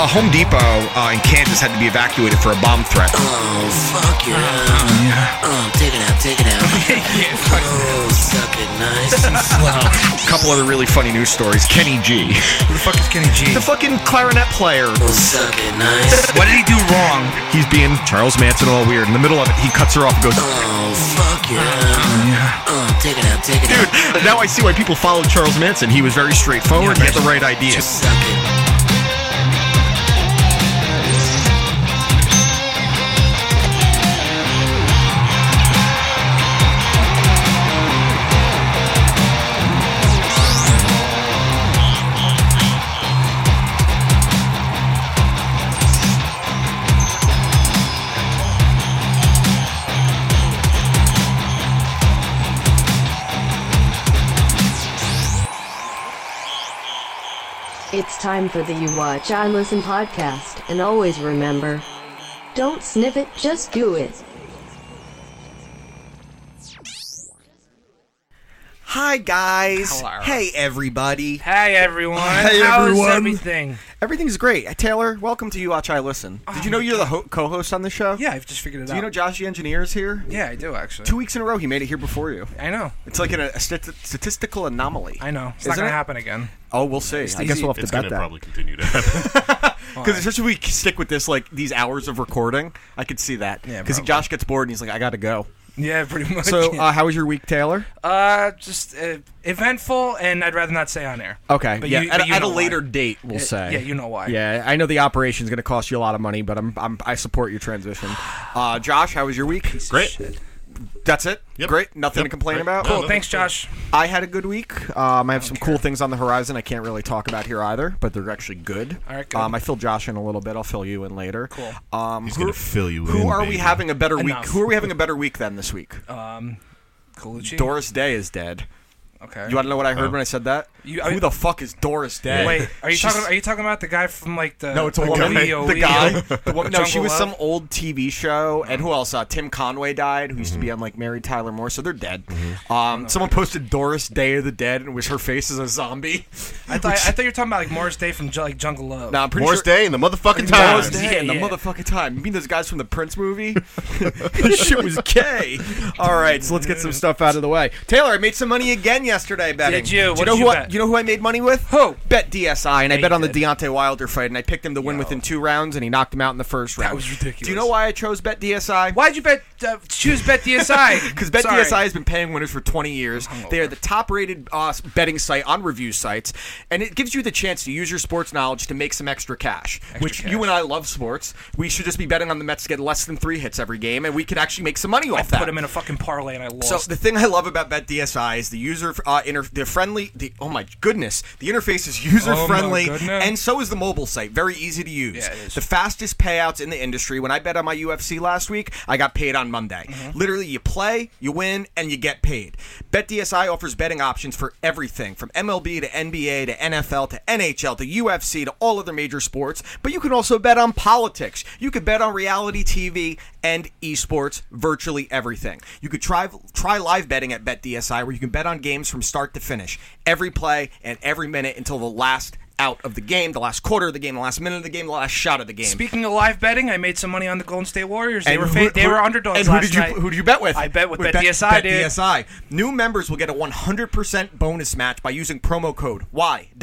a Home Depot uh, in Kansas had to be evacuated for a bomb threat. Oh, fuck your ass. yeah. Oh, take it out, take it out. Oh, suck it nice and slow. A couple other really funny news stories. Kenny G, Who the fuck is Kenny G? the fucking clarinet player. Oh, suck it nice. What did he do wrong? He's being Charles Manson all weird. In the middle of it, he cuts her off and goes, Oh, fuck your ass. Oh, take it out, take it out. "Dude, now I see why people followed Charles Manson. He was very straightforward. he had the right idea." Suck it. It's time for the You Watch I Listen podcast, and always remember don't sniff it, just do it. Hi guys. Hello. Hey everybody. Hey everyone. Hey, How's everyone. everything? Everything's great. Uh, Taylor, welcome to You Watch I Listen. Did you know you're the ho- co-host on the show? Oh, Yeah, I've just figured it Do out. you know Josh the engineer is here? yeah, I do actually. Two weeks in a row he made it here before you. I know. It's like an, a stat- statistical anomaly. I know. It's Isn't not gonna it? happen again. Oh, we'll see. I guess we'll have it's going to probably continue to happen. because especially if we stick with this like these hours of recording, I could see that. Yeah, Because probably. Josh gets bored and he's like, I gotta go. Yeah, pretty much. So, uh, how was your week, Taylor? uh, just uh, eventful, and I'd rather not say on air. Okay. But yeah. you- at, but you at a know later why. date, we'll say. yeah, you know why. Yeah, I know the operation's going to cost you a lot of money, but I'm, I'm I support your transition. Uh, Josh, how was your week? Great. That's it. Yep. Great. Nothing to Yep. complain Great. about. No, Cool. no, Thanks, that's Josh. I had a good week. Um, Oh, I have some cool things on the horizon. I can't really talk about here either, but they're actually good. All right, good. Um, I fill Josh in a little bit. I'll fill you in later. Cool. Um, He's who, going to fill you in. who are we baby. having a better Enough. Oh, week? Who are we having a better week than this week? Colucci. Doris Day is dead. Okay. You want to know what I heard when I said that? You- who I- the fuck is Doris Day? Wait, are you She's- talking? Are you talking about the guy from like the? No, it's a the woman. Wii, oh, the Wii, guy. oh, The woman. No, she Jungle was Love? some old TV show. And who else? Uh, Tim Conway died, who used to be on like Mary Tyler Moore. So they're dead. Um, someone posted Doris Day of the Dead, and was her face is a zombie. I thought, I thought you were talking about like Morris Day from Ju- like Jungle Love. Now I'm pretty Morris sure. Day in the motherfucking Doris times. Day Yeah, in the yeah. motherfucking time. You mean those guys from the Prince movie? this shit was gay. All right, so let's get some stuff out of the way. Taylor, I made some money again yesterday betting. Did you? What you know did who you I, bet? you know who I made money with? Who? Bet DSI, and I you bet on did. the Deontay Wilder fight, and I picked him to win Yo. within two rounds, and he knocked him out in the first round. was ridiculous. Do you know why I chose Bet DSI? Why'd you bet? Uh, choose Bet DSI. Because Bet Sorry. Oh, DSI has been paying winners for 20 years. They are the top rated uh, betting site on review sites, and it gives you the chance to use your sports knowledge to make some extra cash. which cash. you and I love sports. We should just be betting on the Mets to get less than three hits every game, and we could actually make some money off that. Put him in a fucking parlay and I lost. So the thing I love about BetDSI is the user uh, inter- the friendly the oh my goodness the interface is user friendly Oh goodness. and so is the mobile site very easy to use Yeah, it is. the fastest payouts in the industry when I bet on my UFC last week I got paid on Monday Mm-hmm. literally you play you win and you get paid BetDSI offers betting options for everything from MLB to NBA to NFL to NHL to UFC to all other major sports but you can also bet on politics you could bet on reality TV and esports virtually everything you could try try live betting at BetDSI where you can bet on games from start to finish every play and every minute until the last out of the game, the last quarter of the game, the last minute of the game, the last shot of the game. Speaking of live betting, I made some money on the Golden State Warriors. They And were who- fa- they who- were underdogs and last who did you, night. Who did you bet with? I bet with BetDSI, BetDSI, dude. New members will get a 100% bonus match by using promo code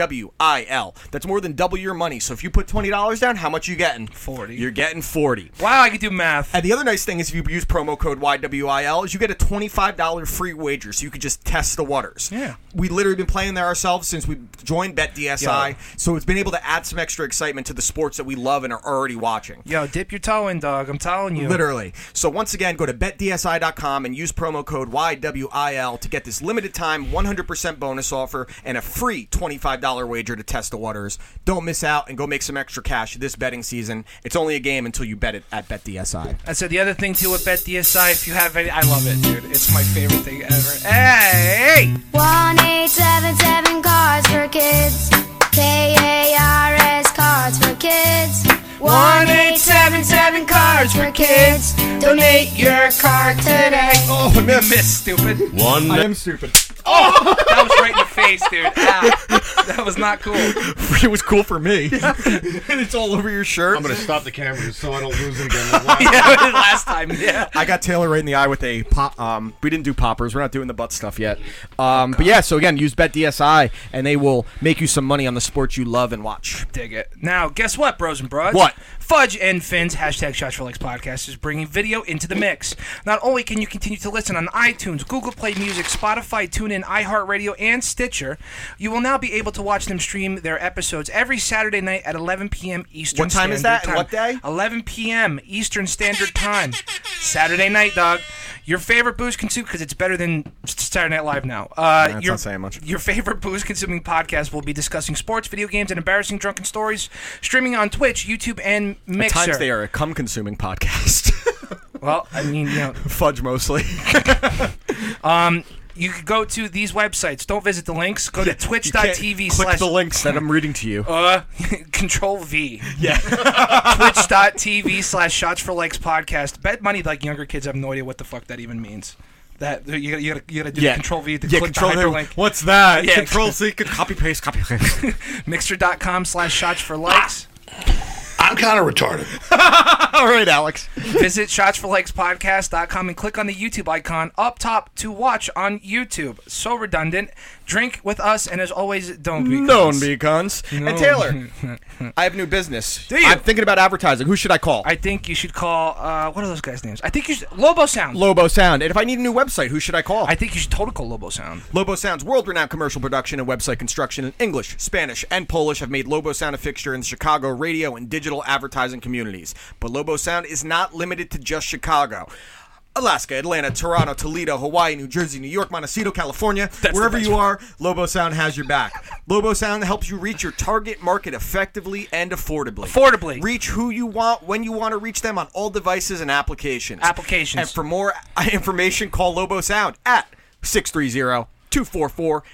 YWIL. That's more than double your money. So if you put $20 down, how much you getting? 40. You're getting 40. Wow, I could do math. And the other nice thing is if you use promo code YWIL is you get a $25 free wager so you could just test the waters. Yeah. We literally been playing there ourselves since we joined BetDSI. Yeah. So it's been able to add some extra excitement to the sports that we love and are already watching. Yo, dip your toe in, dog. I'm telling you. Literally. So once again, go to betdsi.com and use promo code YWIL to get this limited time 100% bonus offer and a free $25 wager to test the waters. Don't miss out and go make some extra cash this betting season. It's only a game until you bet it at BetDSI. And so the other thing too with BetDSI, if you have any, I love it, dude. It's my favorite thing ever. Hey, 1877 cards for kids. KARS cards for kids. 1877 cards for kids. Donate your card today. Oh, I missed. Miss stupid. One. I am stupid. That was right in the face, dude. Ah, that was not cool. It was cool for me. and it's all over your shirt. I'm gonna stop the camera so I don't lose it again. Wow. Yeah, last time. Yeah. I got Taylor right in the eye with a pop. Um, we didn't do poppers. We're not doing the butt stuff yet. Um, but yeah, so again, use BetDSI and they will make you some money on the sports you love and watch. Dig it. Now, guess what, bros and broads? What? Fudge and Finn's hashtag Shots for Likes podcast is bringing video into the mix. Not only can you continue to listen on iTunes, Google Play Music, Spotify, TuneIn, iHeartRadio, and Stitcher, you will now be able to watch them stream their episodes every Saturday night at 11 p.m. Eastern What time is Standard that and Time. what day? 11 p.m. Eastern Standard Time. Saturday night, dog. Your favorite booze consume because it's better than Saturday Night Live now. Uh, That's your- not saying much. your favorite booze consuming podcast will be discussing sports, video games, and embarrassing drunken stories, streaming on Twitch, YouTube, and Mixer. Times they are a cum consuming podcast. Well, I mean, you know, Fudge mostly. you could go to these websites. Don't visit the links. Go to You can't twitch.tv Click slash the links that I'm reading to you. uh, control V. Yeah. twitch.tv slash shots for likes podcast. Bet money like younger kids have no idea what the fuck that even means. That you, gotta- you, gotta, you gotta do the control V to click the hyperlink. What's that? Yeah. Control C. Copy paste. Copy paste. Mixer.com slash shots for likes. I'm kind of retarded. All right, Alex. Visit shotsforlikespodcast.com and click on the YouTube icon up top to watch on YouTube. So redundant. Drink with us, and as always, don't be. Don't cunts. be cons. And Taylor, I have new business. Do you? I'm thinking about advertising. Who should I call? I think you should call. Uh, what are those guys' names? I think you should. Lobo Sound. Lobo Sound. And if I need a new website, who should I call? I think you should totally call Lobo Sound. Lobo Sound's world renowned commercial production and website construction in English, Spanish, and Polish have made Lobo Sound a fixture in the Chicago radio and digital advertising communities. But Lobo Sound is not limited to just Chicago. Alaska, Atlanta, Toronto, Toledo, Hawaii, New Jersey, New York, Montecito, California. Wherever you are, Lobo Sound has your back. Lobo Sound helps you reach your target market effectively and affordably. Affordably. Reach who you want when you want to reach them on all devices and applications. Applications. And for more information, call Lobo Sound at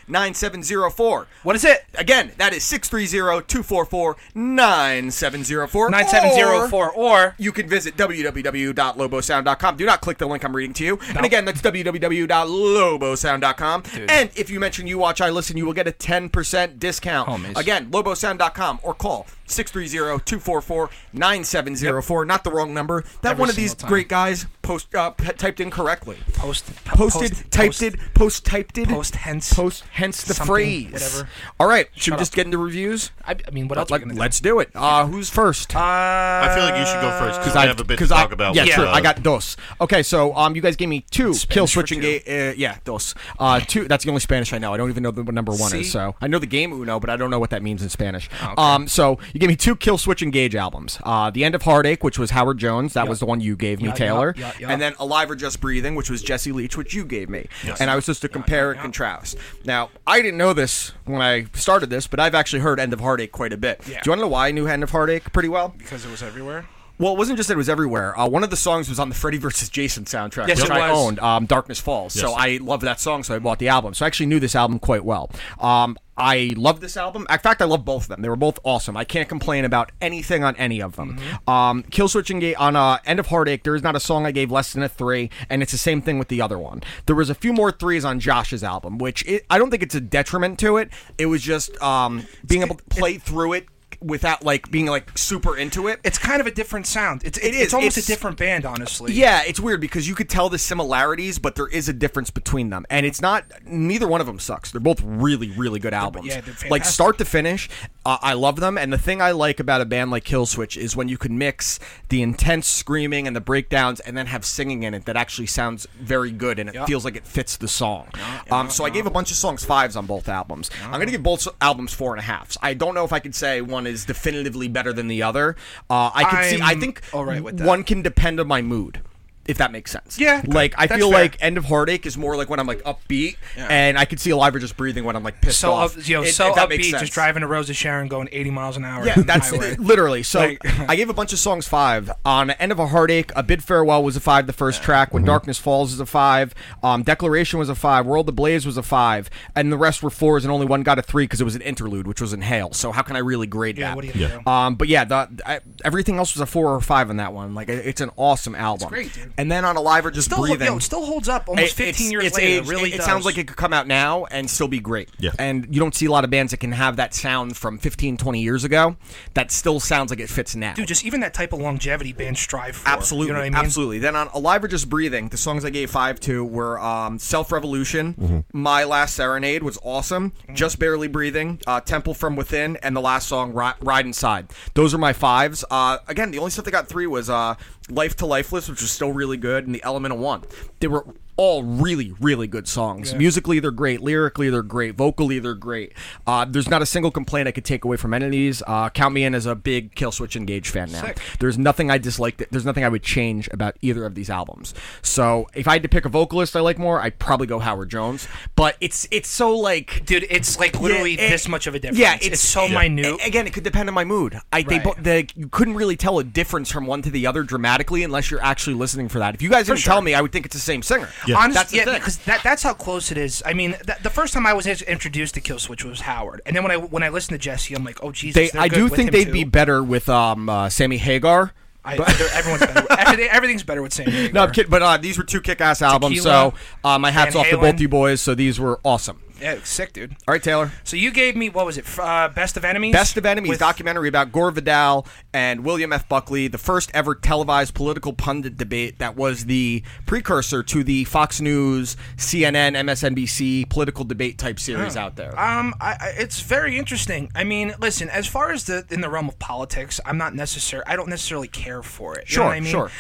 630-244-9704. What is it? Again, that is 630-244-9704. 9704 or. You can visit www.lobosound.com. Do not click the link I'm reading to you. And No. again, that's www.lobosound.com. And if you mention you watch I listen, you will get a 10% discount. Homies. Again, lobosound.com or call 630-244-9704. Not the wrong number. That Every one of these single time. great guys post uh, p- typed incorrectly. Post, po- Posted, post- typed it, post typed it, Post hence. post hence the Something, phrase. whatever. All right, should we Shut just up. get into reviews? I, I mean, what else are we Let, going to do? us do it. Uh, who's first? I feel like you should go Uh, first because I I have a bit to 'cause I- talk about. Yeah, with, true. uh, I got dos. Okay, so um, you guys gave me two kill for switch and two. game. Uh, yeah, dos. Uh, two. That's the only Spanish I know. I don't even know the, what number one See? is. So I know the game Uno, but I don't know what that means in Spanish. Oh, Um, so you gave me two kill switch engage albums. Uh, the end of heartache, which was Howard Jones. That was the one you gave me, Yeah, Taylor. yeah, yeah, yeah. And then alive or just breathing, which was Jesse Leach, which you gave me. And I was just to compare and contrast. Now I didn't know this when I started this, but I've actually heard end of heartache quite a bit. Do you want to know why I knew end of heartache pretty well? because it was everywhere. Well, it wasn't just that it was everywhere. Uh, one of the songs was on the Freddy vs. Jason soundtrack, Yes, which it I was. owned, um, Darkness Falls. So Yes. I love that song, so I bought the album. So I actually knew this album quite well. Um, I love this album. In fact, I love both of them. They were both awesome. I can't complain about anything on any of them. Mm-hmm. Um, Killswitch Engage on uh, End of Heartache. There is not a song I gave less than a three, and it's the same thing with the other one. There was a few more threes on Josh's album, which it, I don't think it's a detriment to it. It was just um, being able to play through it without like being like super into it. It's kind of a different sound. It's It it, is. It's almost It's- a different band, honestly. Yeah, it's weird because you could tell the similarities, but there is a difference between them, and it's not. Neither one of them sucks. They're both really, really good albums. yeah, they're like fantastic. start to finish, uh, I love them. And the thing I like about a band like Killswitch is when you can mix the intense screaming and the breakdowns, and then have singing in it that actually sounds very good, and it feels like it fits the song. um, so I gave a bunch of songs fives on both albums. I'm gonna give both albums four and a halfs. I don't know if I could say one is definitively better than the other. Uh, I can see. I I'm think all right with that. one can depend on my mood. If that makes sense. Yeah, Like I that's feel fair. like End of Heartache is more like when I'm like upbeat, and I could see Alive or Just Breathing when I'm like pissed So up, off. yo, If- so if that makes upbeat, just sense. driving to Rosa Sharon, going 80 miles an hour. Yeah, on the that's highway. literally. So Like- I gave a bunch of songs five. On End of a Heartache, A Bid Farewell was a five, the first track. When Darkness Falls is a five. Um, Declaration was a five. World the Blaze was a five. And the rest were fours, and only one got a three because it was an interlude, which was Inhale. So how can I really grade Yeah, that? what do you Yeah. do? Um, but yeah, the, I, everything else was a four or five on that one. Like it- it's an awesome album. great, dude. And then on Alive or Just still, Breathing. yo, it still holds up almost It- 15 it's- years it's later. aged- it really it, does. sounds like it could come out now and still be great. Yeah. And you don't see a lot of bands that can have that sound from 15, 20 years ago that still sounds like it fits now. dude, just even that type of longevity bands strive for. Absolutely, you know what I mean? absolutely. Then on "Alive or Just Breathing," the songs I gave five to were um, "Self Revolution," "My Last Serenade" was awesome, Mm-hmm. "Just Barely Breathing," uh, "Temple from Within," and the last song "Ri- "Ride Inside." Those are my fives. Uh, again, the only stuff that got three was uh, "Life to Lifeless," which was still really good, and "The Element of One." They were all really, really good songs. Musically, they're great. Lyrically, they're great. Vocally, they're great. Uh, there's not a single complaint I could take away from any of these. Uh, count me in as a big Killswitch Engage fan now. There's nothing I disliked. There's nothing I would change about either of these albums. So if I had to pick a vocalist I like more, I'd probably go Howard Jones. But it's it's so like Dude, it's like literally yeah, it- this much of a difference. Yeah, it's, so minute. a- Again, it could depend on my mood. I they, Right. bo- they you couldn't really tell a difference from one to the other dramatically unless you're actually listening for that. If you guys didn't tell me, I would think it's the same singer. Honestly, That's the yeah, thing. because that, that's how close it is. I mean, th- the first time I was introduced to Killswitch was Howard, and then when I when I listened to Jesse, I'm like, oh Jesus. They, they're I good do with think him, they'd too. be better with um, uh, Sammy Hagar. I, they're- everyone's better. with- everything- everything's better with Sam. Hagar. No, I'm kidding. But uh, these were two kick-ass albums, Tequila, so uh, my hats Van off to Halen. both you boys. So these were awesome. Yeah, sick, dude. All right, Taylor. So you gave me what was it? f- Uh, Best of Enemies. Best of Enemies With- documentary about Gore Vidal and William F. Buckley, the first ever televised political pundit debate that was the precursor to the Fox News, CNN, MSNBC political debate type series out there. Um, I, I, it's very interesting. I mean, listen, as far as the in the realm of politics, I'm not necessary. I don't necessarily care for it. You know Sure, what I mean? sure.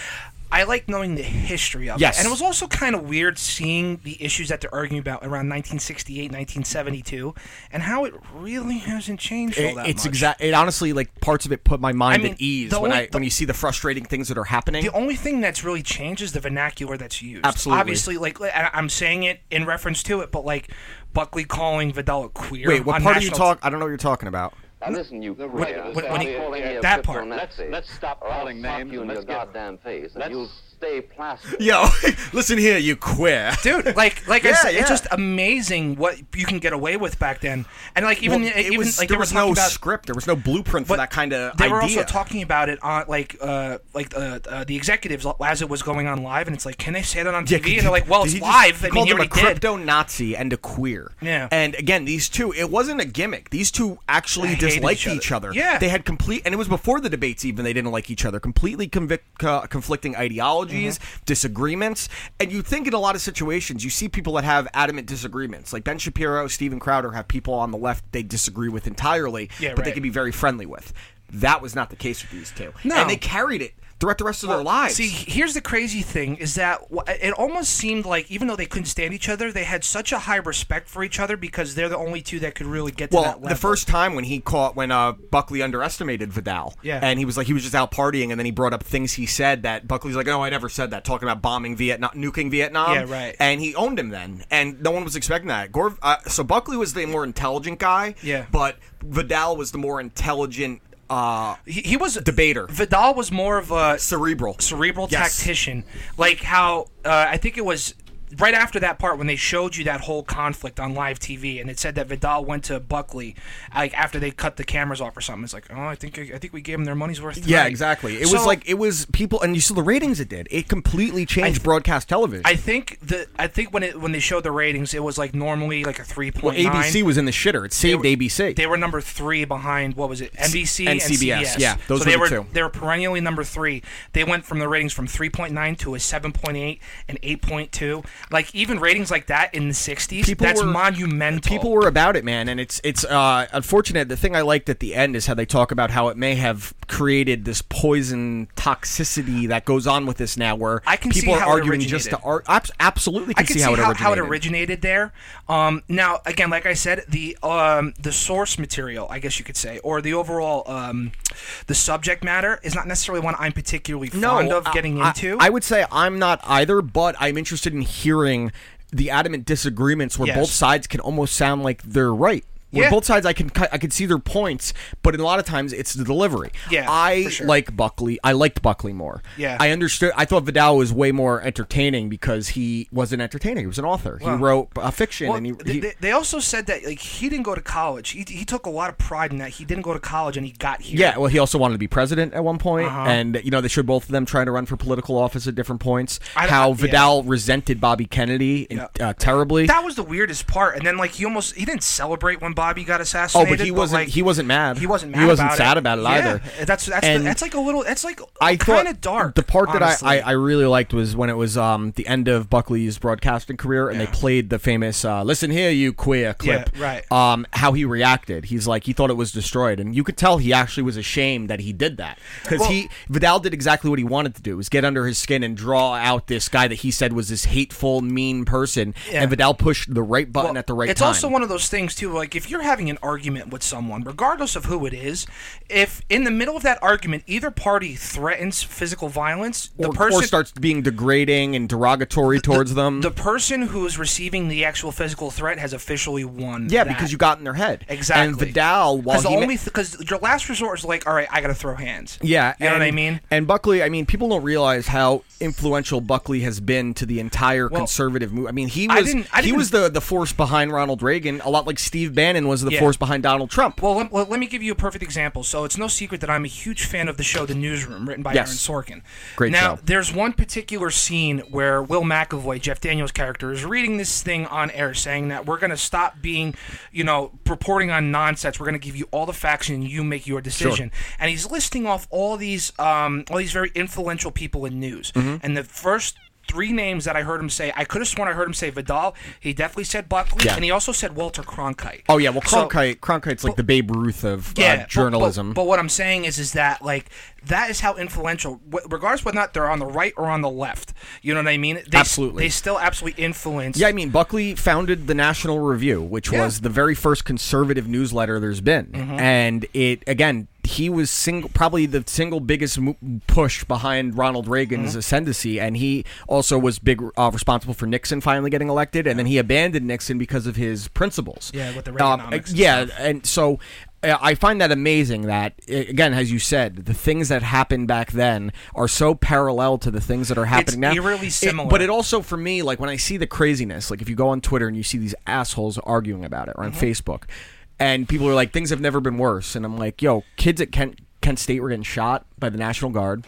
I like knowing the history of Yes. it. And it was also kind of weird seeing the issues that they're arguing about around 1968, 1972, and how it really hasn't changed all It- that it's much. exact. It honestly, like parts of it, put my mind mean, at ease the when only- I when you see the frustrating things that are happening. The only thing that's really changed is the vernacular that's used. Absolutely. Obviously, like li- and I'm saying it in reference to it, but like Buckley calling Vidal a queer. Wait, what on part are you national- talk? I don't know what you're talking about. Now listen, you the when- when he- that that part. part. Let's, let's stop calling names. You in your goddamn face, and you'll stay plastered. Yo, listen here, you queer. dude. Like, like I Yeah, said, yeah. it's just amazing what you can get away with back then. And like, even Well, it even was- like there they were was talking no about, script, there was no blueprint for but that kind of They idea. were also talking about it on like, uh, like uh, uh, the executives as it was going on live, and it's like, can they say that on TV? and they're like, well, Did it's he just- live. he I mean, called you him already a did. crypto Nazi and a queer. Yeah. And again, these two, it wasn't a gimmick. These two actually They hated disliked each each other. other. Yeah. They had complete, and it was before the debates even. They didn't like each other. Completely convic- uh, conflicting ideologies, Mm-hmm. disagreements, and you think in a lot of situations you see people that have adamant disagreements, like Ben Shapiro, Steven Crowder, have people on the left they disagree with entirely, Yeah, but they right. can be very friendly with. That was not the case with these two. No. And they carried it throughout the rest of their lives. See, here's the crazy thing is that wh- it almost seemed like even though they couldn't stand each other, they had such a high respect for each other because they're the only two that could really get to that Well, level. the first time when he caught when uh, Buckley underestimated Vidal, Yeah. and he was like he was just out partying, and then he brought up things he said that Buckley's like, oh, I never said that, talking about bombing Vietnam, nuking Vietnam, Yeah, right. And he owned him then, and no one was expecting that. Gore, uh, so Buckley was the more intelligent guy, Yeah. but Vidal was the more intelligent. uh, He, he was Debater. Vidal was more of a cerebral. cerebral Yes. tactician. Like how uh, I think it was right after that part when they showed you that whole conflict on live TV, and it said that Vidal went to Buckley like after they cut the cameras off or something. It's like, oh, I think I think we gave them their money's worth. Tonight. Yeah, exactly. It was So, like it was people, and you saw the ratings it did. It completely changed broadcast television. I think the I think when it when they showed the ratings, it was like normally like a three well, point nine. ABC was in the shitter. It saved ABC. They were number three behind what was it? NBC and CBS. Yeah, those so they were were the two. they were perennially number three. They went from the ratings from three point nine to a seven point eight and eight point two. Like even ratings like that in the sixties, People that's were- monumental. People were about it, man, and it's it's uh, unfortunate. The thing I liked at the end is how they talk about how it may have created this poison toxicity that goes on with this now, where I can see people are how it arguing just to originated. ar- abs- absolutely can, I can see, how, it how, originated. it originated there. Um, now, again, like I said, the um, the source material, I guess you could say, or the overall um, the subject matter is not necessarily one I'm particularly fond of I- getting uh, I- into. I, would say I'm not either, but I'm interested in hearing the adamant disagreements where Yes. both sides can almost sound like they're right. Where Yeah. both sides, I can ki- I can see their points, but a lot of times it's the delivery. Yeah, I for sure. like Buckley. I liked Buckley more. Yeah. I understood. I thought Vidal was way more entertaining because he wasn't entertaining. He was an author. Well- he wrote uh, fiction, Well, and he, they, he- they- they also said that like he didn't go to college. He, he took a lot of pride in that. He didn't go to college and he got here. Uh-huh. Yeah, well, he also wanted to be president at one point, and you know they showed both of them trying to run for political office at different points. I- how I- Vidal resented Bobby Kennedy in, uh, terribly. that was the weirdest part. And then like he almost he didn't celebrate when Bobby got oh, assassinated. but he wasn't. like, he wasn't mad. He wasn't. Mad He wasn't about sad it. about it Yeah, either. That's that's the, And that's like a little. That's like I kind thought of dark. the part that honestly. I, I, I really liked was when it was um, the end of Buckley's broadcasting career, and they played the famous uh, "Listen here, you queer" clip. Yeah, right. Um, how he reacted. He's like he thought it was destroyed, and you could tell he actually was ashamed that he did that because he Vidal did exactly what he wanted to do: was get under his skin and draw out this guy that he said was this hateful, mean person. Yeah. And Vidal pushed the right button Well, at the right it's time. also one of those things too. Like if you're having an argument with someone, regardless of who it is, if in the middle of that argument either party threatens physical violence, or, the person or starts being degrading and derogatory towards them. the person who is receiving the actual physical threat has officially won. Yeah, that. because you got in their head. exactly And Vidal, while because the he ma- only because your last resort is like, all right, I got to throw hands. yeah, you know and, what I mean. And Buckley, I mean, people don't realize how influential Buckley has been to the entire conservative movement. I mean, he was I didn't- I he was didn't- the the force behind Ronald Reagan, a lot like Steve Bannon was the Yeah. force behind Donald Trump. Well let, well, let me give you a perfect example. So it's no secret that I'm a huge fan of the show The Newsroom, written by Yes. Aaron Sorkin. Great now, show. there's one particular scene where Will McAvoy, Jeff Daniels' character, is reading this thing on air, saying that we're going to stop being, you know, reporting on nonsense. We're going to give you all the facts and you make your decision. And he's listing off all these, um, all these very influential people in news. Mm-hmm. And the first. Three names that I heard him say. I could have sworn I heard him say Vidal. He definitely said Buckley, Yeah. and he also said Walter Cronkite. oh yeah, well So- Cronkite Cronkite's like the Babe Ruth of yeah, uh, but- journalism. But, but what I'm saying is, is that like that is how influential, wh- regardless whether or not they're on the right or on the left. You know what I mean? They, s- Absolutely. they still absolutely influence. Yeah, I mean, Buckley founded the National Review, which Yeah. Mm-hmm. was the very first conservative newsletter there's been, and it again. He was single, probably the single biggest mo- push behind Ronald Reagan's Mm-hmm. ascendancy, and he also was big uh, responsible for Nixon finally getting elected, and then he abandoned Nixon because of his principles. Yeah, with the Um, Reaganomics and yeah, and so uh, I find that amazing. That i- again, as you said, the things that happened back then are so parallel to the things that are happening now. eerily It- similar. but it also for me, like when I see the craziness, like if you go on Twitter and you see these assholes arguing about it, or on Mm-hmm. Facebook, and people are like, "Things have never been worse," and I'm like, "Yo, kids at Kent, Kent State were getting shot by the National Guard."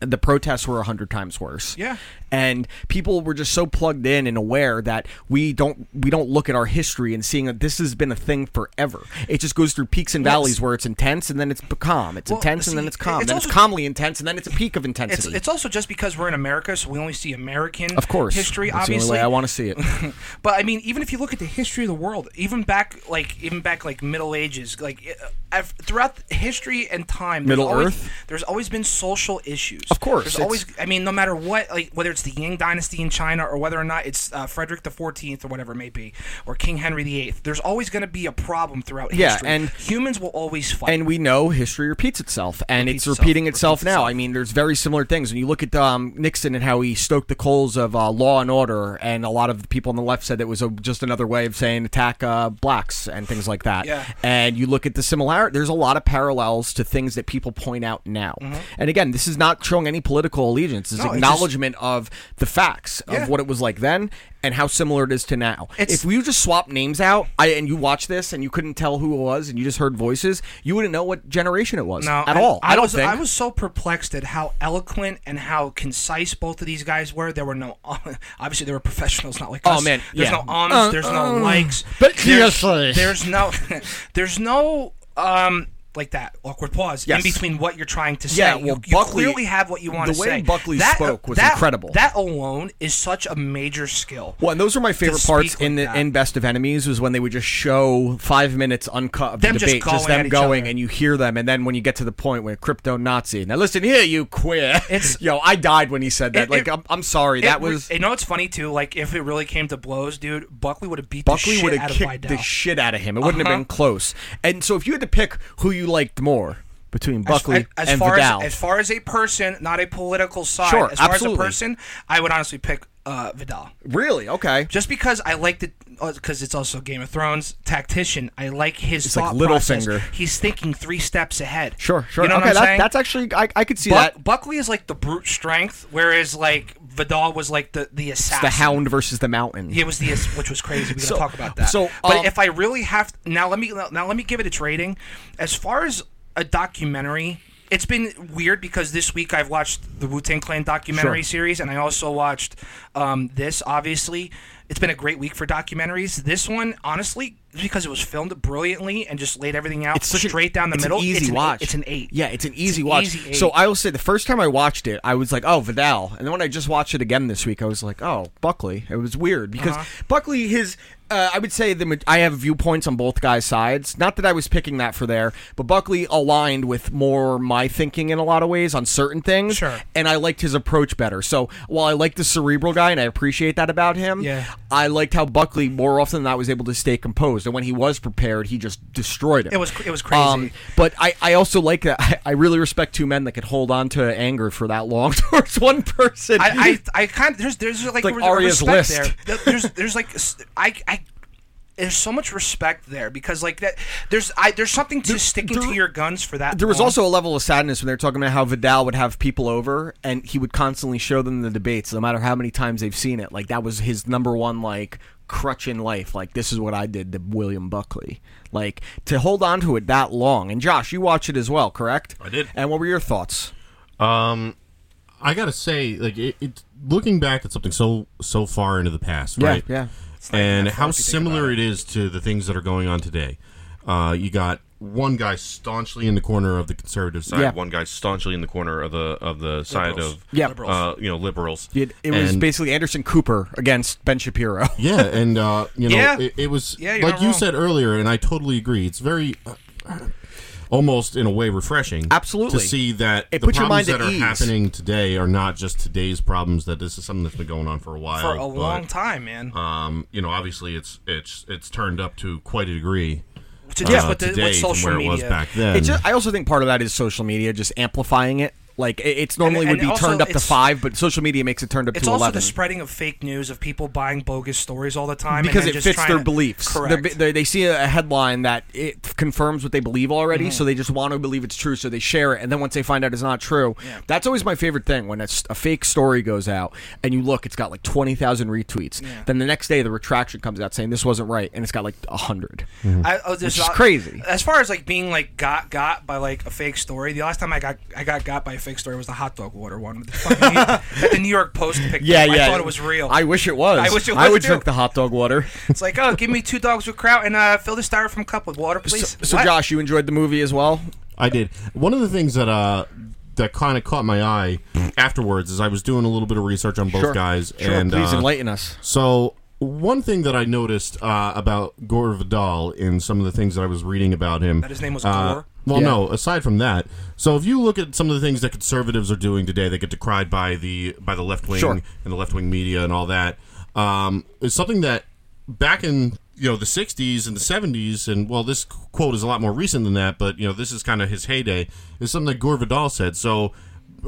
The protests were a hundred times worse. Mm-hmm. Yeah. and people were just so plugged in and aware that we don't we don't look at our history and seeing that this has been a thing forever. It just goes through peaks and valleys where it's intense and then it's calm. It's Well, intense and then see, it's calm. it's then it's also- calmly intense and then it's a peak of It's, intensity. it's also just because we're in America, so we only see American of course history. That's the only obviously, way I want to see it. But I mean, even if you look at the history of the world, even back like even back like Middle Ages, like uh, I've- throughout history and time, there's Middle always- Earth? there's always been social issues. Of course, there's it's- always. I mean, no matter what, like whether it's the Ying Dynasty in China or whether or not it's uh, Frederick the Fourteenth or whatever it may be, or King Henry the Eighth, there's always going to be a problem throughout Yeah, history. and- humans will always fight. and we know history repeats itself, and Repeats it's itself, repeating itself, repeats now. itself. I mean, there's very similar things. When you look at um, Nixon and how he stoked the coals of uh, law and order, and a lot of the people on the left said it was a, just another way of saying attack uh, blacks and things like that. Yeah. And you look at the par- there's a lot of parallels to things that people point out now. And again, this is not showing any political allegiance. It's Mm-hmm. No, it acknowledgement of the facts of Yeah. what it was like then and how similar it is to now. It's- if we just swap names out, I and you watch this and you couldn't tell who it was and you just heard voices, you wouldn't know what generation it was No, at I- all. I, don't was, think. I was so perplexed at how eloquent and how concise both of these guys were. There were no, obviously, they were professionals, not like Oh, us. man, there's yeah. no ums, Uh, there's no likes. but there's, seriously. there's no, there's no, um, like that awkward pause Yes. in between what you're trying to say. Yeah, You- well, you, Buckley- clearly have what you want the to way say. Buckley that, spoke was that- incredible. That alone is such a major skill. well, and those are my favorite speak parts in like the that. in Best of Enemies was when they would just show five minutes uncut of the Them just debate, just, going at them each going, other. and you hear them, and then when you get to the point where crypto Nazi, now listen here, you queer, It's- yo, I died when he said that. It- like, it- I'm, I'm sorry, It that re- was You know, it's funny too. Like, if it really came to blows, dude, Buckley would have beat the Buckley shit would out have of kicked Vidal. the shit out of him. It wouldn't have been Uh-huh. close. And so, if you had to pick who you liked more between As- Buckley as, and far Vidal, As, as far as a person, not a political side. Sure, as far absolutely. as a person, I would honestly pick uh, Vidal. really, okay, Just because I like the, because it's also Game of Thrones tactician. I like his It's like thought process. Littlefinger. He's thinking three steps ahead. sure, sure, You know okay, what I'm that- saying? that's actually I, I could see Buck- that. Buckley is like the brute strength, whereas like Vidal was like the the assassin. the hound versus the mountain. It was the which was crazy. We're So- gonna talk about that. so, um, but if I really have now, let me now let me give it its rating. As far as a documentary, it's been weird because this week I've watched the Wu Tang Clan documentary Sure. series, and I also watched um, this. Obviously, it's been a great week for documentaries. This one, honestly, because it was filmed brilliantly and just laid everything out such an- straight down the it's middle. An easy it's an watch. Eight, it's an eight. Yeah, it's an easy an watch. easy eight. so I will say the first time I watched it, I was like, "Oh, Vidal," and then when I just watched it again this week, I was like, "Oh, Buckley." It was weird because Uh-huh. Buckley, his, uh, I would say the ma- I have viewpoints on both guys' sides. Not that I was picking that for there, but Buckley aligned with more my thinking in a lot of ways on certain things. Sure. and I liked his approach better. So while I like the cerebral guy and I appreciate that about him, Yeah. I liked how Buckley more often than not was able to stay composed, and when he was prepared, he just destroyed him. It was cr- it was crazy. Um, but I, I also like that. I, I really respect two men that could hold on to anger for that long towards one person. I, I, I kind of there's there's like, like a, Arya's a respect list. there. There- There's there's like s- I I there's so much respect there because like that there's I there's something to sticking there- to your guns for that. there was long. also a level of sadness when they were talking about how Vidal would have people over and he would constantly show them the debates, no matter how many times they've seen it. Like that was his number one like crutch in life. Like this is what I did to William Buckley. Like to hold on to it that long. And Josh, you watched it as well, correct? I did. And what were your thoughts? I gotta say, like it, it looking back at something so so far into the past, Yeah, right? yeah. And how similar it is to the things that are going on today. Uh, you got one guy staunchly in the corner of the conservative side, Yeah. one guy staunchly in the corner of the of the side of Yeah. uh, you know liberals. It, it was And- basically Anderson Cooper against Ben Shapiro. Yeah, and uh, you know, Yeah. it, it was Yeah, you're like not you wrong. said earlier, and I totally agree. It's very uh, almost in a way refreshing, Absolutely. to see that It the puts your problems mind that at are ease. happening today are not just today's problems. That this is something that's been going on for a while, for a Oh, but, long time, man. Um, you know, obviously it's it's it's turned up to quite a degree. to uh, just with the today with social from where media. it was back then. It just, I also think part of that is social media just amplifying it. Like it, it's normally And- would and be also turned up to it's- five, but social media makes it turned up It's to also eleven the spreading of fake news of people buying bogus stories all the time because and then it just fits trying their to- beliefs. They're- Correct. they they see a a headline that it confirms what they believe already, Mm-hmm. so they just want to believe it's true, so they share it, and then once they find out it's not true, that's always my favorite thing when a, s- a fake story goes out and you look, it's got like twenty thousand retweets. Then the next day, the retraction comes out saying this wasn't right, and it's got like hundred. I, I was just- Which is crazy. As far as like being like got got by like a fake story, the last time I got I got got by a fake story was the hot dog water one with the fucking, that the New York Post picked Yeah, up. yeah. I thought it was real. I wish it was. I wish it I was, would too. drink the hot dog water. it's like, oh, give me two dogs with kraut and uh, fill the styrofoam cup with water, please. So, so What? Josh, you enjoyed the movie as well. I did. One of the things that uh that kind of caught my eye afterwards is I was doing a little bit of research on both Sure. guys, Sure, and please uh, enlighten us. So one thing that I noticed uh, about Gore Vidal in some of the things that I was reading about him That his name was uh, Gore? well, Yeah. no. Aside from that, so if you look at some of the things that conservatives are doing today, that get decried by the by the left wing Sure. and the left wing media and all that. Um, is something that back in you know the '60s and the '70s, and well, this quote is a lot more recent than that, but you know this is kind of his heyday. Is something that Gore Vidal said. So.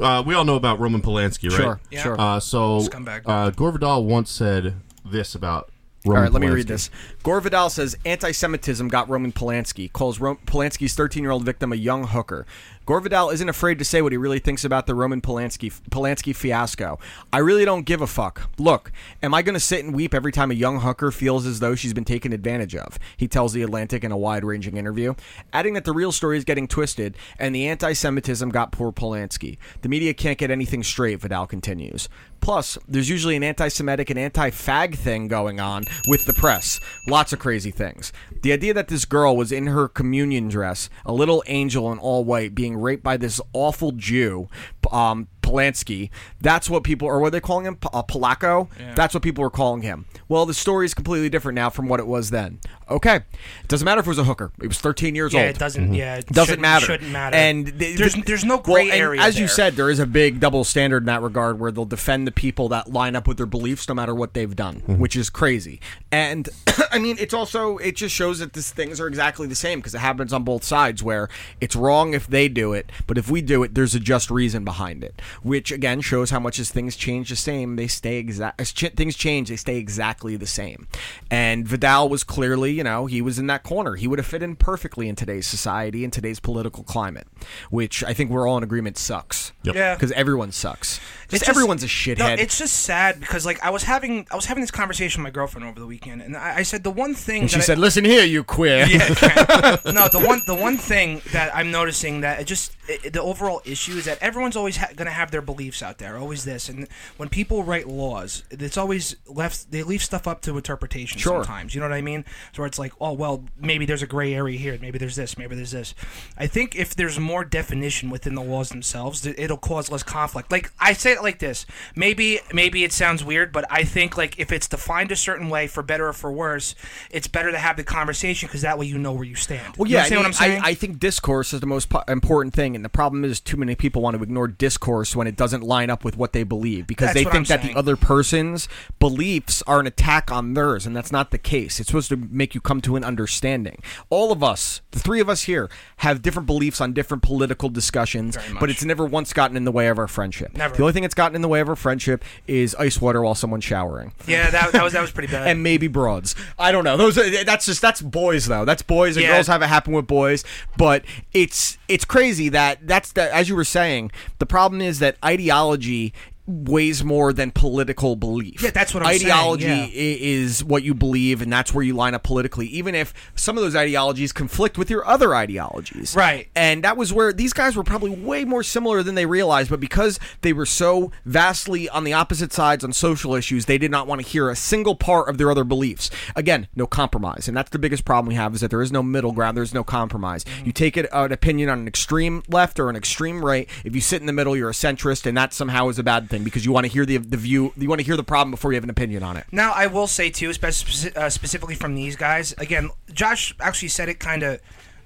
Uh, we all know about Roman Polanski, right? Sure, Yeah. sure. Uh, so Scumbag. uh, Gore Vidal once said this about Roman All right, let me read Polanski. this. Gore Vidal says anti Semitism got Roman Polanski, calls Ro- Polanski's 13 year old victim a young hooker. Gore Vidal isn't afraid to say what he really thinks about the Roman Polanski, Polanski fiasco. I really don't give a fuck. Look, am I going to sit and weep every time a young hooker feels as though she's been taken advantage of? He tells The Atlantic in a wide ranging interview, adding that the real story is getting twisted and the anti Semitism got poor Polanski. The media can't get anything straight, Vidal continues. Plus, there's usually an anti Semitic and anti fag thing going on with the press. Lots of crazy things. The idea that this girl was in her communion dress, a little angel in all white, being raped by this awful Jew, um, Polanski, that's what people, or what are they calling him? P- uh, Polacco? That's what people were calling him. Well, the story is completely different now from what it was then. Okay. Doesn't matter if it was a hooker. It was 13 years Yeah, old. it doesn't. Yeah, it Mm-hmm. Doesn't shouldn't- matter. Shouldn't matter. And th- there's th- there's no well, gray and area. As you there. said, there is a big double standard in that regard, where they'll defend the people that line up with their beliefs no matter what they've done, which is crazy. And I mean, it's also it just shows that these things are exactly the same because it happens on both sides. Where it's wrong if they do it, but if we do it, there's a just reason behind it, which again shows how much as things change the same, they stay exact. As ch- things change, they stay exactly the same. And Vidal was clearly, you know, he was in that corner. He would have fit in perfectly in today's society and today's political climate, which I think we're all in agreement sucks. Yeah. Because everyone sucks. Just, It's everyone's a No, shithead. it's just sad because like I was having I was having this conversation with my girlfriend over the weekend, and I, I said the one thing and she that I- said, "Listen here, you queer." Yeah, crap. no, the one the one thing that I'm noticing that it just it, the overall issue is that everyone's always ha- going to have their beliefs out there, always this, and when people write laws, it's always left they leave stuff up to interpretation Sure. sometimes. You know what I mean? So where it's like, oh well, maybe there's a gray area here, maybe there's this, maybe there's this. I think if there's more definition within the laws themselves, th- it'll cause less conflict. Like I say it like this, maybe maybe it sounds weird, but I think like if it's defined a certain way for better or for worse, it's better to have the conversation because that way you know where you stand. Well, You yeah, understand I, what I'm saying? I, I think discourse is the most po- important thing, and the problem is too many people want to ignore discourse when it doesn't line up with what they believe because That's they what think I'm that saying. the other person's beliefs are an attack on theirs, and that's not the case. It's supposed to make you come to an understanding. All of us, the three of us here, have different beliefs on different political discussions, but it's never once gotten in the way of our friendship. Never. The only thing that's gotten in the way of our friendship is ice water while someone's showering yeah, that, that was that was pretty bad. and maybe broads. I don't know. Those are, that's just that's boys though. That's boys and Yeah. girls have it happen with boys. But it's it's crazy that that's the as you were saying. The problem is that ideology weighs more than political belief. Yeah, that's what I'm saying, ideology yeah. i- is what you believe, and that's where you line up politically. Even if some of those ideologies conflict with your other ideologies, Right. and that was where these guys were probably way more similar than they realized, but because they were so vastly on the opposite sides on social issues, they did not want to hear a single part of their other beliefs. Again, no compromise. And that's the biggest problem we have is that there is no middle ground, there's no compromise. Mm-hmm. You take it, an opinion on an extreme left or an extreme right. If you sit in the middle, you're a centrist, and that somehow is a bad thing because you want to hear the, the view, you want to hear the problem before you have an opinion on it. Now, I will say too, speci- uh, specifically from these guys. Again, Josh actually said it kind of.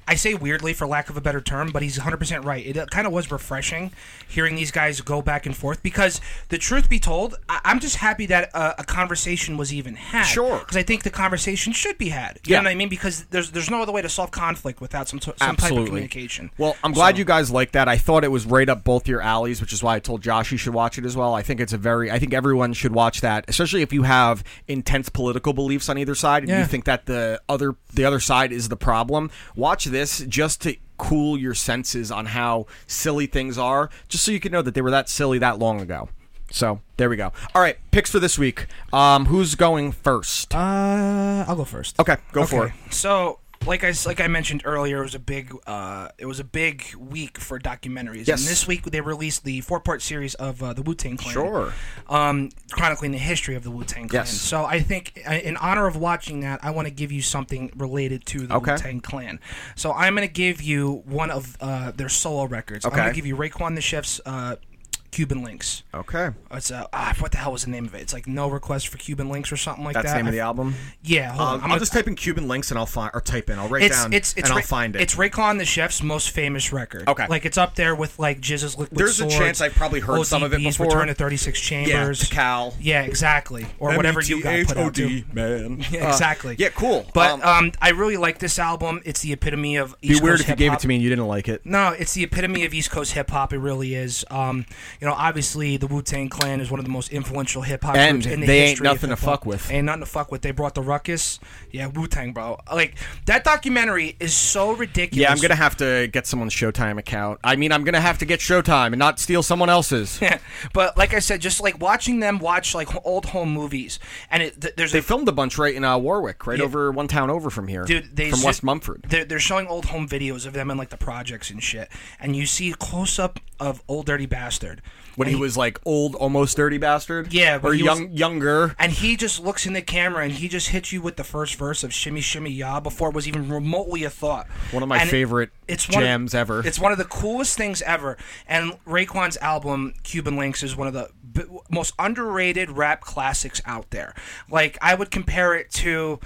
I say weirdly for lack of a better term, but he's 100% right. It uh, kind of was refreshing hearing these guys go back and forth because the truth be told, I- I'm just happy that uh, a conversation was even had. Sure. Because I think the conversation should be had. You Yeah. know what I mean? Because there's there's no other way to solve conflict without some, t- some type of communication. Well, I'm glad you guys like that. I thought it was right up both your alleys, which is why I told Josh you should watch it as well. I think it's a very, I think everyone should watch that, especially if you have intense political beliefs on either side and Yeah. you think that the other the other side is the problem. Watch this just to cool your senses on how silly things are, just so you can know that they were that silly that long ago. So there we go. All right, picks for this week. Um, who's going first? Uh, I'll go first. okay, go for it. So, like I s- like I mentioned earlier, it was a big uh, it was a big week for documentaries. Yes. And this week they released the four part series of uh, the Wu Tang Clan. Sure. Um, chronicling the history of the Wu Tang Clan. Yes. So I think uh, in honor of watching that, I want to give you something related to the Okay. Wu Tang Clan. So I'm going to give you one of uh, their solo records. I'm Okay. Oh. going to give you Raekwon the Chef's uh, Cuban Links. Okay, It's uh, ah, what the hell was the name of it? It's like No Request for Cuban Links or something like that's that. the name of the I- album. Yeah, hold on. Um, I'm I'll gonna- just type in Cuban links and I'll find or type in. I'll write down it's, it's and Ra- I'll find it. It's Raycon the Chef's most famous record. Okay. like it's up there with like Jizz's Liquid There's a Swords, chance I've probably heard some of it ODB's before. Return to 36 Chambers. Tikal. Yeah, exactly. Or whatever you got put out to. M-E-T-H-O-D, man. Yeah, exactly. Uh, yeah, cool. But Um, um, I really like this album. It's the epitome of Be East weird Coast if you gave it hip-hop. to me and you didn't like it. No, it's the epitome of East Coast hip hop. It really is. Um, You know, obviously the Wu Tang Clan is one of the most influential hip hop And groups in the they ain't history of nothing to hip-hop. fuck with. Ain't nothing to fuck with. They brought the ruckus. Yeah, Wu Tang, bro. Like that documentary is so ridiculous. Yeah, I'm gonna have to get someone's Showtime account. I mean, I'm gonna have to get Showtime and not steal someone else's. but like I said, just like watching them watch like h- old home movies, and it, th- there's they a filmed a bunch right in uh, Warwick, right Yeah. over one town over from here, dude they from sit- West Mumford. They're, they're showing old home videos of them in like the projects and shit, and you see a close up of old dirty bastard when And he was like old, almost dirty bastard. Yeah, but or he young, younger. And he just looks in the camera and he just hits you with the first verse of Shimmy Shimmy Ya before it was even remotely a thought. One of my And favorite one of- jams ever. It's one of the coolest things ever. And Raekwon's album, Cuban Links, is one of the b- most underrated rap classics out there. Like, I would compare it to.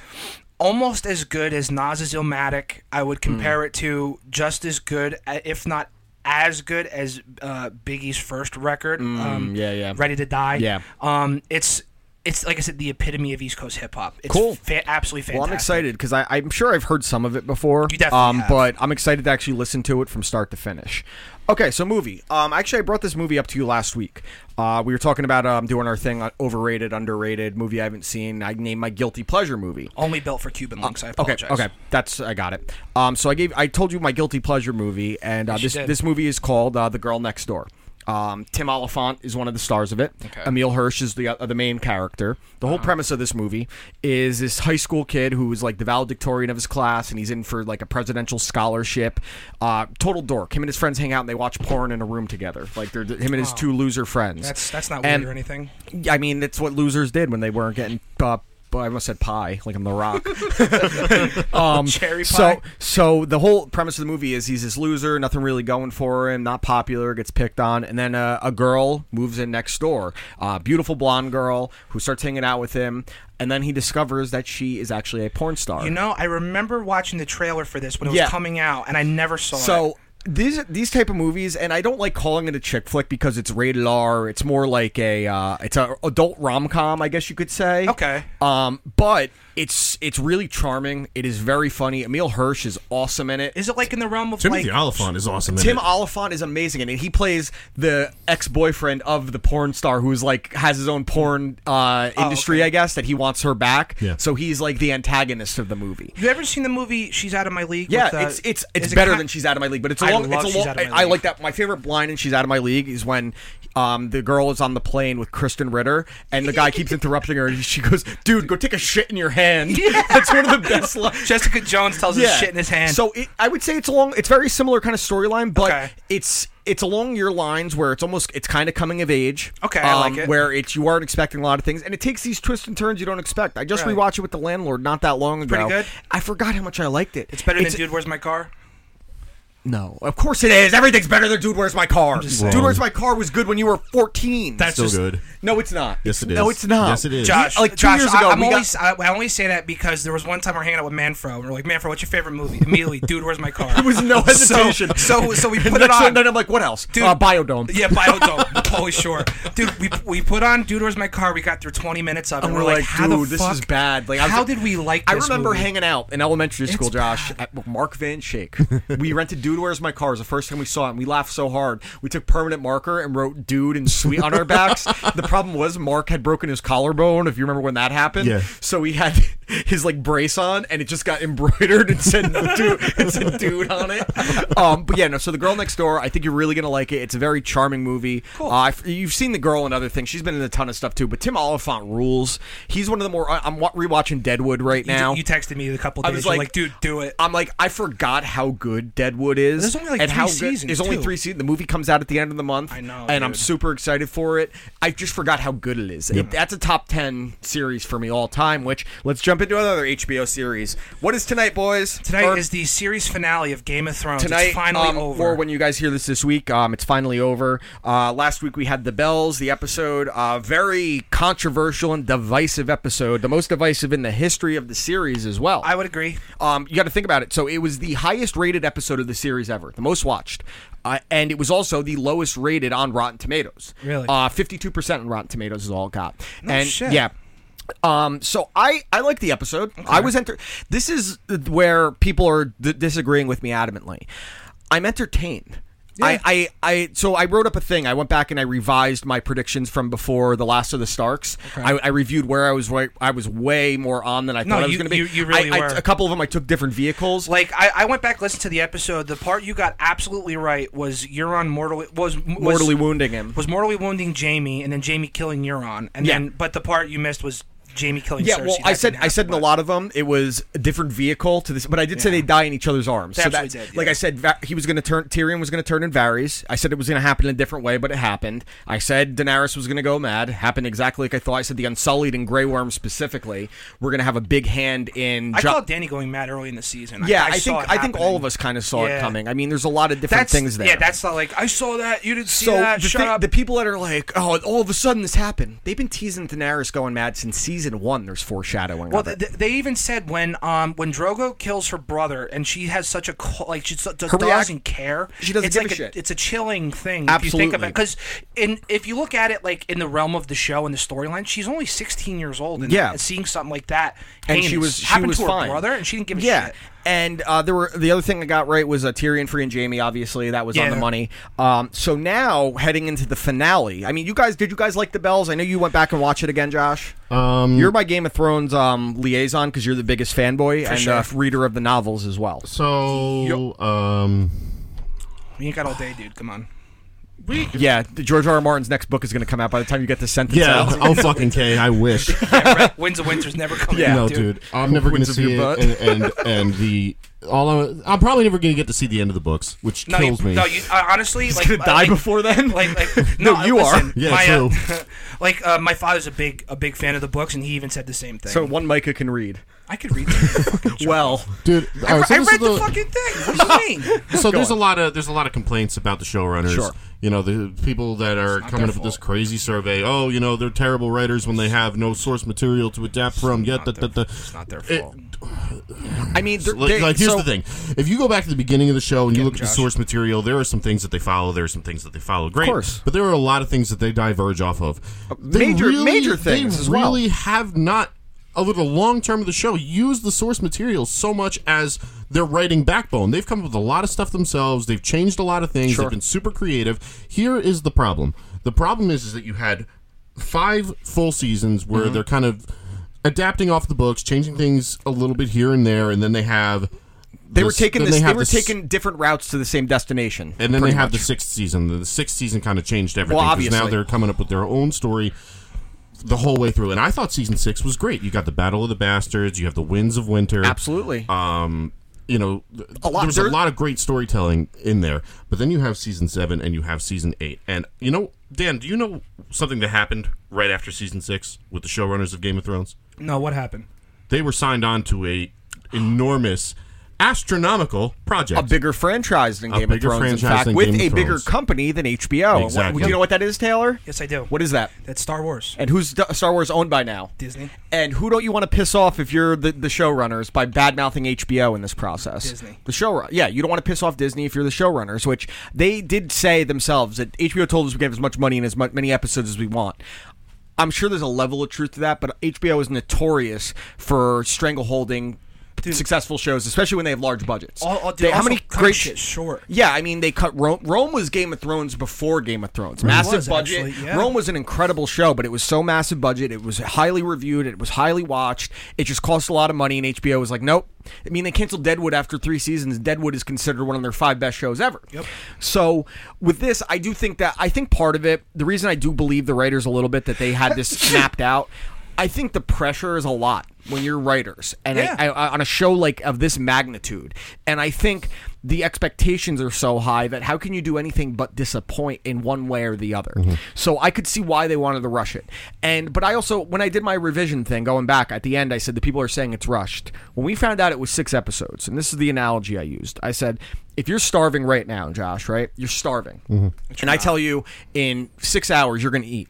Almost as good as Nas's Illmatic, I Hmm. would compare it to just as good, uh, if not as good as uh, Biggie's first record, um, Hmm, yeah, yeah. Ready to Die. Yeah. Um, it's it's like I said, the epitome of East Coast hip hop. It's Cool. Fa- absolutely fantastic. Well, I'm excited because I'm sure I've heard some of it before. You definitely um, have. But I'm excited to actually listen to it from start to finish. Okay, so movie. Um, actually, I brought this movie up to you last week. Uh, we were talking about um, doing our thing on overrated, underrated movie I haven't seen. I named my guilty pleasure movie. Only built for Cuban links. I Uh, Okay, apologize. okay, that's I got it. Um, so I gave I told you my guilty pleasure movie, and uh, Yes, you this did. this movie is called uh, The Girl Next Door. Um, Tim Oliphant is one of the stars of it. Okay. Uh-huh. Emil Hirsch is the uh, the main character. The whole premise of this movie is this high school kid who is like the valedictorian of his class, and he's in for like a presidential scholarship. Uh, total dork. Him and his friends hang out and they watch porn in a room together. Like they're him and his two loser friends. That's that's not And- weird or anything. I mean, that's what losers did when they weren't getting. Uh, I almost said pie, like I'm the Rock. um, Cherry pie? So, so the whole premise of the movie is he's this loser, nothing really going for him, not popular, gets picked on, and then uh, a girl moves in next door, uh, beautiful blonde girl who starts hanging out with him, and then he discovers that she is actually a porn star. You know, I remember watching the trailer for this when it was Yeah. coming out, and I never saw it. So these these type of movies, and I don't like calling it a chick flick because it's rated R. It's more like a uh, it's a adult rom com, I guess you could say. Okay. Um, but it's it's really charming. It is very funny. Emil Hirsch is awesome in it. Is it like in the realm of Timothy like? Oliphant is awesome. in Tim it. Oliphant is amazing in it. He plays the ex boyfriend of the porn star who's like has his own porn Oh, uh, industry, I guess, that he wants her back. Yeah. So he's like the antagonist of the movie. you ever seen the movie She's Out of My League? Yeah, with, uh, it's it's it's is it better Con- than she's out of my league, but it's a I long. love it's She's a long. Outta My I, I League. like that. My favorite line in she's out of my league is when um, the girl is on the plane with Kristen Ritter, and the guy keeps interrupting her, and she goes, "Dude, go take a shit in your hand." That's one of the best lines. Jessica Jones tells him shit in his hand. So it, I would say it's along. It's very similar kind of storyline, but Okay. it's it's along your lines where it's almost it's kind of coming of age. Um, Okay, I like it. Where it's you aren't expecting a lot of things, and it takes these twists and turns you don't expect. I just Right. rewatched it with the landlord not that long ago. Pretty good? I forgot how much I liked it. it's better than Dude, Where's My Car? No, of course it is. Everything's better than Dude Where's My Car. saying. Dude Where's My Car was good when you were fourteen. That's Still just- good. no, it's not. Yes, it is. No, it's not. Yes, it is. Josh, Like two Josh, years I- ago, I'm we only, got- I, I only say that because there was one time we're hanging out with Manfro, and we're like, Manfro, what's your favorite movie? Immediately, dude, where's my car? There was no hesitation. So, so, so we And put it next on. Then I'm like, what else? Dude- uh, Biodome. Yeah, Biodome. Holy short. Dude, we, we put on Dude Where's My Car. We got through 20 minutes of it. And we're like, how the dude, this fuck- is bad. Like, I was how like- did we like I this remember movie? hanging out in elementary school, Josh, at Mark Van Shake. we rented Dude Where's My Car. It was the first time we saw it, and we laughed so hard. We took permanent marker and wrote Dude and Sweet on our backs. the problem was Mark had broken his collarbone, if you remember when that happened. Yeah. So he had his, like, brace on, and it just got embroidered and said Dude, it said dude on it. Um, but yeah, no, so The Girl Next Door, I think you're really going to like it. It's a very charming movie. Cool. Uh, I've- you've seen The Girl and other things. She's been in a ton of stuff, too, but Tim Oliphant rules. He's one of the more. I- I'm wa- rewatching Deadwood right You- now. You, texted me a couple days. I was You're like, "Uh, like, dude, do it. I'm like, I forgot how good Deadwood is. There's only, like, and three how seasons, Good, there's only too. three seasons. The movie comes out at the end of the month. I know, and I'm dude. super excited for it. I just forgot how good it is. It, that's a top ten series for me all time. Which let's jump into another HBO series. What is tonight, boys? Tonight Or- is the series finale of Game of Thrones. tonight it's finally um, over. Or when you guys hear this this week, um, it's finally over. Uh, last week we had the bells, the episode, uh, very controversial and divisive episode, the most divisive in the history of the series as well. I would agree. Um, you got to think about it. So it was the highest rated episode of the series ever, the most watched, uh, and it was also the lowest rated on Rotten Tomatoes. Really? uh, fifty-two percent on Rotten Tomatoes is all it got. and shit. yeah. Um, so I I like the episode. I was enter. This is where people are d- disagreeing with me adamantly. I'm entertained. I, I, I, so I wrote up a thing. I went back and I revised my predictions from before the last of the Starks. I, I reviewed where I was. Way, I was way more on than I thought No, I was you- going to be. you- you really I, I- were. A couple of them, I took different vehicles. Like I, I went back listened to the episode. The part you got absolutely right was Euron mortally was, was Mortally wounding him. was mortally wounding Jamie, and then Jamie killing Euron, and Yeah. then but the part you missed was Jamie killing. yeah, Cersei. well, That I said didn't I said in happen, a lot of them it was a different vehicle to this, but I did say Yeah. they die in each other's arms. They so absolutely that's- did, like yeah. I said, Va- he was going to turn Tyrion was going to turn in Varys. I said it was going to happen a different way, but it happened. I said Daenerys was going to go mad. Happened exactly like I thought. I said the Unsullied and Grey Worm specifically were going to have a big hand in. but- I Jo- called Danny going mad early in the season. Yeah, I, I, I saw think it I think all of happening. us kind of saw Yeah. it coming. I mean, there's a lot of different That's things there. Yeah, that's not like I saw that. You didn't see so that. the, Shut thing- up. the people that are like, oh, all of a sudden this happened. They've been teasing Daenerys going mad since season one. There's foreshadowing. Well, of it. th- they even said when um when Drogo kills her brother and she has such a co- like she so- does, Her reac- doesn't care. She doesn't it's give like a shit. It's a chilling thing. If you think Absolutely. about because in if you look at it like in the realm of the show and the storyline, she's only 16 years old and, Yeah. and seeing something like that and she heinous was she happened was to her fine. brother and she didn't give a yeah. shit. And uh, there were the other thing I got right was uh, Tyrion free and Jamie. Obviously, that was on the Yeah. money. Um, so now heading into the finale, I mean, you guys, did you guys like the bells? I know you went back and watched it again, Josh. Um, you're my Game of Thrones um, liaison because you're the biggest fanboy and uh, reader of the novels as well. So, um, You ain't got all day, dude. Come on. Yeah, George R. R. Martin's next book is going to come out by the time you get this sentence. yeah. out. oh fucking K. I wish. Winds of Winter's never coming. Yeah. out, no, dude. dude. I'm never going Winds to up see it. your And, and and the all I'm, I'm probably never going to get to see the end of the books, which No, kills you, me. no, you uh, honestly like gonna uh, die like- before then? Like, like no, No, you are. listen, Yeah, my, uh, true. like uh, my father's a big a big fan of the books, and he even said the same thing. So one Micah can read. I could read. Fucking joke. Well, dude. all I, right, so I this is read the, fucking thing. What do you mean? so there's a lot of there's a lot of complaints about the showrunners. Sure. You know, the people that are coming their up with this crazy survey. Oh, you know, they're terrible writers when they have no source material to adapt from. Yet, that that It's not their It- fault. I mean, they're- Like, they- like, here's so- the thing: if you go back to the beginning of the show and you look at the Josh. source material, there are some things that they follow. There are some things that they follow. Great, course. Uh, but there are a lot of things that they diverge off of. They major- major things They as well. really have not over the long term of the show used the source material so much as their writing backbone. They've come up with a lot of stuff themselves. They've changed a lot of things. They've been super creative. Here is the problem: the problem is is that you had five full seasons where Mm-hmm. they're kind of adapting off the books, changing things a little bit here and there, and then they have they were taking this. They, have were this- taking different routes to the same destination. and then they pretty have much. the sixth season. The sixth season kind of changed everything Well, because now obviously. they're coming up with their own story the whole way through. And I thought season six was great. You got the Battle of the Bastards. You have the Winds of Winter. absolutely. You know, th- lot- there was a there- lot of great storytelling in there. But then you have season seven and you have season eight. And you know, Dan, do you know something that happened right after season six with the showrunners of Game of Thrones? No, what happened? They were signed on to a enormous, astronomical project. a bigger franchise than Game of bigger Thrones. In franchise fact, than with Game of a bigger Thrones. company than HBO. Exactly. Do you know what that is, Taylor? Yes, I do. What is that? That's Star Wars. And who's D- Star Wars owned by now? Disney. And who don't you want to piss off if you're the, the showrunners by bad mouthing HBO in this process? Disney. The showrunner. Yeah, you don't want to piss off Disney if you're the showrunners, which they did say themselves that HBO told us we can have as much money and as mu- many episodes as we want. I'm sure there's a level of truth to that, but HBO is notorious for strangleholding successful shows, especially when they have large budgets. All- all- dude, They- how also many cut great shit short. Yeah, I mean they cut Rome. Rome was Game of Thrones before Game of Thrones. massive was, budget. actually, yeah. Rome was an incredible show, but it was so massive budget. It was highly reviewed. It was highly watched. It just cost a lot of money, and HBO was like, nope. I mean, they canceled Deadwood after three seasons. Deadwood is considered one of their five best shows ever. Yep. So with this, I do think that I think part of it, the reason I do believe the writers a little bit that they had this snapped out, I think the pressure is a lot when you're writers, and I- Yeah. I, I, on a show like of this magnitude. And I think the expectations are so high that how can you do anything but disappoint in one way or the other? So I could see why they wanted to rush it. And but I also when I did my revision thing going back at the end I said the people are saying it's rushed. When we found out it was 6 episodes and this is the analogy I used. I said if you're starving right now, Josh, right? You're starving. And I tell you in 6 hours you're going to eat.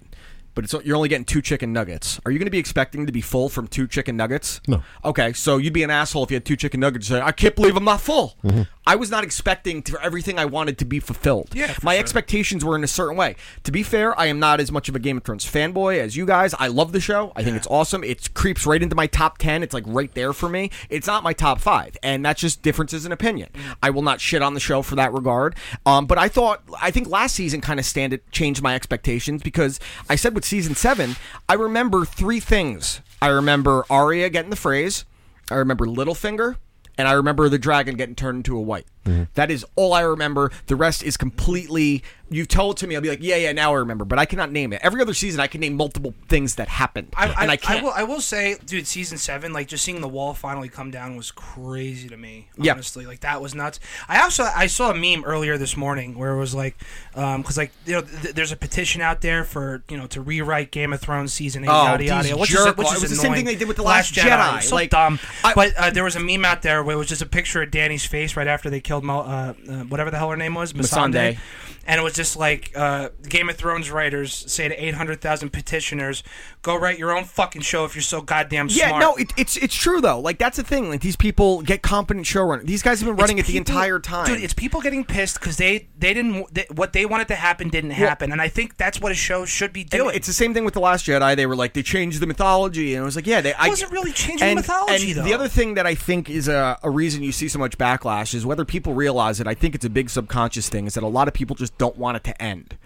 But it's, you're only getting two chicken nuggets. Are you going to be expecting to be full from two chicken nuggets? No. Okay, so you'd be an asshole if you had two chicken nuggets and say, I can't believe I'm not full. I was not expecting for everything I wanted to be fulfilled. Yeah, for my sure. expectations were in a certain way. To be fair, I am not as much of a Game of Thrones fanboy as you guys. I love the show. I think it's awesome. It creeps right into my top 10. It's like right there for me. It's not my top 5, and that's just differences in opinion. I will not shit on the show for that regard. Um, but I thought I think last season kind of stand it changed my expectations because I said with season 7, I remember three things. I remember Arya getting the phrase. I remember Littlefinger, and I remember the dragon getting turned into a white. That is all I remember. The rest is completely. You told to me, I'll be like, yeah, yeah, now I remember, but I cannot name it. Every other season, I can name multiple things that happened, I, I, and I I, can't. will, I will say, dude, season seven, like just seeing the wall finally come down was crazy to me. Yeah. Honestly, like that was nuts. I also I saw a meme earlier this morning where it was like, um, because like you know, th- there's a petition out there for you know to rewrite Game of Thrones season eight. Oh, yada yada. these yada, Which is jerk- which it is was the same annoying. thing they did with The Last Jedi, So like, dumb. I- but uh, there was a meme out there where it was just a picture of Danny's face right after they killed Mo, uh, uh, whatever the hell her name was, Missandei. Missandei. And it was just like uh, Game of Thrones writers say to 800,000 petitioners, go write your own fucking show if you're so goddamn yeah, smart. no, it, it's it's true though. Like that's the thing. Like these people get competent showrunner. These guys have been It's running it the people- entire time. Dude, it's people getting pissed because they, they didn't, they, what they wanted to happen didn't happen. And I think that's what a show should be And doing. It's the same thing with the Last Jedi. They were like they changed the mythology, and I was like, yeah, they I, wasn't really changing and- mythology, and though. The other thing that I think is a, a reason you see so much backlash is whether people realize it. I think it's a big subconscious thing is that a lot of people just don't want it to end.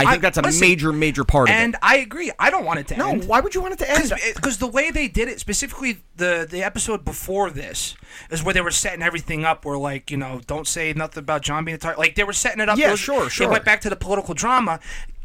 I think that's a listen, major, major part of And it. I agree. I don't want it to No, end. why would you want it to end? because the way they did it specifically the the episode before this is where they were setting everything up where like you know don't say nothing about john being a target like they were setting it up Yeah, It was- sure, sure. it went back to the political drama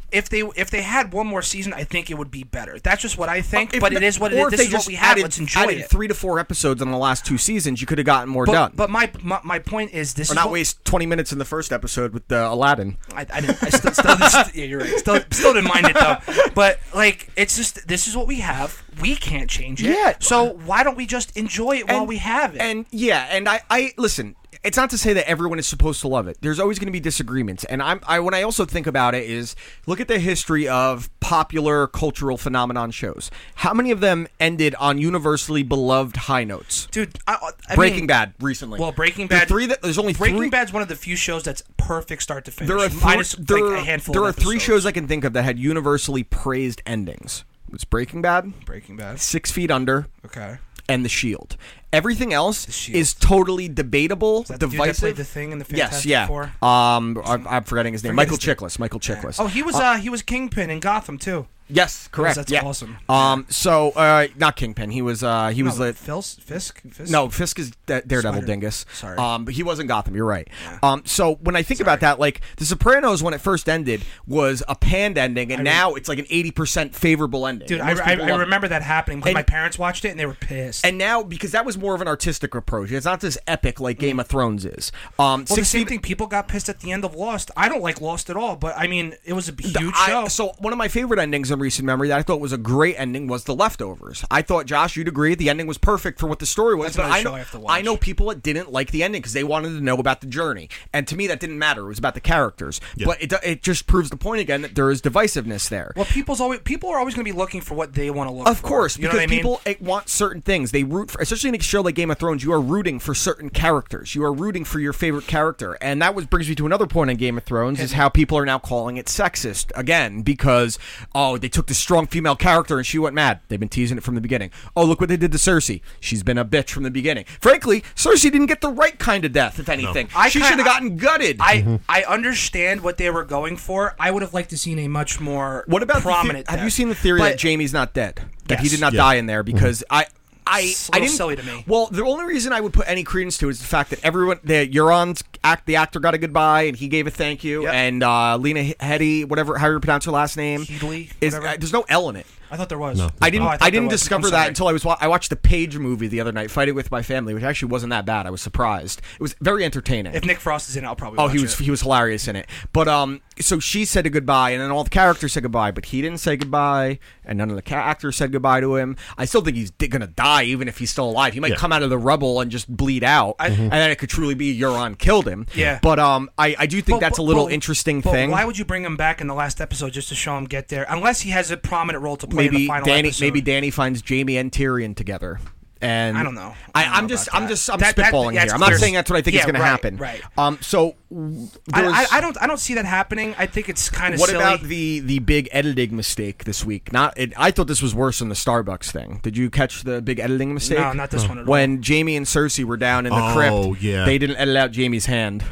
if they if they had one more season, I think it would be better. That's just what I think. If but no- it is what it or is. if This they is just what we have. added- Let's enjoy added it. three to four episodes on the last two seasons, you could have gotten more but, done. but my, my my point is this or is not what- waste twenty minutes in the first episode with uh, Aladdin. I, I didn't. I still, still, st- yeah, you're right. Still, still didn't mind it though. But like, it's just this is what we have. We can't change it. Yeah. So why don't we just enjoy it while we have it? And yeah, and I, I listen. It's not to say that everyone is supposed to love it. There's always going to be disagreements, and I'm I when I also think about it is look at the history of popular cultural phenomenon shows. How many of them ended on universally beloved high notes? dude, I, I Breaking mean- Bad recently. Well, Breaking The Bad. three that there's only Breaking three. Bad's one of the few shows that's perfect start to finish. There are minus, three, there, like, a handful. there of are three episodes. shows I can think of that had universally praised endings. It's Breaking Bad, Breaking Bad. Six Feet Under, Okay. and the Shield. Everything else Shield. is totally debatable, that the dude that divisive. played the Thing in the yes, Fantastic yeah. Four? Um, I, I'm forgetting his name. Forget Michael his name. Chiklis. Michael Chiklis. Oh, he was uh, he was Kingpin in Gotham too. yes, correct. that's yeah. awesome. Um, so uh, not Kingpin. He was uh, he was No, the Fils- Fisk. Fisk. no, Fisk is da- Daredevil Spider- Dingus. Sorry. Um, but he was in Gotham. You're right. Um, so when I think about that, like The Sopranos, when it first ended, was a panned ending, and now it's like an 80% favorable ending. Dude, I, Most I, people I love it. remember that happening because And- my parents watched it and they were pissed. And now, because that was more of an artistic approach, it's not this epic like Game of Thrones is. Um, Well, the 60 same thing. People got pissed at the end of Lost. I don't like Lost at all, but I mean, it was a huge the- I- show. so one of my favorite endings in recent memory that I thought was a great ending was The Leftovers. I thought Josh, you'd agree, the ending was perfect for what the story was. That's but another I know show I have to watch. know people that didn't like the ending because they wanted to know about the journey, and to me that didn't matter. It was about the characters. But it do- it just proves the point again that there is divisiveness there. well, people's always people are always going to be looking for what they want to look. Of for. course, you know because what I mean. people eh, want certain things. They root for, especially in a show like Game of Thrones, you are rooting for certain characters. You are rooting for your favorite character, and that was brings me to another point in Game of Thrones is how people are now calling it sexist again because oh they took this strong female character and she went mad. They've been teasing it from the beginning. Oh look what they did to Cersei. She's been a bitch from the beginning. Frankly, Cersei didn't get the right kind of death. If anything, I she kinda- should have gotten gutted. I I understand what they were going for. I would have liked to seen a much more What about the the- prominent. have you death. seen the theory But that Jamie's not dead? That he Yes. did not Yeah. die in there because I. I, It's a I little didn't. silly to me. Well, the only reason I would put any credence to is the fact that everyone, the Euron's act, the actor got a goodbye and he gave a thank you, and uh, Lena Headey, whatever how you pronounce her last name, Headley, is whatever. uh, there's no L in it. I thought there was. I didn't. Oh, I, thought there didn't was. I'm discover that sorry. until I was. wa- I watched the Page movie the other night, fighting with my family, which actually wasn't that bad. I was surprised. It was very entertaining. If Nick Frost is in, it, I'll probably. Oh, watch he was It. he was hilarious in it. But um, so she said a goodbye, and then all the characters said goodbye, but he didn't say goodbye, and none of the ca- actors said goodbye to him. I still think he's di- gonna die, even if he's still alive. He might Yeah. come out of the rubble and just bleed out, and then it could truly be Euron killed him. Yeah. But um, I, I do think But- that's a but- little but- interesting but thing. Why would you bring him back in the last episode just to show him get there? Unless he has a prominent role to play in maybe the final Danny episode. maybe Danny finds Jamie and Tyrion together. And I don't know. I I, don't I'm know just about I'm that. just I'm That- that- spitballing that's here. I'm not clear. saying that's what I think is Yeah, going to right, happen. right. Um. So w- there I, was- I, I don't. I don't see that happening. I think it's kind of What silly. about the the big editing mistake this week? Not it, I thought this was worse than the Starbucks thing. Did you catch the big editing mistake? No, not this one at all. When Jamie and Cersei were down in the Oh, crypt, yeah. they didn't edit out Jamie's hand.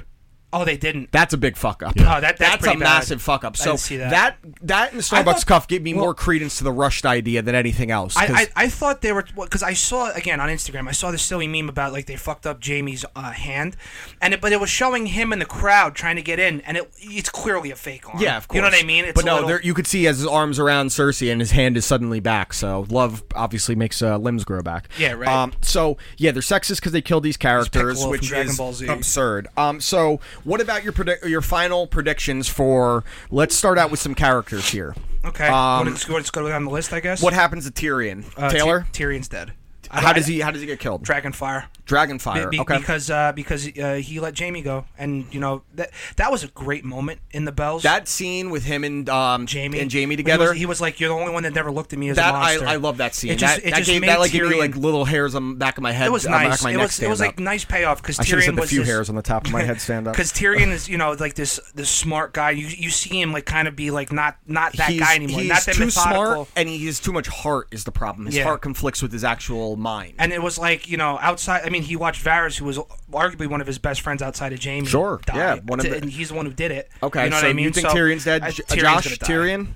oh, they didn't. That's a big fuck up. Oh, that- that's a pretty bad. massive fuck up. I So didn't see that. that that and Starbucks thought- cuff gave me well- more credence to the rushed idea than anything else. 'cause- I, I, I thought they were because I saw again on Instagram. I saw this silly meme about like they fucked up Jamie's uh, hand, and it, but it was showing him in the crowd trying to get in, and it it's clearly a fake arm. yeah, of course. You know what I mean? It's but a no, little- there, you could see as his arms around Cersei and his hand is suddenly back. So love obviously makes uh, limbs grow back. Yeah, right. Um, so yeah, they're sexist because they kill these Piccolo characters, from which Dragon is Ball Z. absurd. Um, so what about your predict- your final predictions for? Let's start out with some characters here. okay. Um, let's, go, let's go down the list, I guess. What happens to Tyrion? Uh, Ty- Taylor? Tyrion's dead. I- how I- does he how does he get killed? Dragonfire. Dragonfire. Be- be- okay. Because uh, because uh, he let Jamie go, and you know that that was a great moment in the bells. that scene with him and um, Jamie and Jamie He was- together. He was, like, "You're the only one that never looked at me as that a I, monster." I love that scene. It just, that it that just gave made that like gave me Tyrion- like little hairs on the back of my head. It was on the back nice. of my It neck was, it stand was up. like nice payoff because I should have Tyrion said the was few this, hairs on the top of my head stand up. Because Tyrion is, you know, like this this smart guy. You you see him like kind of be like not not that he's, guy anymore. He's not that too methodical. smart, and he has too much heart. Is the problem? His Yeah. heart conflicts with his actual mind. And it was like you know outside. I mean, he watched Varys, who was arguably one of his best friends outside of Jaime. Sure, die. yeah, one of the- and he's the one who did it. okay, you know so what I mean. you think So, Tyrion's dead? I- J- Tyrion's Josh, gonna die. Tyrion.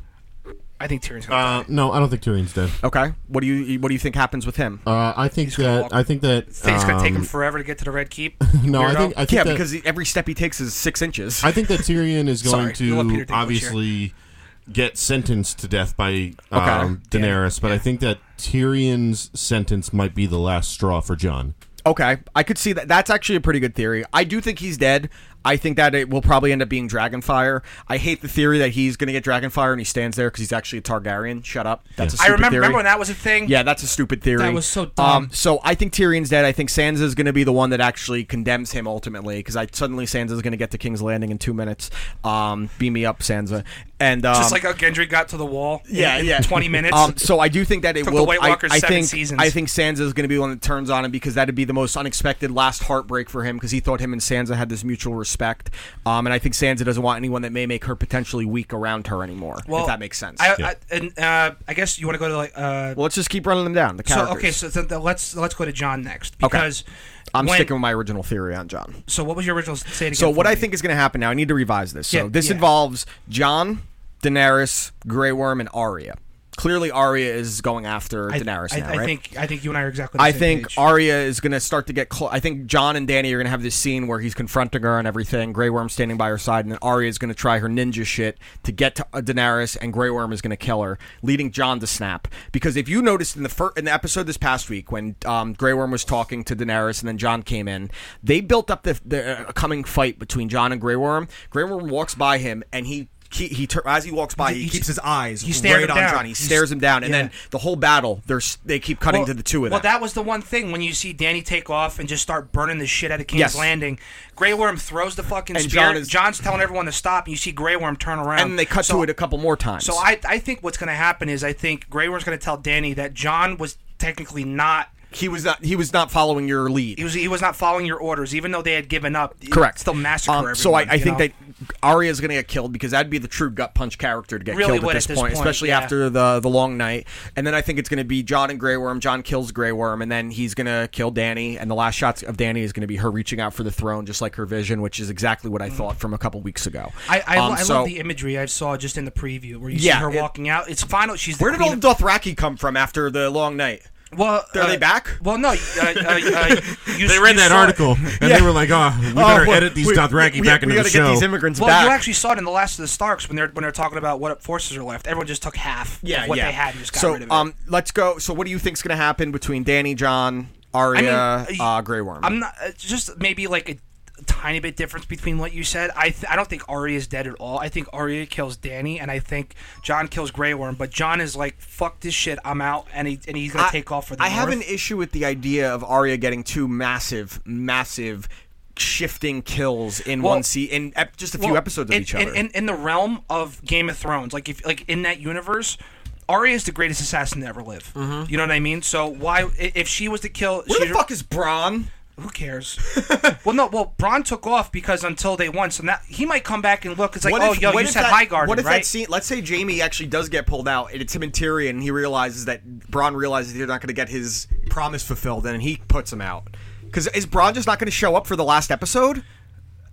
I think Tyrion's gonna Uh, no, I don't think Tyrion's dead. Okay, what do you what do you think happens with him? Uh, I think that walk. I think that die. It's gonna take him um, forever to get to the Red Keep. No, I weirdo. think I think yeah, that, because he- every step he takes is six inches. I think that Tyrion is Sorry, going you let Peter to Dinklage obviously get sentenced to death by um, Daenerys, but I think that Tyrion's sentence might be the last straw for John. Okay, I could see that. That's actually a pretty good theory. I do think he's dead. I think that it will probably end up being Dragonfire. I hate the theory that he's going to get Dragonfire and he stands there because he's actually a Targaryen. Shut up. That's a I stupid remember theory. remember when that was a thing. Yeah, that's a stupid theory. That was so dumb. Um, so I think Tyrion's dead. I think Sansa is going to be the one that actually condemns him ultimately because I suddenly Sansa is going to get to King's Landing in two minutes. Um, beam me up, Sansa. And um, Just like how Gendry got to the wall. in- yeah, in yeah. Twenty minutes. Um, so I do think that it Took the will. White I- Walkers I, seven think seasons. I think Sansa is going to be the one that turns on him because that'd be the most unexpected last heartbreak for him because he thought him and Sansa had this mutual respect. Um, and I think Sansa doesn't want anyone that may make her potentially weak around her anymore. if that makes sense. I, Yeah. I, and uh, I guess you want to go to like. Uh, well, let's just keep running them down. The so characters. okay, so th- th- let's let's go to John next Okay. because I'm when- sticking with my original theory on John. So what was your original say again? So what for I me? think is going to happen now, I need to revise this. So Yeah, this yeah. involves John, Daenerys, Grey Worm, and Arya. Clearly, Arya is going after I, Daenerys I, now, I right? think I think you and I are exactly. The I same think page. Arya is going to start to get close. I think John and Danny are going to have this scene where he's confronting her and everything. Grey Worm standing by her side, and then Arya is going to try her ninja shit to get to uh, Daenerys, and Grey Worm is going to kill her, leading John to snap. Because if you noticed in the fir- in the episode this past week when um, Grey Worm was talking to Daenerys, and then John came in, they built up the, the uh, coming fight between John and Grey Worm. Grey Worm walks by him, and he. He, he tur- as he walks by, he, he- keeps his eyes he stared right him on down. John. He He's- stares him down, and yeah. then the whole battle, they're, s- they keep cutting to the two of them. Well, that was the one thing when you see Danny take off and just start burning the shit out of King's Yes. Landing. Grey Worm throws the fucking And spear. Jon is- John's telling everyone to stop, and you see Grey Worm turn around. and they cut So- to it a couple more times. So I, I think what's going to happen is I think Grey Worm's going to tell Danny that John was technically not. he was not he was not following your lead. He was he was not following your orders, even though they had given up. it Correct. Still massacre. Um, so I, everyone, I you think know? that Arya is going to get killed because that'd be the true gut punch character to get Really killed at would at this, this point, point, especially yeah. after the the long night. And then I think it's going to be John and Grey Worm. John kills Grey Worm, and then he's going to kill Danny. And the last shots of Danny is going to be her reaching out for the throne, just like her vision, which is exactly what I thought from a couple weeks ago. I, I, Um, lo- I so- love the imagery I saw just in the preview where you Yeah, see her it- walking out. It's final. She's the Where did queen all of- Dothraki come from after the long night? Well, Are they back? Well, no. Uh, uh, uh, you, They read you that saw it- article and they were like, "Oh, we better edit these Dothraki back into we the gotta get show." these immigrants Well, back. you actually saw it in the last of the Starks when they're when they're talking about what forces are left. Everyone just took half yeah, of what yeah. they had and just got so, rid of it. um, let's go. So, what do you think's going to happen between Danny, John, Arya, I mean, uh, Grey Worm? I'm not uh, just maybe like a tiny bit difference between what you said. I th- I don't think Arya is dead at all. I think Arya kills Danny, and I think John kills Grey Worm. But John is like, "Fuck this shit, I'm out," and he and he's gonna I- take off for the. I have an North. issue with the idea of Arya getting two massive, massive shifting kills in Well- one season, in ep- just a few Well, episodes of in, each other. In, in, in the realm of Game of Thrones, like if like in that universe, Arya is the greatest assassin to ever live. You know what I mean? So why, i- if she was to kill, Mm-hmm. Where she- the fuck is Braun? who cares? well, no, well, Braun took off because until they won, so now he might come back and look. It's like, oh, yo, you said that, high guard, What if right? that scene? Let's say Jamie actually does get pulled out, and it's him and Tyrion, and he realizes that Braun realizes they're not going to get his promise fulfilled, and he puts him out. Because is Braun just not going to show up for the last episode?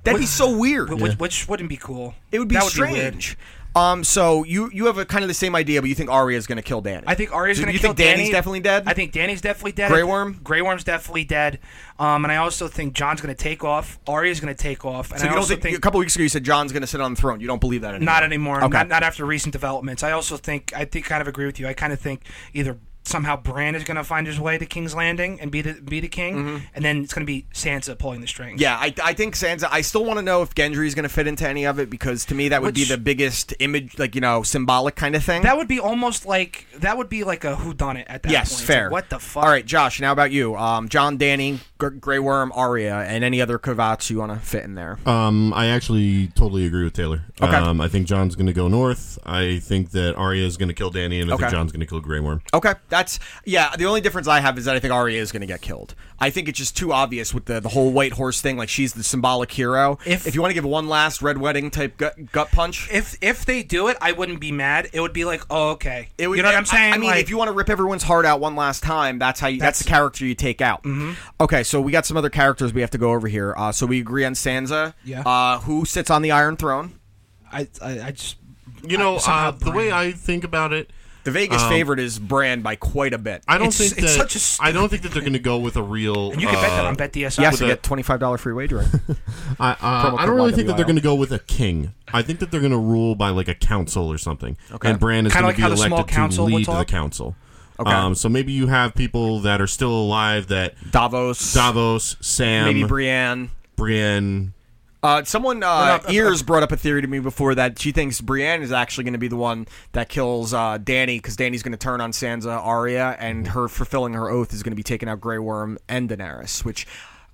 That'd be so weird. Wh- which, which wouldn't be cool. It would be that would Be weird. strange. um, so you you have a kind of the same idea, but you think Arya's going to kill Danny. I think Arya's Do going to you kill think Danny's Danny. definitely dead. I think Danny's definitely dead. Grey Worm? Grey Worm's definitely dead. Um, and I also think John's going to take off. Arya's going to take off. And So I you don't also think, a couple weeks ago you said John's going to sit on the throne. You don't believe that anymore. not anymore. Okay. Not, not after recent developments. I also think I think kind of agree with you. I kind of think either somehow Bran is going to find his way to King's Landing and be the be the king, and then it's going to be Sansa pulling the strings. Mm-hmm. Yeah, I, I think Sansa. I still want to know if Gendry is going to fit into any of it because to me that would be Which- the biggest image, like you know, symbolic kind of thing. That would be almost like that would be like a whodunit at that yes, point. It's like, fair. what the fuck? All right, Josh. Now about you, um, John, Danny, G- Grey Worm, Arya, and any other cravats you want to fit in there. Um, I actually totally agree with Taylor. Okay. Um, I think John's going to go north. I think that Arya is going to kill Danny, and I Okay. think John's going to kill Grey Worm. okay, that's yeah. The only difference I have is that I think Arya is going to get killed. I think it's just too obvious with the the whole white horse thing. Like she's the symbolic hero. If- you want to give one last red wedding type gut, gut punch. If if they do it, I wouldn't be mad. It would be like, oh okay. It would- you know what I'm I- saying? I mean, Like- if you want to rip everyone's heart out one last time, that's how you, that's, the character you take out. Mm-hmm. Okay, so we got some other characters we have to go over here. Uh, so we agree on Sansa. Yeah. Uh, who sits on the Iron Throne? I, I, I just You know, somehow uh, the way I think about it, The Vegas Um, favorite is Bran by quite a bit. I don't It's- think it's that such a I don't think that they're going to go with a real. you can bet that uh, on Bet DSI. yes, with you a- get twenty five dollar free wagering. I, Promo uh, I code don't really think that YWIL. they're going to go with a king. I think that they're going to rule by like a council or something. Okay. And Bran is Kinda going like to be how the small elected to council would lead the talk? council. Okay. Um, so maybe you have people that are still alive that Davos, Davos, Sam, maybe Brienne. Brienne. Uh, someone uh, Well, no, uh, ears brought up a theory to me before that she thinks Brienne is actually going to be the one that kills uh, Danny because Danny's going to turn on Sansa, Arya, Mm-hmm. and her fulfilling her oath is going to be taking out Grey Worm and Daenerys. Which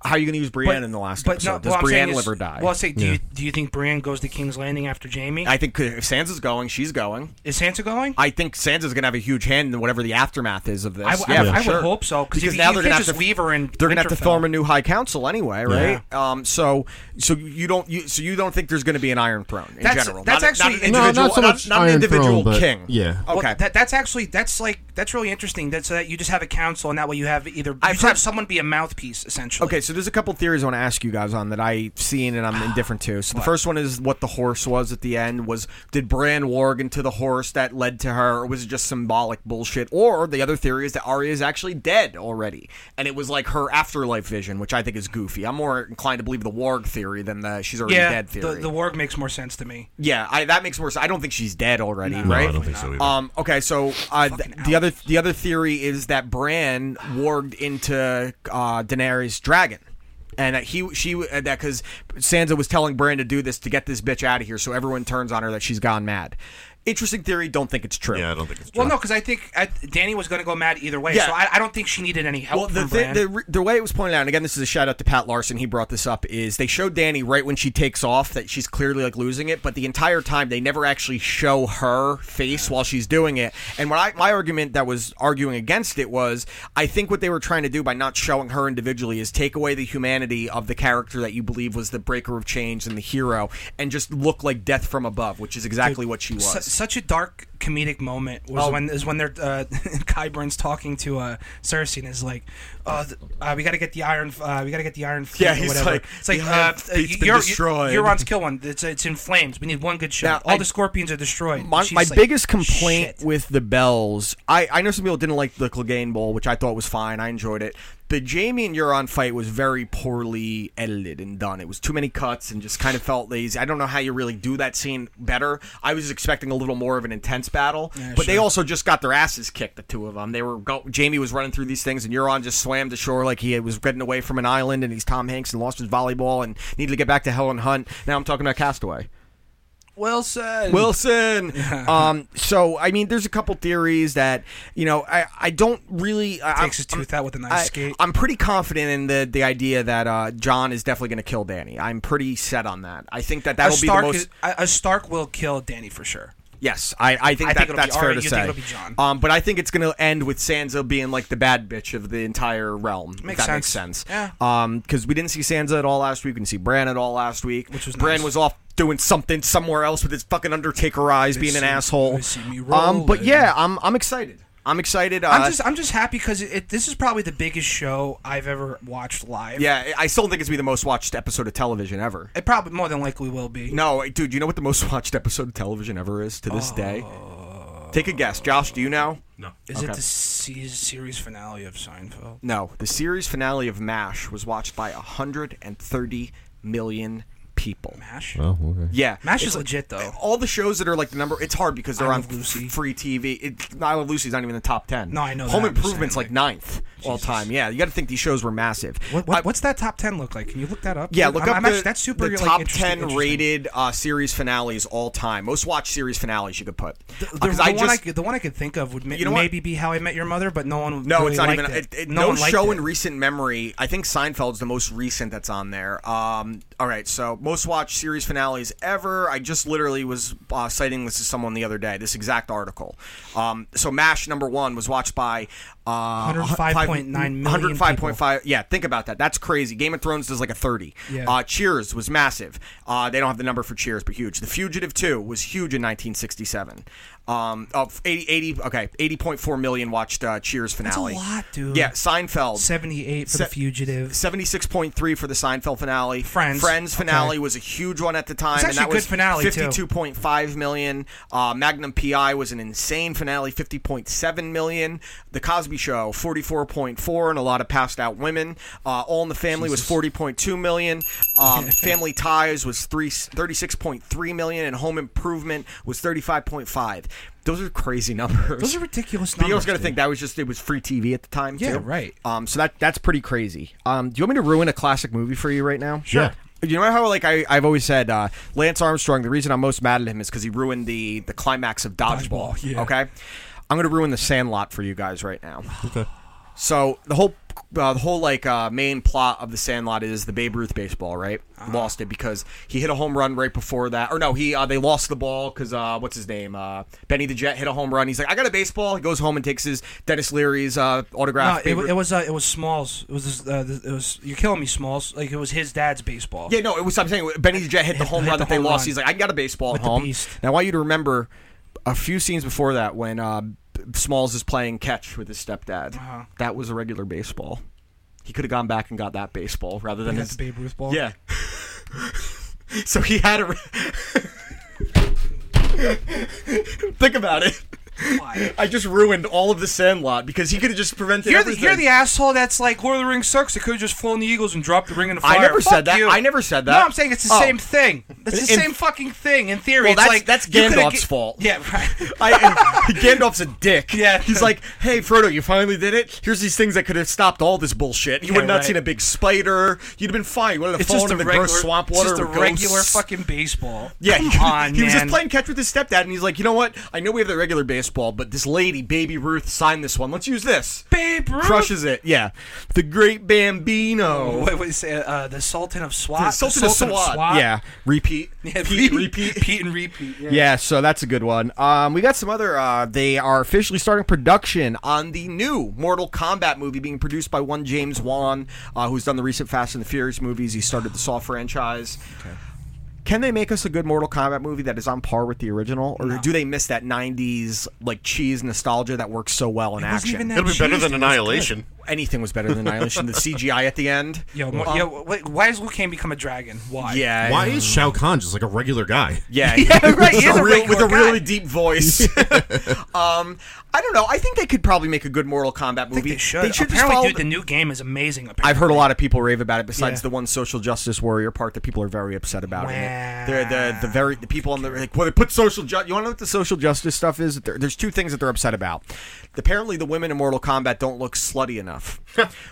how are you going to use Brienne in the last but episode? no, Does well, I'm saying Brienne is- live or die? Well, I say, do you do you think Brienne goes to King's Landing after Jamie? I think if Sansa's going, she's going. is Sansa going? I think Sansa's going to have a huge hand in whatever the aftermath is of this. I w- I yeah, w- for I would sure. hope so, 'cause because you- now they're you can't going to just have to leave her in They're going to have to Winterfell. form a new High Council anyway, right? Um, so, so you don't, you, so you don't think there's going to be an Iron Throne in That's- general? that's not, not actually- an No, individual, not so much not, an Iron individual Throne, but- king. yeah. Okay. Well, Well, that, that's actually that's like that's really interesting. That so that you just have a council, and that way you have either you I've just heard- have someone be a mouthpiece essentially. Okay, so there's a couple theories I want to ask you guys on that I've seen and I'm indifferent to. So the first one is what the horse was at the end was did Bran warg into the horse that led to her, or was it just symbolic bullshit? Or the other theory is that Arya is actually dead already, and it was like her afterlife vision, which I think is goofy. I'm more inclined to believe the warg theory than the she's already yeah, dead the theory. the warg makes more sense to me. yeah, I, that makes more sense. I don't think she's dead already, No, right? I don't think so either. Um, okay, so uh, th- the other the other theory is that Bran warged into uh, Daenerys' dragon, and that he she uh, that because Sansa was telling Bran to do this to get this bitch out of here, so everyone turns on her that she's gone mad. Interesting theory. Don't think it's true. yeah, I don't think it's true. Well, no, because I think I, Danny was going to go mad either way, Yeah. so I, I don't think she needed any help Well, the, from thi- Bran. the re- the way it was pointed out, and again, this is a shout out to Pat Larson. He brought this up. Is they show Danny right when she takes off that she's clearly like losing it, but the entire time they never actually show her face while she's doing it. And what I, my argument that was arguing against it was, I think what they were trying to do by not showing her individually is take away the humanity of the character that you believe was the breaker of chains and the hero, and just look like death from above, which is exactly what she was. Su- such a dark comedic moment was Oh. when is when they're uh, Kyburn's talking to uh, Cersei and is like, "Oh, th- uh, we got to get the iron, uh, we got to get the iron fleet Yeah, or he's whatever." like, it's like, "The uh, Iron uh, Fleet's been Eur- destroyed." Euron's kill one. It's it's in flames. We need one good shot. Now, All I- the scorpions are destroyed. My, And she's my like, biggest complaint "Shit." with the bells, I, I know some people didn't like the Clegane Bowl, which I thought was fine. I enjoyed it. The Jamie and Euron fight was very poorly edited and done. It was too many cuts and just kind of felt lazy. I don't know how you really do that scene better. I was expecting a little more of an intense battle, but they also just got their asses kicked. The two of them. They were go- Jamie was running through these things, and Euron just swam to shore like he was getting away from an island, and he's Tom Hanks and lost his volleyball and needed to get back to Helen Hunt. Now I'm talking about Castaway. Wilson. Wilson. um, so I mean, there's a couple theories that you know I, I don't really I, takes his I'm- tooth out with an ice I, skate. I'm pretty confident in the the idea that uh, John is definitely going to kill Danny. I'm pretty set on that. I think that a that'll be the Stark, most. is- a a Stark will kill Danny for sure. Yes, I, I think I that, think it'll be that's fair Ari, to you say. think it'll be John. Um, but I think it's going to end with Sansa being like the bad bitch of the entire realm. if Makes that makes sense. sense. Yeah. Because we didn't see Sansa at all last week. We didn't see Bran at all last week. Which was Bran nice. was off doing something somewhere else with his fucking Undertaker eyes, being an see- asshole. they see me um, but rolling. yeah, I'm I'm excited. I'm excited. Uh, I'm just I'm just happy because it, it, this is probably the biggest show I've ever watched live. yeah, I I still think it's gonna be the most watched episode of television ever. it probably more than likely will be. No, dude, you know what the most watched episode of television ever is to Oh. this day? Take a guess, Josh. Do you know? No. Is it Okay. the se- series finale of Seinfeld? No, the series finale of MASH was watched by 130 million people. Mash. Yeah, Mash it's is like- legit though. All the shows that are like the number, it's hard because they're I on Love Lucy. f- free TV. It, I Love Lucy's not even in the top ten. No, I know Home that. I'm just Improvement's saying, like, like- ninth all time. Yeah, you got to think these shows were massive. What, what, I- what's that top ten look like? Can you look that up? Yeah, Dude, look I'm, up I'm the, actually- that's super the like, top interesting- ten interesting. rated uh, series finales all time. Most watched series finales you could put. Uh, The, the, 'Cause the I one just- I, could- the one I could think of would ma- You know what? maybe be How I Met Your Mother, but no one. No, really it's not liked even. It. It, it, no no one liked show it. in recent memory. I think Seinfeld's the most recent that's on there. Um, all right, so most watched series finales ever. I just literally was uh, citing this to someone the other day. This exact article. Um, so Mash number one was watched by. Uh, 105.9 million 105.5 yeah think about that that's crazy game of thrones does like a 30 Yeah. uh, cheers was massive uh, they don't have the number for cheers but huge the fugitive 2 was huge in 1967 um, of 80, 80 okay 80.4 million watched uh, cheers finale That's a finale. lot, dude. Yeah, Seinfeld. Seventy-eight for the Se- Fugitive. 76.3 for the Seinfeld finale. Friends. Friends finale Okay. was a huge one at the time. It's and that actually a was good finale, too. 52.5 million. Uh, Magnum PI was an insane finale, 50.7 million. The Cosby Show, 44.4, and a lot of passed out women. Uh, All in the Family was 40.2 million. Um, Family Ties was three, 36.3 million, and Home Improvement was 35.5. Those are crazy numbers. Those are ridiculous But you numbers. also got to dude. think that was just it was free TV at the time. Yeah, too. right. Um, so that that's pretty crazy. Um, do you want me to ruin a classic movie for you right now? Sure. Yeah. You know how like I, I've always said uh, Lance Armstrong. The reason I'm most mad at him is because he ruined the the climax of Dodgeball. Dodgeball, yeah. Okay. I'm gonna ruin the Sandlot for you guys right now. Okay. So the whole uh, the whole like uh, main plot of the Sandlot is the Babe Ruth baseball, right? Ah. Lost it because he hit a home run right before that, or no, he uh, they lost the ball because uh, what's his name? Uh, Benny the Jet hit a home run. He's like, I got a baseball. He goes home and takes his Dennis Leary's uh, No, autograph. it, wa- it was uh, it was Smalls. It was this, uh, this, it was you're killing me, Smalls. Like it was his dad's baseball. Yeah, no, it was. I'm saying Benny the Jet hit the Hit- home hit run the that they home lost. run. He's like, I got a baseball With at the home. beast. Now, I want you to remember a few scenes before that when uh, Smalls is playing catch with his stepdad. Uh-huh. That was a regular baseball. He could have gone back and got that baseball rather than He got his the Babe Ruth ball? Yeah. so he had a. Think about it. Why? I just ruined all of the Sandlot because he could have just prevented You're the, everything. you're the asshole that's like Lord of the Rings sucks. They could have just flown the Eagles and dropped the ring in the fire. I never Fuck said that. you. I never said that. No, I'm saying it's the Oh. same thing. It's the In- same fucking thing in theory. Well, it's that's- like that's you coulda Gandalf's get- fault. Yeah, right. I, and Gandalf's a dick. Yeah. He's like, hey, Frodo, you finally did it. Here's these things that could have stopped all this bullshit. You Yeah, would have not right. seen a big spider. You'd have been fine. You would have It's fallen just a in the regular gross swamp it's water. just a with regular ghosts. fucking baseball. Yeah, Come he, on, he was man. just playing catch with his stepdad, and he's like, you know what? I know we have the regular baseball, but this lady, Baby Ruth, signed this one. Let's use this. Babe Ruth. Crushes it. Yeah. The Great Bambino. What was it? Uh, the Sultan of Swat. The Sultan, of Swat. Yeah. Repeat. Yeah, Pete, repeat, repeat. repeat and repeat. Yeah. Yeah, so that's a good one. Um, we got some other. Uh, they are officially starting production on the new Mortal Kombat movie being produced by one James Wan, uh, who's done the recent Fast and the Furious movies. He started the Saw franchise. Can they make us a good Mortal Kombat movie that is on par with the original, or do they miss that '90s like cheese nostalgia that works so well in It wasn't action? even that It'll be better cheesy. than It was Annihilation. Anything was better than Annihilation. the CGI at the end. good. Yo, mo- yo, wait, why does Liu Kang become a dragon? Why? um, Yeah. Why is Shao Kahn just like a regular guy? Yeah, right, he With is a a real- regular with a guy. really deep voice. um, I don't know. I think they could probably make a good Mortal Kombat movie. I think they should. just apparently, follow. dude, the new game is amazing. Apparently. I've heard a lot of people rave about it. Besides Yeah. the one social justice warrior part that people are very upset about. in it. Wow. They're the the very the people on the like. Well, they put social. Ju- you want to know what the social justice stuff is? There- there's two things that they're upset about. Apparently, the women in Mortal Kombat don't look slutty enough.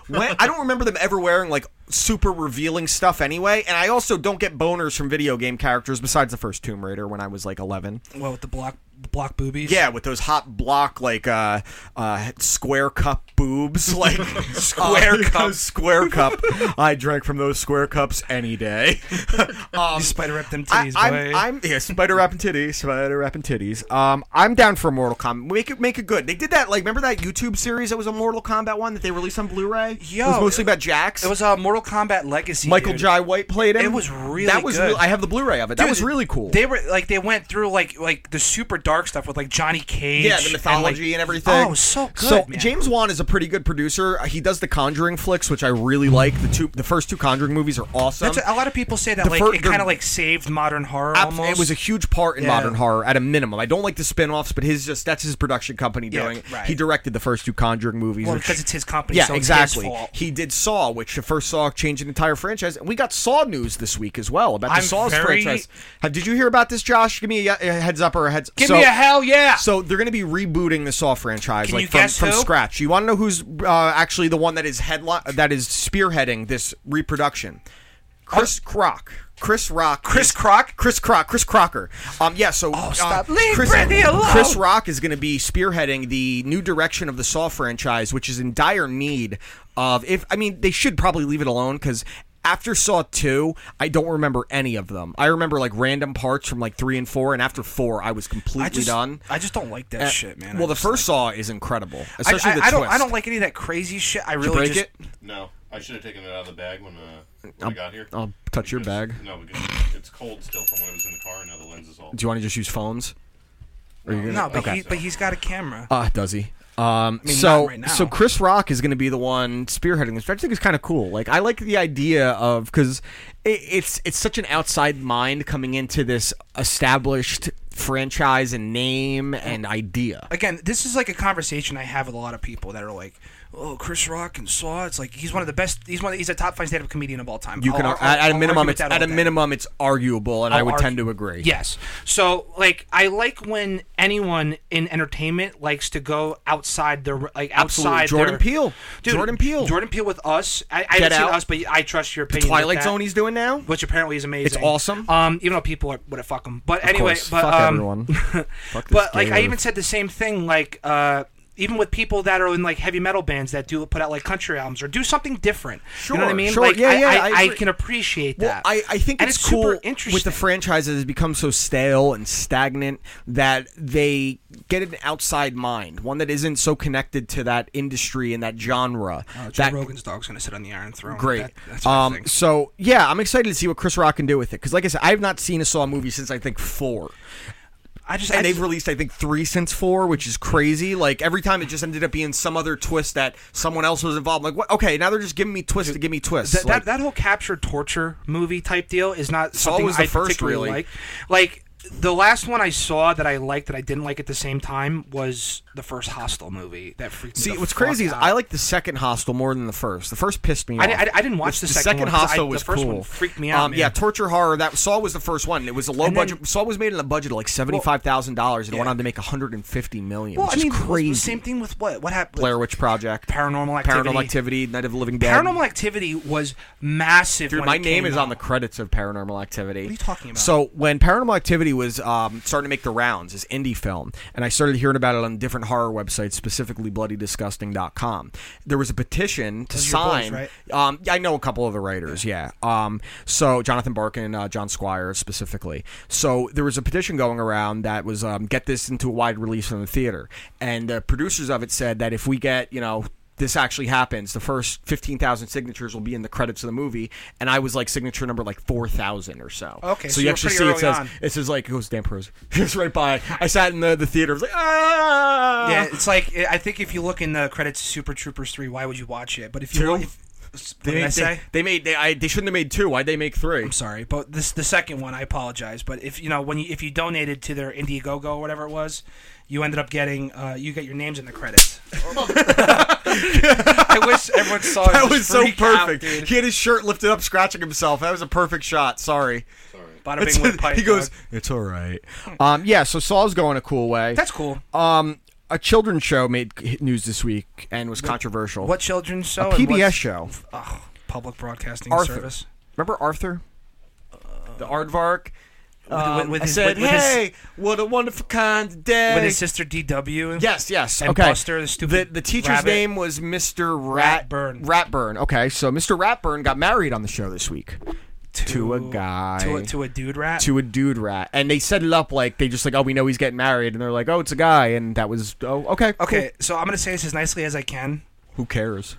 when I don't remember them ever wearing like super revealing stuff anyway. And I also don't get boners from video game characters besides the first Tomb Raider when I was like 11. Well, with the block block boobies. Yeah, with those hot block like uh, uh, square cup boobs, like square cup, square cup. I drank from those square cups any day. um, Spider up them I, titties, I'm, boy. I'm yeah, spider wrapping titties, spider wrapping titties. Um, I'm down for Mortal Kombat. Make it make it good. They did that like remember that YouTube series that was a Mortal Kombat one that they released on Blu-ray. Yo, it was mostly it- about Jax. it was a uh, Mortal Kombat Legacy. Michael dude. Jai White played him. It was really that was. good. real- I have the Blu-ray of it. That Dude, was really cool. They were like they went through like like the super dark stuff with like Johnny Cage. yeah, the and, like- mythology and, everything. Oh, so good. So man. James Wan is a pretty good producer. Uh, He does the Conjuring flicks, which I really like. The two, the first two Conjuring movies are awesome. That's a, a lot of people say that the like fir- it the- kind of like saved modern horror. Ab- almost. It was a huge part in Yeah. modern horror at a minimum. I don't like the spin-offs, but his just that's his production company Yeah, doing. it. right. He directed the first two Conjuring movies. well which- because it's his company. yeah, so it's his exactly. fault. He did Saw, which the first Saw changed an entire franchise. And we got Saw news this week as well about the I'm Saw's very- franchise. Have, did you hear about this, Josh? Give me a, a heads up or a heads. Give so- me a hell yeah. So they're going to be rebooting the Saw franchise Can like you from, guess from who? scratch. You want to know who's uh, actually the one that is headline that is spearheading this reproduction? Chris Crock. Chris Rock. Oh. Chris is- Crock? Chris Crock. Chris Crocker. Um, yeah. So uh, stop. Leave Chris, Britney alone. Chris Rock is going to be spearheading the new direction of the Saw franchise, which is in dire need of. If I mean, they should probably leave it alone because. After Saw 2, I don't remember any of them. I remember like random parts from like 3 and 4, and after 4, I was completely I just done. I just don't like that Uh, shit, man. Well, I the just first Saw is incredible, like- especially I, the I, I don't twist. I don't like any of that crazy shit. Did I you really break just it. No, I should have taken it out of the bag when, uh, when I got here. I'll touch your Because- bag. No, because it's cold still from when I was in the car, and now the lens is all. Do you want to just use phones? Or you no, but okay. he but he's got a camera. Ah, does he? Um, mean, so not right now. so Chris Rock is going to be the one spearheading this. which I think is kind of cool. Like I like the idea of because it, it's it's such an outside mind coming into this established franchise and name and idea. again, this is like a conversation I have with a lot of people that are like, "Oh, Chris Rock and Saw." It's like he's one of the best. He's one. Of, he's a top five stand-up comedian of all time. You I'll- can I'll- ar- at, at I'll a minimum argue with it's that at all a day. minimum it's arguable, and i I'll would argue- tend to agree. Yes. So, like, I like when anyone in entertainment likes to go outside their like Absolutely. outside. Jordan their- Peele. Dude, Jordan Peele. Jordan Peele with us. I, I Get haven't seen Out. us, but I trust your opinion. with Twilight that, Zone he's doing now. which apparently is amazing. It's awesome. Um, even though people are, would have fuck him. But Of anyway, course. but fuck um, everyone. fuck this but like gay I life. even said the same thing like uh even with people that are in like heavy metal bands that do put out like country albums or do something different. you know what I Sure, mean? sure. Like Yeah, I, yeah, I, I I agree. can appreciate Well, that. I, I think and it's, super cool interesting. with the franchise that has become so stale and stagnant that they get an outside mind, one that isn't so connected to that industry and that genre. Uh, Joe that Rogan's dog's gonna sit on the Iron Throne. great. That- that's what I um, think. so yeah, I'm excited to see what Chris Rock can do with it because, like I said, I've not seen a Saw movie since I think four, I just I and they've just- released I think three since four, which is crazy. Like every time it just ended up being some other twist that someone else was involved. Like what? Okay, now they're just giving me twists to give me twists. that, Like- that that whole capture torture movie type deal is not Saw something was the I first, particularly really. like. Like the last one I saw that I liked that I didn't like at the same time was the first Hostel movie that freaked me See, the what's fuck crazy is out. I like the second Hostel more than the first. The first pissed me off. I di- I di- I didn't watch the second one 'cause I- Hostel the was first cool. one freaked me out, Um, yeah, man. torture horror. That Saw was the first one. It was a low And then- budget. Saw was made in a budget of like seventy five thousand dollars and went on to make one hundred and fifty million. well, which I mean, is it's the crazy. Same thing with what what happened. Blair Witch Project, Paranormal Activity. Paranormal Activity, Night of the Living Dead. Paranormal Activity was massive. Dude, when my it name came is out. on the credits of Paranormal Activity. What are you talking about? So when Paranormal Activity was um, starting to make the rounds, this indie film, and I started hearing about it on different horror websites, specifically BloodyDisgusting.com. There was a petition to are your boys, sign. right? um, I know a couple of the writers, yeah. Um, so Jonathan Barkin, uh, John Squire specifically. So there was a petition going around that was um, get this into a wide release in the theater, and the producers of it said that if we get you know this actually happens. The first 15,000 signatures will be in the credits of the movie. And I was like signature number like 4,000 or so. Okay, So, so you you were actually pretty see it early says, on. it says like, it goes damn prose. Just right by. I sat in the, the theater. I was like, ah. Yeah, it's like I think if you look in the credits of Super Troopers three, why would you watch it? But if you Two? look- if, what They did I made, say? they, they made, they, I, they shouldn't have made two. Why'd they make three? I'm sorry, but this the second one. I apologize, but if you know when you, if you donated to their Indiegogo or whatever it was, you ended up getting uh, you get your names in the credits. I wish everyone saw That it. was Just so freak out, perfect. dude. he had his shirt lifted up, scratching himself. That was a perfect shot. Sorry. Bada bing, with pipe, he goes, dog. Hmm. it's all right. Um, yeah, so Saul's going a cool way. "That's cool." Um, a children's show made news this week and was controversial. What children's show? A and PBS what's- show. Ugh. public broadcasting Arthur. service. Remember Arthur? the aardvark. Um, with I his- said, with his- "Hey, what a wonderful kind of day!" With his sister DW. Yes, yes. And okay. Buster, the stupid The, teacher's rabbit. name was Mr. Rat- Ratburn. Ratburn. Okay, so Mr. Ratburn got married on the show this week to, a guy. To a, to a dude rat. to a dude rat, and they set it up like they just like, oh, we know he's getting married, and they're like, oh, it's a guy, and that was oh, okay, cool. okay, so I'm going to say this as nicely as I can. Who cares?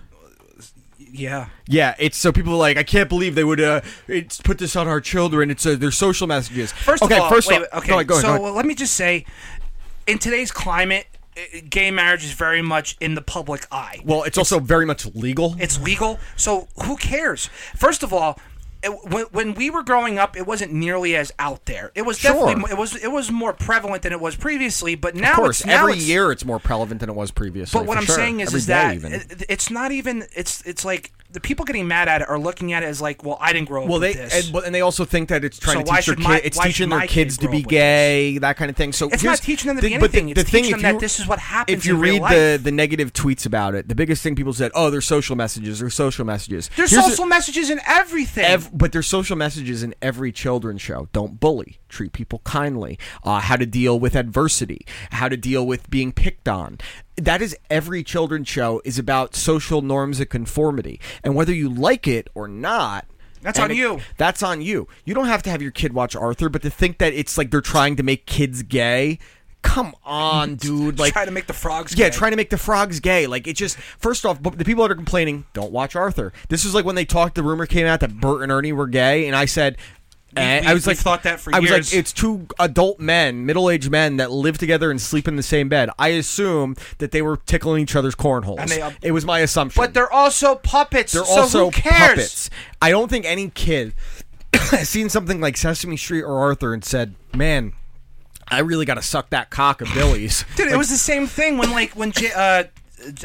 Yeah. Yeah, it's so people are like, I can't believe they would uh, it's put this on our children. It's uh, their social messages. First okay, of all, first wait, off- okay. go ahead, go ahead, so go ahead. well, let me just say, in today's climate, uh, gay marriage is very much in the public eye. Well, it's also very much legal. It's legal. So who cares? First of all, it, when, when we were growing up, it wasn't nearly as out there. It was Sure. definitely mo- it was it was more prevalent than it was previously. But now of course, it's now every it's- year it's more prevalent than it was previously. But what for I'm sure. saying is, Every is day that even. it- it's not even it's it's like the people getting mad at it are looking at it as like, well, I didn't grow up Well, they with this. and, but- and they also think that it's trying So to why teach their should my- kid, it's why teaching should their my kids kid to grow be up with gay, that kind of thing. So It's here's- not teaching them to the, be but the- anything. It's the thing, teaching if them you- that this is what happens If you in real read the life. the negative tweets about it, the biggest thing people said, oh, there's social messages, there's social messages. There's Here's social a- messages in everything. Ev- but there's social messages in every children's show. Don't bully. Treat people kindly. Uh, how to deal with adversity. How to deal with being picked on. That is every children's show is about social norms and conformity. And whether you like it or not. That's and on you. That's on you. You don't have to have your kid watch Arthur, but to think that it's like they're trying to make kids gay. Come on, dude! Like trying to make the frogs Yeah, gay. trying to make the frogs gay. Like it just first off, but the people that are complaining don't watch Arthur. This is like when they talked. The rumor came out that Bert and Ernie were gay, and I said. eh, we- I was we've like, thought that for I was years. like, it's two adult men, middle-aged men that live together and sleep in the same bed. I assume that they were tickling each other's cornholes. And they- uh, it was my assumption. but they're also puppets. They're so also who cares? puppets. I don't think any kid has seen something like Sesame Street or Arthur and said, "Man, I really got to suck that cock of Billy's." Dude, Like, it was the same thing when like when J- uh,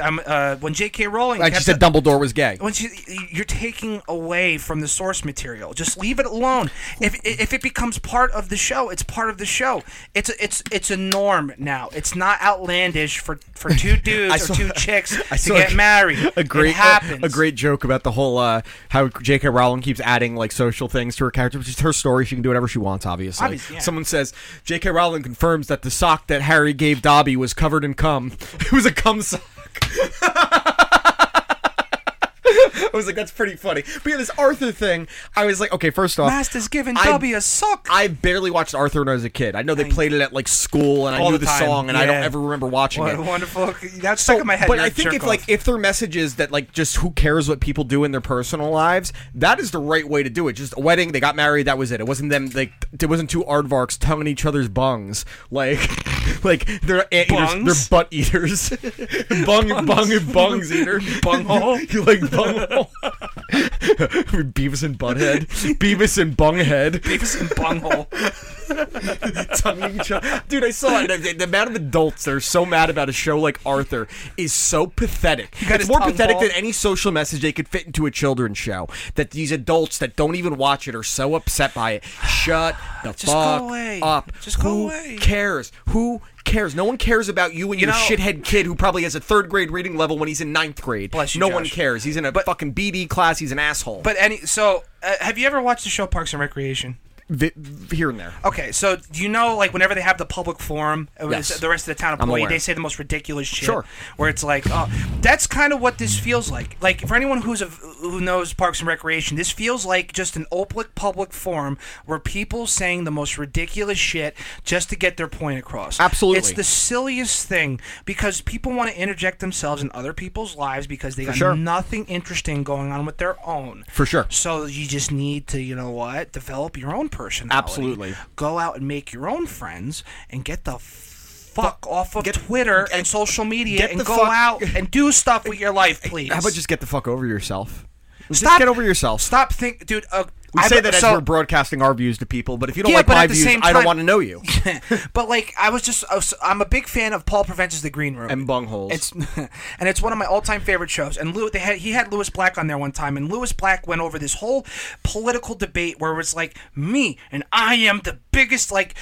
um, uh, when J.K. Rowling like she kept said, Dumbledore was gay. Once you, you're taking away from the source material, just leave it alone. If if it becomes part of the show, it's part of the show. It's a, it's it's a norm now. It's not outlandish for for two I dudes saw- or two chicks I to saw get a- married. A great, it happens. A, great joke about the whole uh, how J.K. Rowling keeps adding like social things to her character, which is her story. She can do whatever she wants, obviously. Obvious- yeah. Someone says J.K. Rowling confirms that the sock that Harry gave Dobby was covered in cum. It was a cum sock. I was like, that's pretty funny. But yeah, this Arthur thing, I was like, okay, first off, Master's giving I- Dobby a sock. I barely watched Arthur when I was a kid. I know they played it at like school, and I All knew the the, time, song, and I don't yeah. ever remember watching what it. a wonderful. That's stuck So- in my head. But You're I a think jerk if off. like if their message is that like just who cares what people do in their personal lives, that is the right way to do it. Just a wedding, they got married, that was it. It wasn't them like it wasn't two aardvarks tonguing each other's bungs like like they're ant Bungs? eaters, they're butt eaters, bung bung and bungs eater Bunghole? you like bunghole. Beavis and Butthead, Beavis and Bunghead Beavis and bunghole. tonguing each other. Dude, I saw it. The, the amount of adults that are so mad about a show like Arthur is so pathetic. got It's his more tongue pathetic ball. than any social message they could fit into a children's show. That these adults that don't even watch it are so upset by it. Shut the Just go fuck away. up. Just go Who away. cares? Who cares? No one cares about you and You your know- shithead kid who probably has a third grade reading level when he's in ninth grade. Bless you, no one Josh. cares. He's in a fucking BD class. He's an asshole. But any so uh, have you ever watched the show Parks and Recreation? Vi- vi- here and there. Okay, so do you know, like, whenever they have the public forum, uh, Yes. the rest of the town I'm employee, aware. they say the most ridiculous shit. Sure. Where it's like, oh, that's kind of what this feels like. Like, for anyone who's a, who knows Parks and Recreation, this feels like just an open public forum where people saying the most ridiculous shit just to get their point across. Absolutely. It's the silliest thing because people want to interject themselves in other people's lives because they got sure. nothing interesting going on with their own. For sure. So you just need to, you know what, develop your own personality. Absolutely. Go out and make your own friends and get the fuck off of Twitter and, social media get and the go fuck- out and do stuff with your life, please. How about just get the fuck over yourself? Just Stop- get over yourself. stop think, dude? Uh, We I- say that so- as we're broadcasting our views to people, but if you don't Yeah, like but my at the views, same I don't time- want to know you. but like I was just I was, I'm a big fan of Paul Prevents the Green Room And Bungholes. It's and it's one of my all time favorite shows. And Lou, they had he had Lewis Black on there one time, and Lewis Black went over this whole political debate where it's like me and I am the biggest like.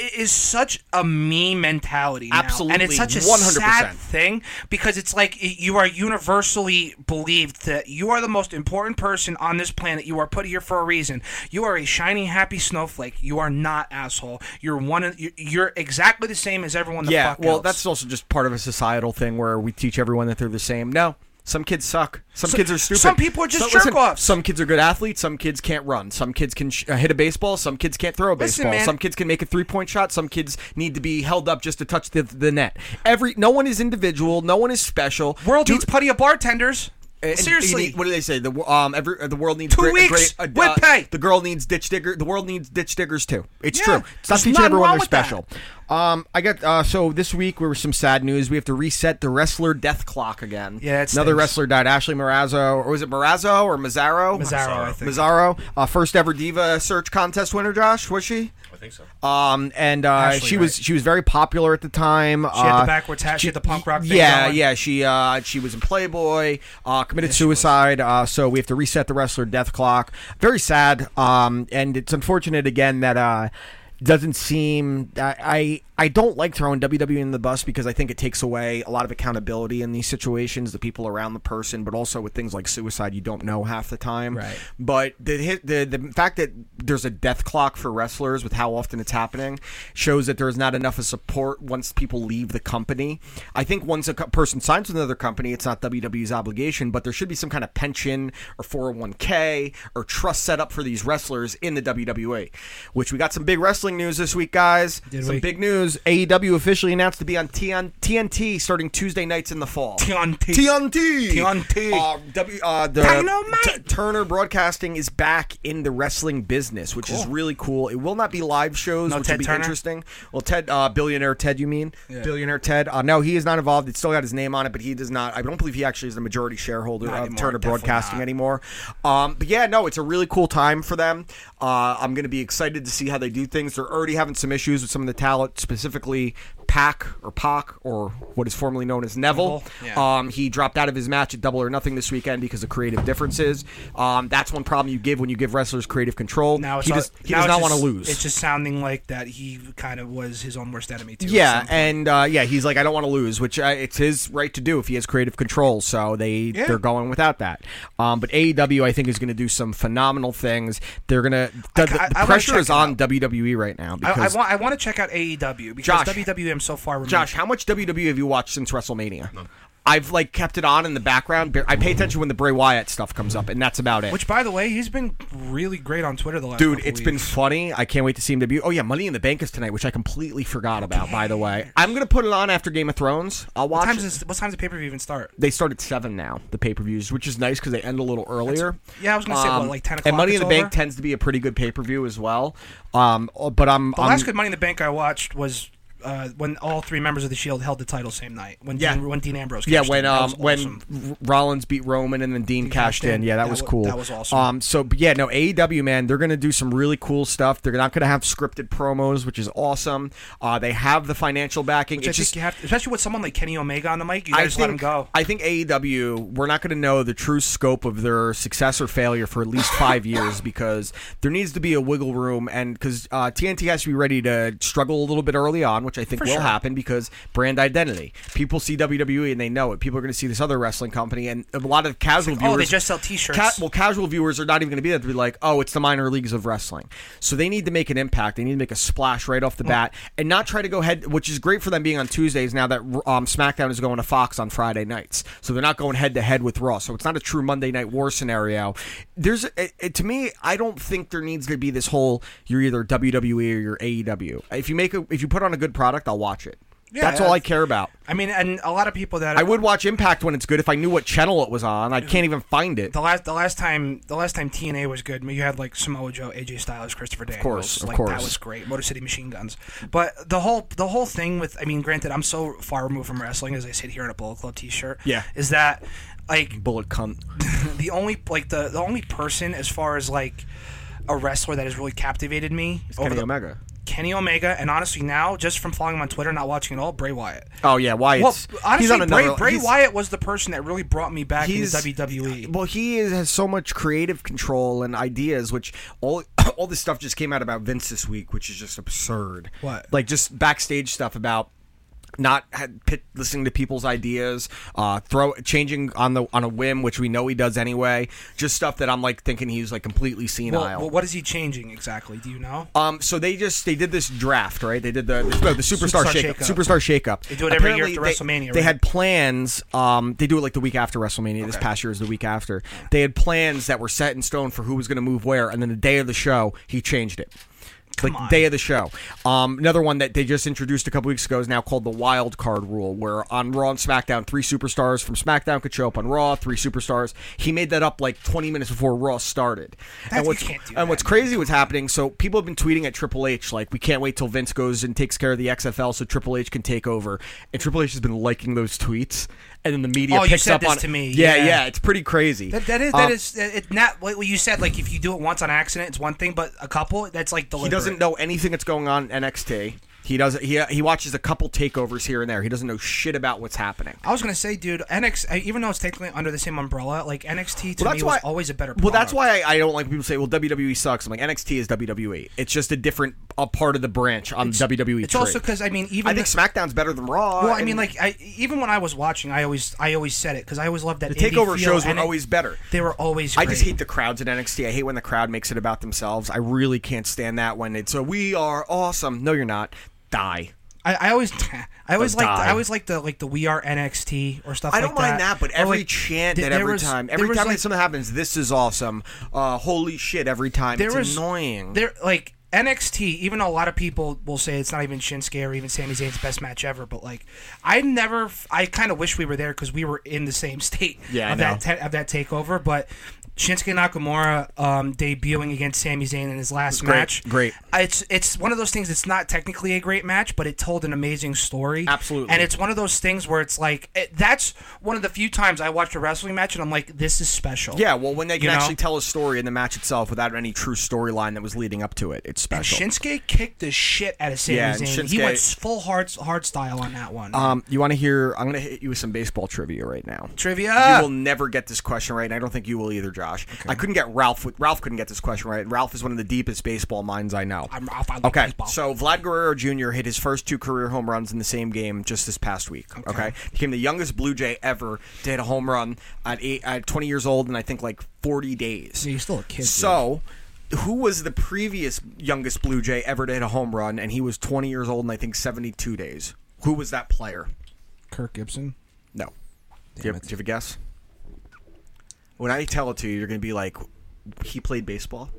it is such a me mentality now. and Absolutely, it's such a 100%. sad thing because it's like y- you are universally believed that you are the most important person on this planet. You are put here for a reason. You are a shiny, happy snowflake. You are not asshole. You're one. Of, you- you're exactly the same as everyone. The yeah, fuck well, else. that's also just part of a societal thing where we teach everyone that they're the same. No, some kids suck. Some So- kids are stupid. some people are just Some- listen, jerk-offs. Some kids are good athletes. Some kids can't run. Some kids can sh- uh, hit a baseball. Some kids can't throw a Listen, baseball. man. Some kids can make a three point shot. Some kids need to be held up just to touch the, the net. Every no one is individual. No one is special. world Do- needs plenty of bartenders. and- and Seriously, you need- what do they say? The wo- um, every uh, the world needs Two great, a weeks great- with pay. The girl needs ditch digger. The world needs ditch diggers too. It's Yeah, true. Stop there's teaching nothing everyone wrong they're with that. special. Um, I got uh, so this week we were some sad news. We have to reset the wrestler death clock again. Yeah, it another stinks. wrestler died. Ashley Marazzo, or was it Marazzo or Mazzaro? Mazzaro, I think. Mazzaro, uh, first ever diva search contest winner. Josh, was she? I think so. Um, and uh, Ashley, she was right. she was very popular at the time. She had the uh, backwards hat, she had the punk rock thing Yeah, going. yeah. She uh, she was in Playboy, uh, committed suicide. Uh, so we have to reset the wrestler death clock. Very sad. Um, and it's unfortunate again that uh, doesn't seem. I, I I don't like throwing WWE in the bus because I think it takes away a lot of accountability in these situations. The people around the person, but also with things like suicide, you don't know half the time. Right. But the hit, the the fact that there's a death clock for wrestlers with how often it's happening shows that there is not enough of support once people leave the company. I think once a co- person signs with another company, it's not WWE's obligation, but there should be some kind of pension or 401k or trust set up for these wrestlers in the WWE. Which we got some big wrestling news this week, guys. some we? big news. AEW officially announced to be on TN- TNT starting Tuesday nights in the fall. TNT. TNT. TNT. Uh, W. Uh, the Dynamite. T- Turner Broadcasting is back in the wrestling business, which is really cool. It will not be live shows, No which Ted will be Turner? interesting. Well, Ted, uh, billionaire Ted, you mean billionaire Ted? Uh, no, he is not involved. It's still got his name on it, but he does not. I don't believe he actually is the majority shareholder of anymore, Turner definitely Broadcasting not. anymore. Um, but yeah, no, it's a really cool time for them. Uh, I'm going to be excited to see how they do things. They're already having some issues with some of the talent, specifically Pac or Pac or what is formerly known as Neville. Neville, yeah. Um, he dropped out of his match at Double or Nothing this weekend because of creative differences. Um, that's one problem you give when you give wrestlers creative control. now it's he all- does, he now does it's not want to just- lose. It's just sounding like that he kind of was his own worst enemy too. or Yeah, something. and uh, yeah, he's like, I don't want to lose, which uh, it's his right to do if he has creative control. So they they're going without that. Um, but AEW, I think, is going to do some phenomenal things. They're gonna the, the- I- I the wanna pressure check is it on out. WWE right now I, I, because want, I want to check out AEW because Josh. WWE I'm so far removed. Josh, how much WWE have you watched since WrleMania? I've like kept it on in the background. Bar- I pay attention when the Bray Wyatt stuff comes up, and that's about it. which by the way, he's been really great on Twitter the last. Dude, it's it's been funny. I can't wait to see him debut. Oh yeah, Money in the Bank is tonight, which I completely forgot about. By the way, I'm gonna put it on after Game of Thrones. I'll watch. What time's it. this, what time's the pay per view even start? they start at seven now. The pay per views, which is nice because they end a little earlier. Um, yeah, I was gonna say, what, like 10 And o'clock Money in it's the Bank over? tends to be a pretty good pay per view as well. Um, oh, but I'm The I'm- last good Money in the Bank I watched was. Uh, when all three members of the Shield held the title same night, when Yeah. Dean, when Dean Ambrose, yeah cashed when in. That um was when awesome. R- Rollins beat Roman and then Dean cashed in. Yeah, that, was wa- cool. that was awesome. Um, so but yeah, no AEW man, they're gonna do some really cool stuff. They're not gonna have scripted promos, which is awesome. Uh, they have the financial backing. Which I It's just think you have, to, especially with someone like Kenny Omega on the mic, you gotta just let him go. I think AEW, we're not going to know the true scope of their success or failure for at least five years because there needs to be a wiggle room. And because uh, TNT has to be ready to struggle a little bit early on, which I think will sure. happen because brand identity. People see WWE and they know it. People are going to see this other wrestling company. And a lot of casual like, viewers. oh, they just sell t-shirts. Ca- well, casual viewers are not even going to be there to be like, oh, it's the minor leagues of wrestling. So they need to make an impact. They need to make a splash right off Mm. the bat and not try to go head, which is great for them being on Tuesdays now that um, SmackDown is going to Fox on Friday nights. So they're not going head to head with Raw. So it's not a true Monday Night War scenario. There's it, it- to me, I don't think there needs to be this whole you're either WWE or you're AEW. If you make a, if you put on a good product, I'll watch it. that's all I that's- care about. I mean, and a lot of people that I would watch Impact when it's good if I knew what channel it was on. I can't even find it. the last the last time the last time TNA was good, I mean, you had like Samoa Joe, AJ Styles, Christopher Daniels. course, of like, course. That was great. Motor City Machine Guns. But the whole the whole thing with I mean, granted, I'm so far removed from wrestling as I sit here in a Bullet Club T-shirt. Yeah. is that like Bullet cunt. the only like the the only person as far as like. A wrestler that has really captivated me. over Kenny the- Omega. Kenny Omega, and honestly, now just from following him on Twitter, not watching at all, Bray Wyatt. Oh yeah, Well, Wyatt's. honestly, he's on another. Bray, Bray he's- Wyatt was the person that really brought me back into E. he's WWE. Well, he is, has so much creative control and ideas, which all all this stuff just came out about Vince this week, which is just absurd. What? Like just backstage stuff about not had, pit, listening to people's ideas, uh, throw changing on the on a whim, which we know he does anyway. Just stuff that I'm like thinking he's like completely senile. Well, well, what is he changing exactly? Do you know? Um, so they just they did this draft, right? They did the the, the superstar, Superstar shakeup, shakeup. superstar shakeup. They do it every year after WrestleMania, They right? had plans. Um, they do it like the week after WrestleMania. This past year is the week after. They had plans that were set in stone for who was going to move where, and then the day of the show, he changed it. like on. day of the show. Um, another one that they just introduced a couple weeks ago is now called the wild card rule, where on Raw and SmackDown, three superstars from SmackDown could show up on Raw, three superstars. He made that up like 20 minutes before Raw started. That's- and you what's, can't do and that. what's crazy what's happening. So people have been tweeting at Triple H like, "We can't wait till Vince goes and takes care of the XFL so Triple H can take over." And Triple H has been liking those tweets, and then the media Oh, you picks said up this on to it. me. Yeah, Yeah. yeah, it's pretty crazy. That, that is that Um, is it, not what you said. Like if you do it once on accident, it's one thing, but a couple, that's like He deliberate. doesn't know anything that's going on in NXT. He doesn't. He uh, he watches a couple takeovers here and there. He doesn't know shit about what's happening. I was gonna say, dude, NXT. Even though it's technically under the same umbrella, like NXT to Well, me that's was why always a better. Well, that's product. why I, I don't like when people say, "Well, WWE sucks." I'm like, NXT is WWE. It's just a different a part of the branch on WWE. It's tree. also because I mean, even I think the- SmackDown's better than Raw. Well, I and mean, like I, even when I was watching, I always I always said it because I always loved that the indie takeover feel, shows were and it- always better. They were always. I Great. just hate the crowds at NXT. I hate when the crowd makes it about themselves. I really can't stand that when it's a "We are awesome." No, you're not. Die. I, I always, I always They'll like, die. I always like the like the we are NXT or stuff. I don't like mind that, but Or, every like, chant th- that there every was- time, there every was, time like, that something happens, this is awesome. Uh, holy shit! Every time, there it's was annoying. There, like NXT, even though a lot of people will say it's not even Shinsuke or even Sami Zayn's best match ever, but like I never, f- I kind of wish we were there because we were in the same state Yeah, I of that know. ta- of that takeover, but. Shinsuke Nakamura um, debuting against Sami Zayn in his last great, match. great. Uh, It's it's one of those things. It's not technically a great match, but it told an amazing story. Absolutely. And it's one of those things where it's like it, that's one of the few times I watched a wrestling match and I'm like, this is special. yeah, well, when they can You know? actually tell a story in the match itself without any true storyline that was leading up to it, it's special. Shinsuke kicked the shit out of Sami Yeah, and Zayn. He Shinsuke- went s- full hard hard style on that one. um, you want to hear? I'm going to hit you with some baseball trivia right now. Trivia. You will never get this question right, and I don't think you will either, Josh. I couldn't get Ralph. With, Ralph couldn't get this question right. Ralph is one of the deepest baseball minds I know. I'm Ralph. I love okay, baseball. so Vlad Guerrero Jr. hit his first two career home runs in the same game just this past week. Okay, became the youngest Blue Jay ever to hit a home run at, eight, at 20 years old, and I think like 40 days. he's still a kid. So, who was the previous youngest Blue Jay ever to hit a home run? And he was 20 years old and I think 72 days. Who was that player? Kirk Gibson. No. Do you, have, do you have a guess? When I tell it to you, you're going to be like, he played baseball?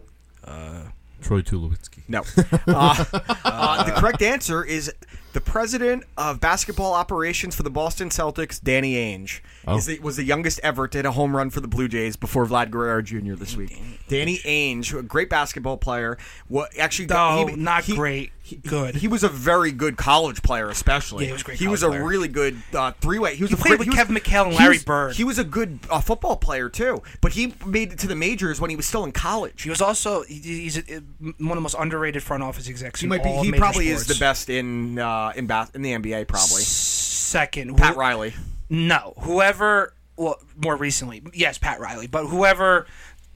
Troy Tulowitzki. No. Uh, uh, the correct answer is the president of basketball operations for the Boston Celtics, Danny Ainge, is the, was the youngest ever to hit a home run for the Blue Jays before Vlad Guerrero Jr. this week. Danny Ainge, a great basketball player, what actually No, he- not he- great. he- Good. He was a very good college player, especially. Yeah, he was a great was college a player. really good uh, three-way. He was He a played great- with he was- Kevin McHale and Larry he was, Bird. He was a good uh, football player too, but he made it to the majors when he was still in college. He was also he, he's a, eh, one of the most underrated front office execs. He in might be. all He major probably is sports. the best in uh, in bas- in the NBA. Probably Second, Pat who- Riley. No, whoever. Well, more recently, yes, Pat Riley, but whoever.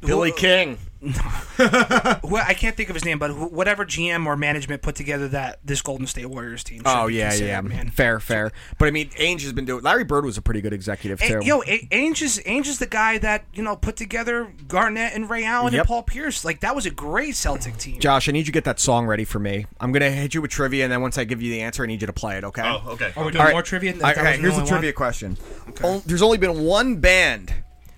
Billy who- King. who, I can't think of his name, but who, whatever GM or management put together that this Golden State Warriors team. should Oh be yeah, considered, yeah, man. fair, fair. But I mean, Ainge has been doing. Larry Bird was a pretty good executive A- too. yo, A- Ainge is Ainge is the guy that you know put together Garnett and Ray Allen Yep. and Paul Pierce. Like that was a great Celtic team. Josh, I need you to get that song ready for me. I'm gonna hit you with trivia, and then once I give you the answer, I need you to play it. Okay. Oh, okay. Are we doing All right. more trivia? That- All right, that okay, wasn't here's a only trivia one? question. On- there's only been one band.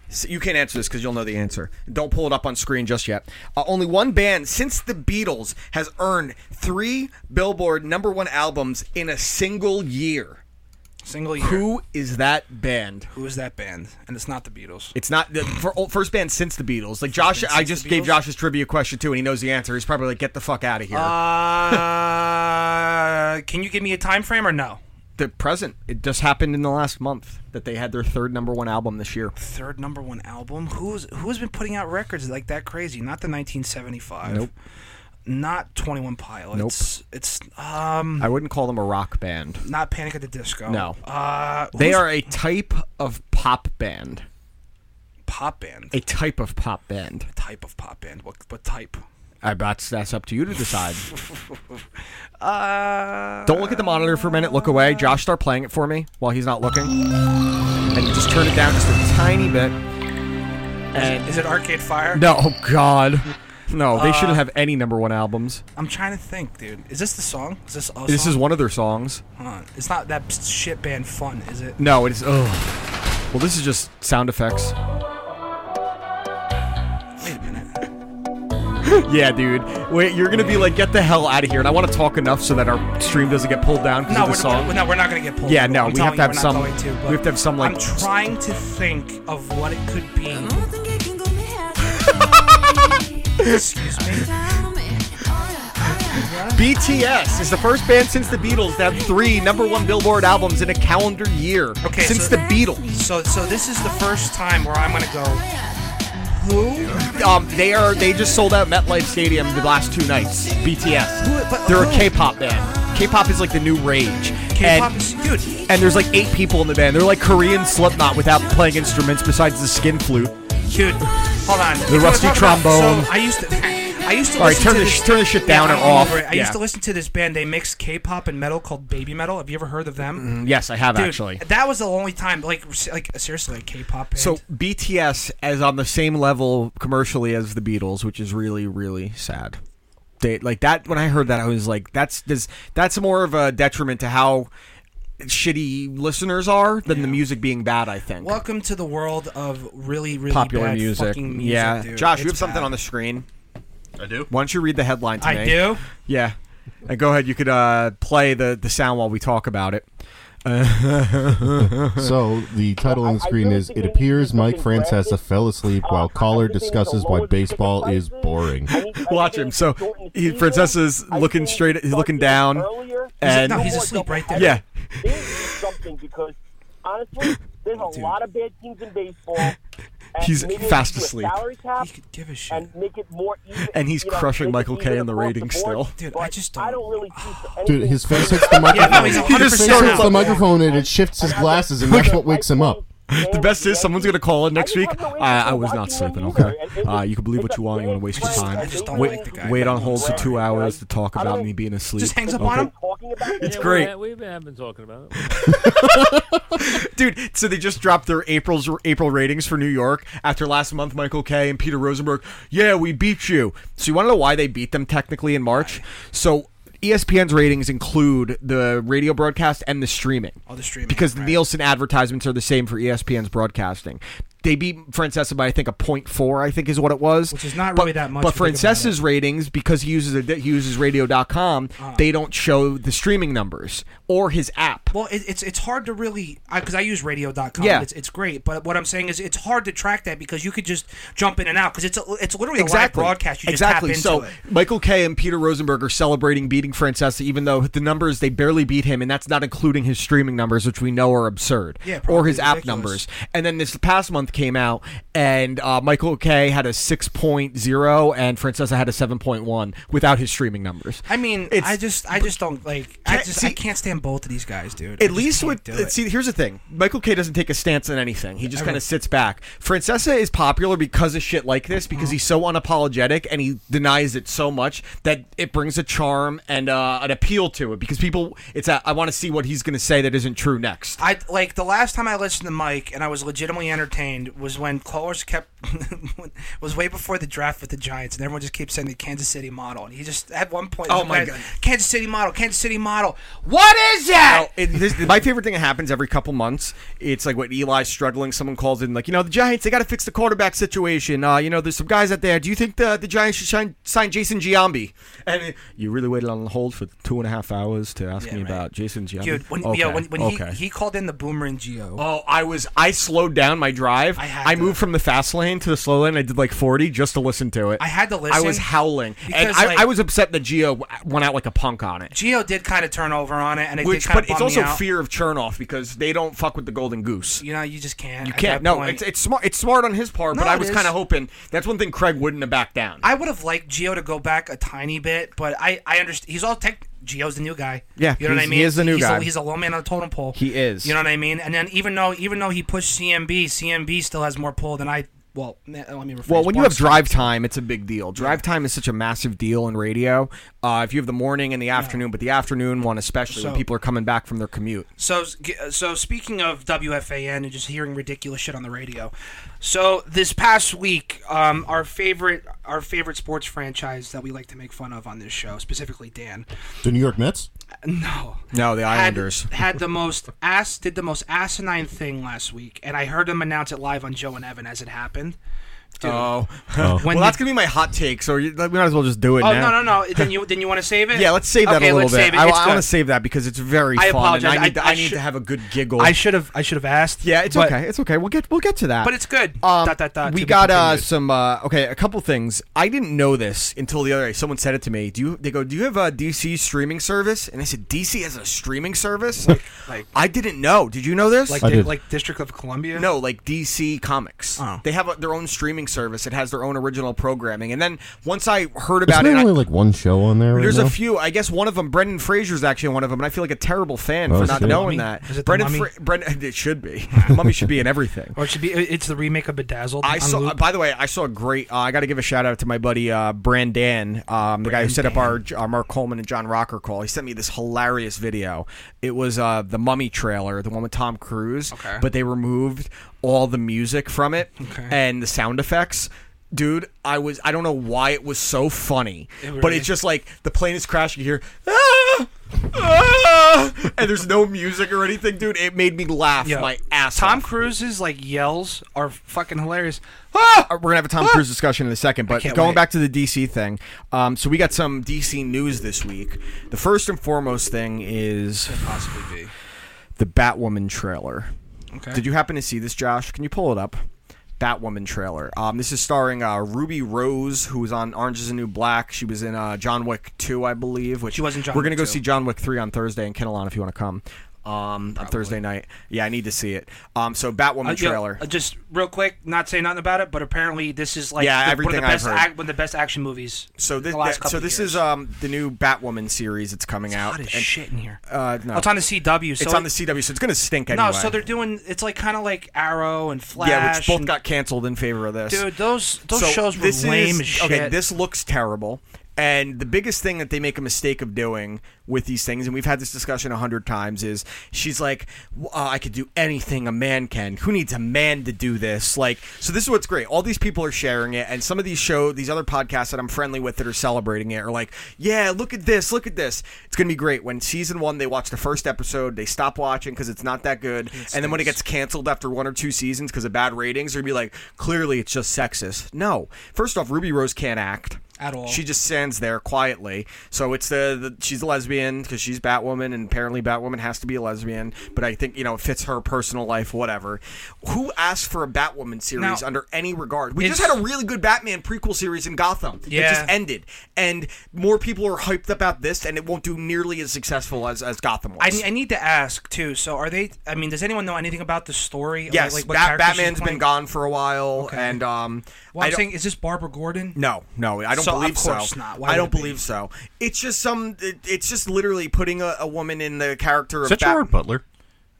so you can't answer this because you'll know the answer. Don't pull it up on screen just yet. Uh, only one band since the Beatles has earned three Billboard number one albums in a single year. Single year. Who is that band? Who is that band? And it's not the Beatles. It's not the for, oh, first band since the Beatles. Like Josh, I just gave Josh his trivia question too, and he knows the answer. He's probably like, "Get the fuck out of here." Uh, can you give me a time frame or no? the present. It just happened in the last month that they had their third number one album this year. Third number one album. Who's who's been putting out records like that crazy? Not the 1975. Nope. not Twenty One Pilots. Nope. It's um I wouldn't call them a rock band. not Panic at the Disco. No. Uh, They who's are a type of pop band. pop band. A type of pop band. type of pop band. What what type? I that's that's up to you to decide. Uh, Don't look at the monitor for a minute. Look away. Josh, start playing it for me while he's not looking, and just turn it down just a tiny bit. And is it Arcade Fire? no, oh God, no. They Uh, shouldn't have any number one albums. I'm trying to think, dude. Is this the song? Is this a song? This is one of their songs. Hold on. It's not that shit band fun, is it? No, it is. Oh, well, this is just sound effects. Wait a minute. Yeah, dude. Wait, you're gonna be like, get the hell out of here. And I want to talk enough so that our stream doesn't get pulled down because No, of we're, the song. we're- no, we're not gonna get pulled. Yeah, I'm no, we have to telling you, have we're not some- going to, but we have to have some, like, I'm trying to think of what it could be. Excuse me. BTS is the first band since the Beatles to have three number one Billboard albums in a calendar year. Okay, since so- the Beatles, So, so this is the first time where I'm gonna go. Who? um, they are they just sold out MetLife Stadium the last two nights. BTS, Who- but they're a who? K-pop band. K-pop is like the new rage. K-pop and, is dude. and there's like eight people in the band. They're like Korean Slipknot without playing instruments besides the skin flute. Dude, hold on. The rusty trombone. so I used to. I used to. All right, listen turn to this- turn this shit down Yeah, or I'm off. over it. I Yeah. used to listen to this band. They mixed K-pop and metal called Baby Metal. Have you ever heard of them? Yes, I have Dude, Mm, actually. that was the only time. Like, se- like seriously, like K-pop. Band. So BTS is on the same level commercially as the Beatles, which is really really sad. They, like that when I heard that I was like that's this, that's more of a detriment to how shitty listeners are than the music being bad, I think. welcome to the world of really, really Popular bad music. fucking music. Yeah. dude. Josh, you It's have something bad. on the screen. I do. Why don't you read the headline to I me? do. Yeah. And go ahead, you could uh, play the the sound while we talk about it. So the title on the screen is "It appears Mike Francesa fell asleep Uh, while caller discusses why baseball is boring." Watch him. So he, Francesca's looking straight he's looking down and no, he's asleep right there. yeah. something because honestly, there's a Dude. lot of bad teams in baseball. and He's maybe they fast should do a asleep. salary cap He could give a shit. and make it more even, And he's you know, crushing make it Michael Caine even in the across ratings board, still. Dude, I but just I don't- don't really see for anything. Dude, his face hits the microphone. Yeah, no, he's He just 100% starts out. hits the up. microphone and it shifts his glasses, and that's what wakes him up. The best is someone's gonna call in next I week. just have no interest I, I in was not watching sleeping. him Okay, either. It- uh, it- you can believe what it's you a want. You want bad to waste your place. time. I just don't wait, like the guy. wait on I'm hold for sorry, two hours guys. to talk I about don't- me being asleep. Just hangs up on him. talking about it. It's great, We've been talking about it. dude. So they just dropped their April's April ratings for New York after last month. Michael K and Peter Rosenberg. Yeah, we beat you. So you want to know why they beat them technically in March? So. E ESPN's ratings include the radio broadcast and the streaming. Oh, the streaming, Because the right. Nielsen advertisements are the same for E ESPN's broadcasting. They beat Francesa by I think a point four, I think is what it was. Which is not But- really that much But if you think about it. Francesa's his ratings because he uses a, he uses radio.com Uh-huh. they don't show the streaming numbers or his app Well, it, it's it's hard to really because I, use radio.com. Yeah. It's, it's great, but what I'm saying is it's hard to track that because you could just jump in and out because it's a, it's literally a live exactly broadcast. You just exactly tap into so it. michael Kay and peter rosenberg are celebrating beating francesa even though the numbers they barely beat him and that's not including his streaming numbers which we know are absurd Yeah, or probably his app ridiculous. numbers and then this past month came out and uh, michael Kay had a 6.0 and francesa had a 7.1 without his streaming numbers I mean, It's- I just I just don't like I Can't- just I see- can't stand both of these guys, dude. I At just least can't with uh, do it. see, here's the thing: Michael K doesn't take a stance on anything. He just kind of sits back. Francesa is popular because of shit like this, because he's so unapologetic and he denies it so much that it brings a charm and uh, an appeal to it. Because people, it's a, I want to see what he's going to say that isn't true next. I like the last time I listened to Mike and I was legitimately entertained was when callers kept was way before the draft with the Giants and everyone just kept saying the Kansas City model and he just at one point Oh, my like, God. Kansas City model Kansas City model what is that Now, it, this, my favorite thing that happens every couple months, it's like when Eli's struggling. Someone calls in, like, you know, the Giants, they got to fix the quarterback situation. Uh, you know, there's some guys out there. Do you think the, the Giants should sign, sign Jason Giambi? And it- you really waited on hold for two and a half hours to ask me right. about Jason Giambi? dude when okay. yeah, when, when okay. he, he called in the Boomer and Geo Oh, I was I slowed down my drive drive. I had I, moved from the fast lane to the slow lane. I did like 40 just to listen to it. I had to I listen was howling, and because, I, like- I was upset that Geo went out like a punk on it. Geo did kind of turn over on it, and it Which, did kind but of it's also me out. fear of Chernoff because they don't fuck with the Golden Goose. You know, you just can't. You at can't. that No, point. it's, it's smart. It's smart on his part, but No, I it was is. kind of hoping that's one thing Craig wouldn't have backed down. I would have liked Geo to go back a tiny bit, but I I understand. He's all tech. Geo's the new guy. Yeah, you know what I he's- mean. he is the new he's guy. A, he's a low man on the totem pole. He is. You know what I mean. And then even though even though he pushed CMB, CMB still has more pull than I. Well, na- let me rephrase. Well, when you Barnes. have drive time, it's a big deal. Drive time is such a massive deal in radio. Uh, if you have the morning and the afternoon, but the afternoon one especially So- when people are coming back from their commute. So, uh, so speaking of WFAN and just hearing ridiculous shit on the radio, so this past week, um, our favorite our favorite sports franchise that we like to make fun of on this show, specifically Dan, The New York Mets? No. No, the had, Islanders. had the most ass did the most asinine thing last week, and I heard him announce it live on Joe and Evan as it happened. Dude. Oh, Oh. well, that's gonna be my hot take. So you, we might as well just do it. Oh, now. no, no, no. Then you then you want to save it? Yeah, let's save that okay, a little let's bit. Save it. I, It's want to good. save that because it's very I fun. and I apologize. need, I- to, I, I need should- to have a good giggle. I should have I should have asked. Yeah, it's but- okay. It's okay. We'll get we'll get to that. But it's good. dot, dot, dot, we to be got uh, continued. some uh, okay. A couple things. I didn't know this until the other day. Someone said it to me. Do you? They go. Do you have a DC streaming service? And I said, DC has a streaming service. Like, like- I didn't know. Did you know this? like di- like District of Columbia. No, like DC Comics. They have a, their own streaming service. It has their own original programming. And then once I heard There's about it, only I- like one show on there right there's now. a few. I guess one of them, Brendan Fraser's actually one of them, and I feel like a terrible fan Oh, for is not it the knowing Mummy? that. Is it the Brendan, Mummy? Brendan, it should be. Mummy should be in everything. Or it should be. It's the remake of Bedazzled. I on saw. loop. uh, by the way, I saw a great. Uh, I got to give a shout out to my buddy uh, Brandan, um, the guy who set up our uh, Mark Coleman and John Rocker call. He sent me this hilarious video. It was uh, the Mummy trailer, the one with Tom Cruise. Okay. But they removed all the music from it Okay. and the sound effects. Dude, I was I don't know why it was so funny, It but really- it's just like the plane is crashing. You hear, "Ah! Ah!" and there's no music or anything, dude. It made me laugh Yeah. my ass Tom off. Cruise's like yells are fucking hilarious. Uh, We're gonna have a Tom Cruise discussion in a second, but Ah! can't going wait. back to the DC thing, um, so we got some DC news this week. The first and foremost thing is possibly be. the Batwoman trailer. Okay. Did you happen to see this, Josh? Can you pull it up? Batwoman trailer. Um, this is starring uh, Ruby Rose, who was on Orange Is the New Black. She was in uh, John Wick Two, I believe. Which She was in John We're gonna Wick go 2. see John Wick Three on Thursday in Kenilon if you want to come. Um, on Thursday night. Yeah, I need to see it. Um, so Batwoman Uh, yeah, trailer. uh, just real quick, not saying nothing about it, but apparently this is like Yeah, the- everything one of the I've best heard. one of the best action movies. So this, the last that- couple so of this years. is um the new Batwoman series that's coming out. hot as and- shit in here. Uh, no, Oh, it's on the CW. So it's on the CW, so it's gonna stink anyway. no, so they're doing it's like kind of like Arrow and Flash. yeah, which both and- got canceled in favor of this. dude. Those those So shows were this lame is, as shit. Okay, this looks terrible. And the biggest thing that they make a mistake of doing with these things, and we've had this discussion a hundred times, is she's like, "W- uh, "I could do anything a man can. Who needs a man to do this?" Like, so this is what's great. All these people are sharing it, and some of these show, these other podcasts that I'm friendly with that are celebrating it are like, "Yeah, look at this, look at this. It's gonna be great." When season one, they watch the first episode, they stop watching because it's not that good, and then when it gets canceled after one or two seasons because of bad ratings, they're gonna be like, "Clearly, it's just sexist." No, first off, Ruby Rose can't act At all. She just stands there quietly. So it's the, the she's a lesbian because she's Batwoman, and apparently Batwoman has to be a lesbian. But I think you know it fits her personal life, whatever. Who asked for a Batwoman series Now- under any regard? We just It's- had a really good Batman prequel series in Gotham. It Yeah. just ended, and more people are hyped about this, and it won't do nearly as successful as, as Gotham was. I, I need to ask too. So are they? I mean, does anyone know anything about the story? yes, like, like what Bat- character she's Batman's been playing? gone for a while, and um, Well, I I'm don't- saying, is this Barbara Gordon? No, no, I don't So, of believe course so. not. Why I would don't it be? believe so. It's just some. It, it's just literally putting a, a woman in the character Is of that Bat- Gerard Butler?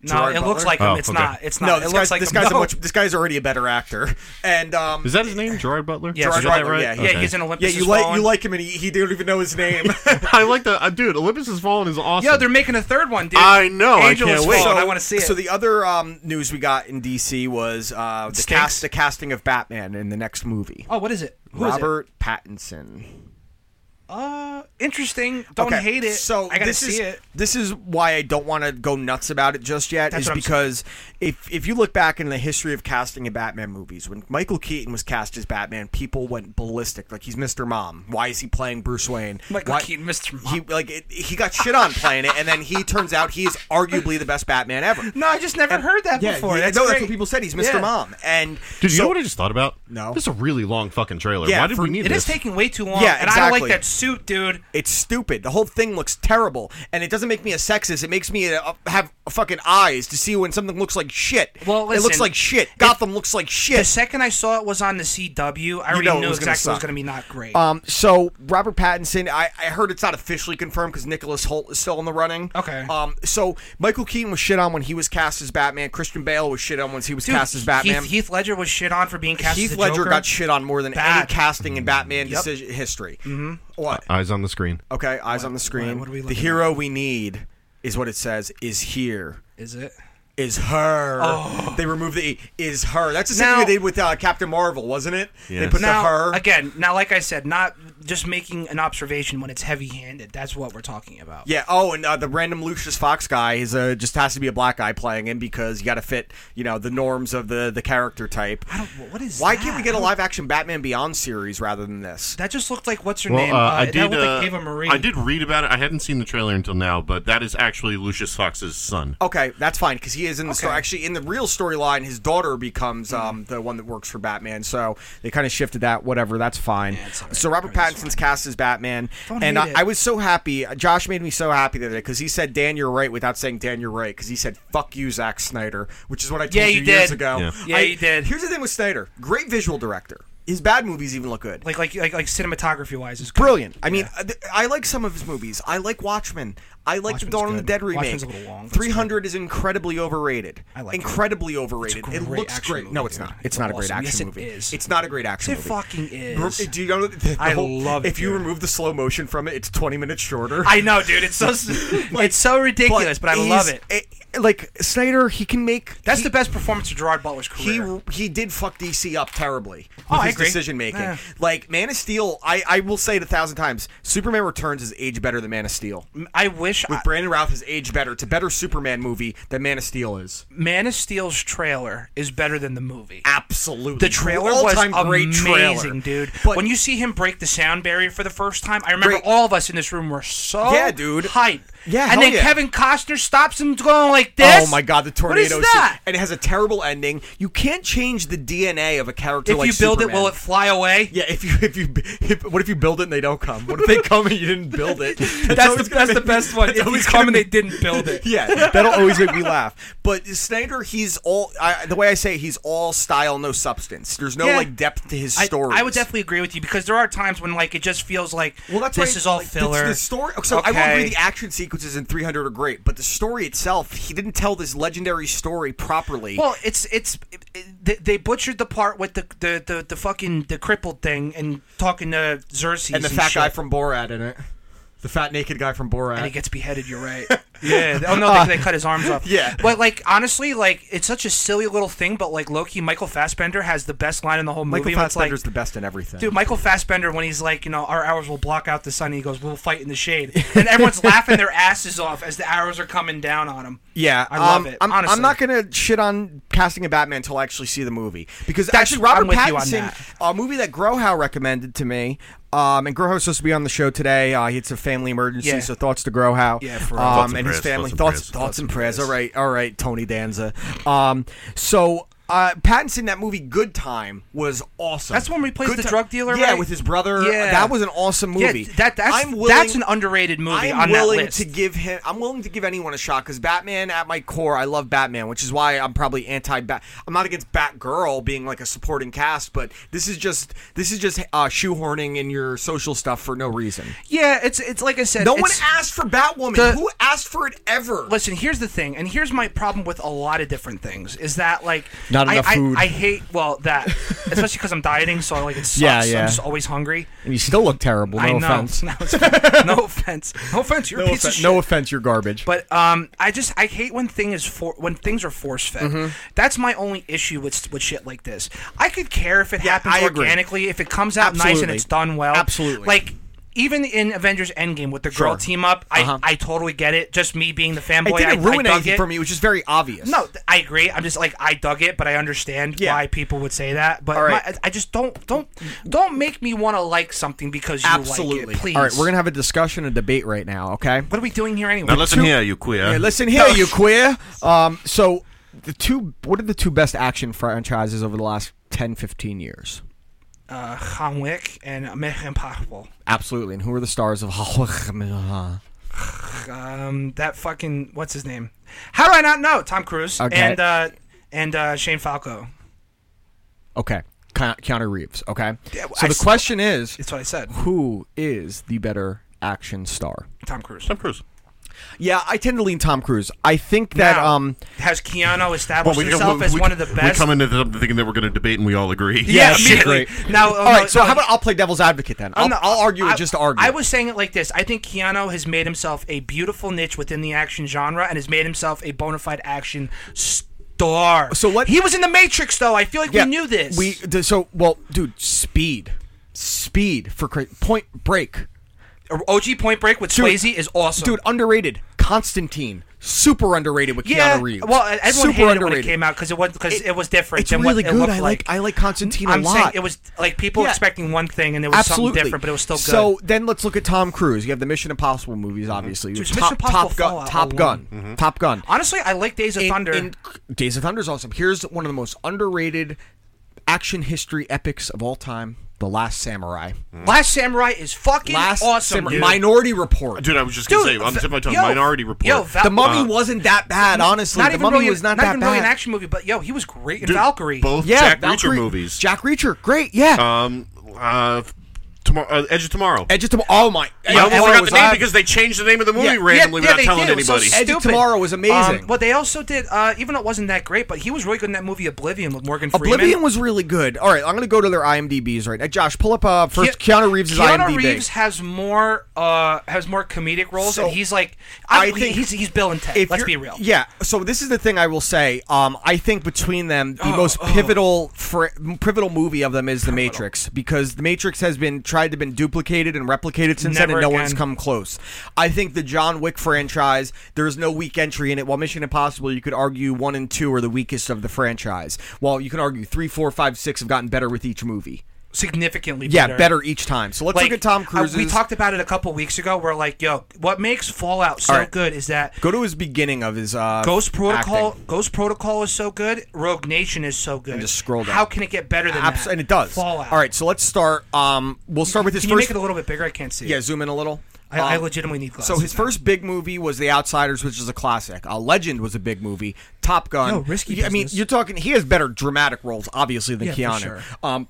No, it looks like him. Oh, it's okay. not. It's not. No, It this looks guy's, like this him. guy's No. a much. This guy's already a better actor, and um, Is that his name, Gerard Butler? Gerard Is that Butler, right? Yeah, he- Okay. he's in Olympus Yeah, you Has like Fallen. you like him, and he, he didn't even know his name. I like the uh, dude. Olympus has fallen is awesome. Yeah, they're making a third one, dude. I know, I Angel can't is wait. Fallen. Oh, I want to see it. So the other um, news we got in DC was uh, the Stinks. cast, the casting of Batman in the next movie. oh, what is it? Who is it? Robert Pattinson. Uh, interesting. Don't Okay, hate it. So I gotta this see is, it. this is why I don't want to go nuts about it just yet. That's is what I'm because if if you look back in the history of casting in Batman movies, when Michael Keaton was cast as Batman, people went ballistic. Like he's Mr. Mom. Why is he playing Bruce Wayne? Michael Why- Keaton, Mr. He like it, he got shit on playing it, and then he turns out he is arguably the best Batman ever. No, I just never heard that yeah, before. yeah, that's no, that's great. what people said. He's Mr. Yeah. Mom, and Dude, you so- know what I just thought about? No. This is a really long fucking trailer. Yeah, Why did for- we need it this? is taking way too long. Yeah, and I don't like exactly. that suit, dude. It's stupid. The whole thing looks terrible, and it doesn't make me a sexist. It makes me uh have fucking eyes to see when something looks like shit. Well, it looks listen, like shit. Gotham looks like shit. The second I saw it was on the CW, I You already know it knew was gonna exactly it was suck. going to be not great. Um, so Robert Pattinson, I, I heard it's not officially confirmed because Nicholas Holt is still in the running. Okay. Um, so Michael Keaton was shit on when he was cast as Batman. Christian Bale was shit on when he was Dude, cast as Batman. Heath, Heath Ledger was shit on for being cast Heath as the Ledger Joker. got shit on more than any Bad. casting in Batman Yep. decision history. Mhm. What? Eyes on the screen. Okay, eyes on the screen. what are we the looking hero we need is what it says is here. Is it? Is her? Oh. They removed the e. is her. That's the same Now- thing they did with uh, Captain Marvel, wasn't it? They put now, the her. again. Now, like I said, not just making an observation when it's heavy-handed. That's what we're talking about. Yeah. Oh, and uh, the random Lucius Fox guy is uh, just has to be a black guy playing him because you got to fit, you know, the norms of the the character type. I don't. What is? Why can't we get a live action Batman Beyond series rather than this? That just looked like what's her Well, name? uh, I that did. looked uh, like Ava Marie. I did read about it. I hadn't seen the trailer until now, but that is actually Lucius Fox's son. Okay, that's fine because he is in the story. Okay. Mm. Actually, in the real storyline, his daughter becomes um, the one that works for Batman. So they kind of shifted that. Whatever, that's fine. So Robert Pattinson's cast as Batman, Don't and hate I, it. I was so happy. Josh made me so happy the other day because he said, "Dan, you're right," without saying, "Dan, you're right," because he said, "Fuck you, Zack Snyder," which is what I told Yeah, you, you years did. ago. Yeah. Yeah, I- you did. Here's the thing with Snyder: great visual director. His bad movies even look good. Like, like, like, like cinematography-wise, is Brilliant. I mean, I- th- I like some of his movies. I like Watchmen. I like The Dawn of the Dead remake. Watchmen's a little long, but it's 300 is incredibly overrated. I like it. incredibly overrated. It's a it great looks action great. movie, no, it's dude. not. It's not a great Awesome. action Yes, it movie. is. It's not a great action It movie. fucking is. Bro, Do you know? The, the I whole- love it, If you dude. remove the slow motion from it, it's 20 minutes shorter. I know, dude. It's so it's so ridiculous, but, I he's- love it. it- Like Snyder, he can make. That's he- the best performance of Gerard Butler's career. he he did fuck DC up terribly with Oh, I his agree. decision making. Yeah. Like Man of Steel, I, I will say it a thousand times. Superman Returns is age better than Man of Steel. I wish With Brandon Routh is age better. It's a better Superman movie than Man of Steel is. Man of Steel's trailer is better than the movie. Absolutely, The trailer was All-time amazing, great trailer. dude. But- when you see him break the sound barrier for the first time, I remember all of us in this room were so Yeah, dude. hype. Yeah, hell and then yeah. Kevin Costner stops him going like this. Oh my god, the tornado! What scene. is that? And it has a terrible ending. You can't change the DNA of a character. If like you build it, Superman. will it fly away? Yeah, if you if you if, what if you build it and they don't come? What if they come and you didn't build it? That's, always the, gonna that's the make me- best one. that's If we always come gonna and they make- didn't build it. yeah, that'll always make me laugh. But Snyder, he's all I, the way I say, he's all style, no substance. There's no Yeah. like depth to his I- story. I, would definitely agree with you because there are times when like it just feels like Well, that's this why, is all like, the- filler. The, story. So I will Okay. agree the action sequences in 300 are great, but the story itself, he didn't tell this legendary story properly. Well, it's it's it, it- they- they butchered the part with the the, the, the fucking the crippled thing and talking to Xerxes and the fat guy shit. from Borat in it, the fat naked guy from Borat. and he gets beheaded. You're right. yeah. Oh no, they, they cut his arms off. Yeah. But like honestly, like it's such a silly little thing. But like Loki, Michael Fassbender has the best line in the whole movie. Michael when it's like, Fassbender's the best in everything. Dude, Michael Fassbender, when he's like, you know, our arrows will block out the sun, he goes, we'll fight in the shade. And everyone's laughing their asses off as the arrows are coming down on him. Yeah, I love um, it. I'm, I'm honestly. not gonna shit on casting a Batman until I actually see the movie because That's- actually Robert I'm with you on Pattinson, that. a movie that Grohow recommended to me, um, and Grohow's supposed to be on the show today. Uh, he had some family emergency, Yeah. so thoughts to Grohow, Yeah, for real. um, Thoughts and and his prayers, family. thoughts and Thoughts, prayers, thoughts, and prayers. All right, all right, Tony Danza. Um, so. Uh, Pattinson, that movie Good Time was awesome. That's when we plays Good the Ti- drug dealer, Yeah, right? with his brother. Yeah. that was an awesome Yeah, movie. that- that's- I'm willing, that's an underrated movie I'm on that willing list. to give him. I'm willing to give anyone a shot because Batman, at my core, I love Batman, which is why I'm probably anti. Bat I'm not against Batgirl being like a supporting cast, but this is just this is just uh, shoehorning in your social stuff for no reason. Yeah, it's it's like I said. No one it's- asked for Batwoman. The- Who asked for it ever? Listen, here's the thing, and here's my problem with a lot of different things is that like Not I, enough I- food. I, hate well that, especially because I'm dieting, so like it sucks. Yeah, yeah. I'm just always hungry. And you still look terrible. I know. No, it's- no offense. No offense. You're a piece of shit. offense. You're garbage. But um, I just I hate when thing is for when things are force fed. Mhm. That's my only issue with with shit like this. I could care if it happens I agree. organically, if it comes out nice and Absolutely. it's done well. Absolutely. Like even in Avengers Endgame with the girl Sure. team up, I, Uh-huh. I totally get it. Just me being the fanboy, it didn't I, ruin I dug anything it. for me. It was just very obvious. No, th- I agree. I'm just like I dug it, but I understand why people would say that. But All right. my- I I just don't don't don't make me want to like something because you Absolutely. like it. Please. All right, we're gonna have a discussion, a debate right now. Okay. What are we doing here anyway? Now listen Two- here, you queer. Yeah, listen here, you queer. Um, so the two, what are the two best action franchises over the last 10, 15 years? Uh, Han Wick and Mission Impossible. Absolutely. And who are the stars of? Um, that fucking what's his name? How do I not know? Tom Cruise Okay. and uh, and uh, Shane Falco. okay, Ke- Keanu Reeves. Okay. Yeah, well, so I the s- question is, that's what I said. Who is the better action star? Tom Cruise. Tom Cruise. Yeah, I tend to lean Tom Cruise. I think that Now, um, Has Keanu established we- himself we- as we- one of the best? We come into something thinking that we're going to debate and we all agree. Yeah, um, Yeah, shit. great. Now, oh, all right. no, so no, how about I'll play devil's advocate then? I'll, I'm not- I'll argue I- it just to argue. I was saying it like this. I think Keanu has made himself a beautiful niche within the action genre and has made himself a bona fide action star. So what? He was in the Matrix, though. I feel like Yeah, we knew this. We d- so well, dude. Speed, speed for cra- Point Break. OG Point Break with Dude, Swayze is awesome. dude. Underrated. Constantine, super underrated with yeah. Keanu Reeves. Well, e-, everyone super hated it when it underrated. came out because it was because it, was different. it's than really what it good. looked I like, I like Constantine a I'm lot. saying it was like people Yeah. expecting one thing and there was Absolutely. something different, but it was still good. Mm-hmm. So then let's look at Tom Cruise. You have the Mission Impossible movies, obviously. You Dude, have Mission Top, Impossible Top Gun, Fallout Top Gun, alone. Top Gun. honestly, I like Days of Thunder. Days of Thunder is awesome. Here's one of the most underrated action history epics of all time: The Last Samurai. Last Samurai is Mm-hmm. fucking Last awesome. Samurai- dude. Minority Report. Dude, I was just going to say, on the tip of my tongue, yo, Minority Report. yo, Val- the Mummy Uh, wasn't that bad, honestly. Not the even Mummy really, was not, that even bad. really an action movie, but yo, he was great in Dude, Valkyrie. Both Yeah, Jack Valkyrie- Reacher movies. Jack Reacher, great, yeah. Um, uh, tomorrow, uh, Edge of Tomorrow. Edge of Tomorrow. Oh my! I Edge almost of forgot Tomorrow the name was- because they changed the name of the movie Yeah, yeah, randomly yeah, without they telling did. It was so anybody. Edge of Tomorrow was amazing. Um, well, they also did, uh, even though it wasn't that great, but he was really good in that movie Oblivion with Morgan Freeman. Oblivion was really good. All right, I'm going to go to their IMDb's right now. Josh, pull up uh, first Keanu Reeves' Keanu IMDb. Reeves has more uh, has more comedic roles, So, and he's like, I, I think- he's he's Bill and Ted. If Let's be you're- real. Yeah. So this is the thing I will say. Um, I think between them, Oh, the most pivotal fr- pivotal movie of them is The Matrix because The Matrix has been tried to been duplicated and replicated since then, Never and no one's again. come close. I think the John Wick franchise, there is no weak entry in it. While Mission Impossible, you could argue one and two are the weakest of the franchise. While you can argue three, four, five, six have gotten better with each movie. Significantly Yeah, better. better each time. So let's Like, look at Tom I- Cruise. we talked about it a couple weeks ago. We're like, yo, what makes Fallout so All right. good is that Go to his beginning of his uh, Ghost Protocol. acting. Ghost Protocol is so good. Rogue Nation is so good. just scroll down. How can it get better than Abs- that? and it does. Fallout. All right, so let's start. Um, we'll start with his Can you first. make it a little bit bigger? I can't see. yeah, it. zoom in a little. I, I Um, legitimately need glasses. so his first big movie was The Outsiders, which is a classic. Uh, Legend was a big movie. Top Gun. No, risky Yeah, I mean, business. you're talking. He has better dramatic roles, obviously, than Yeah, Keanu. for sure. Um,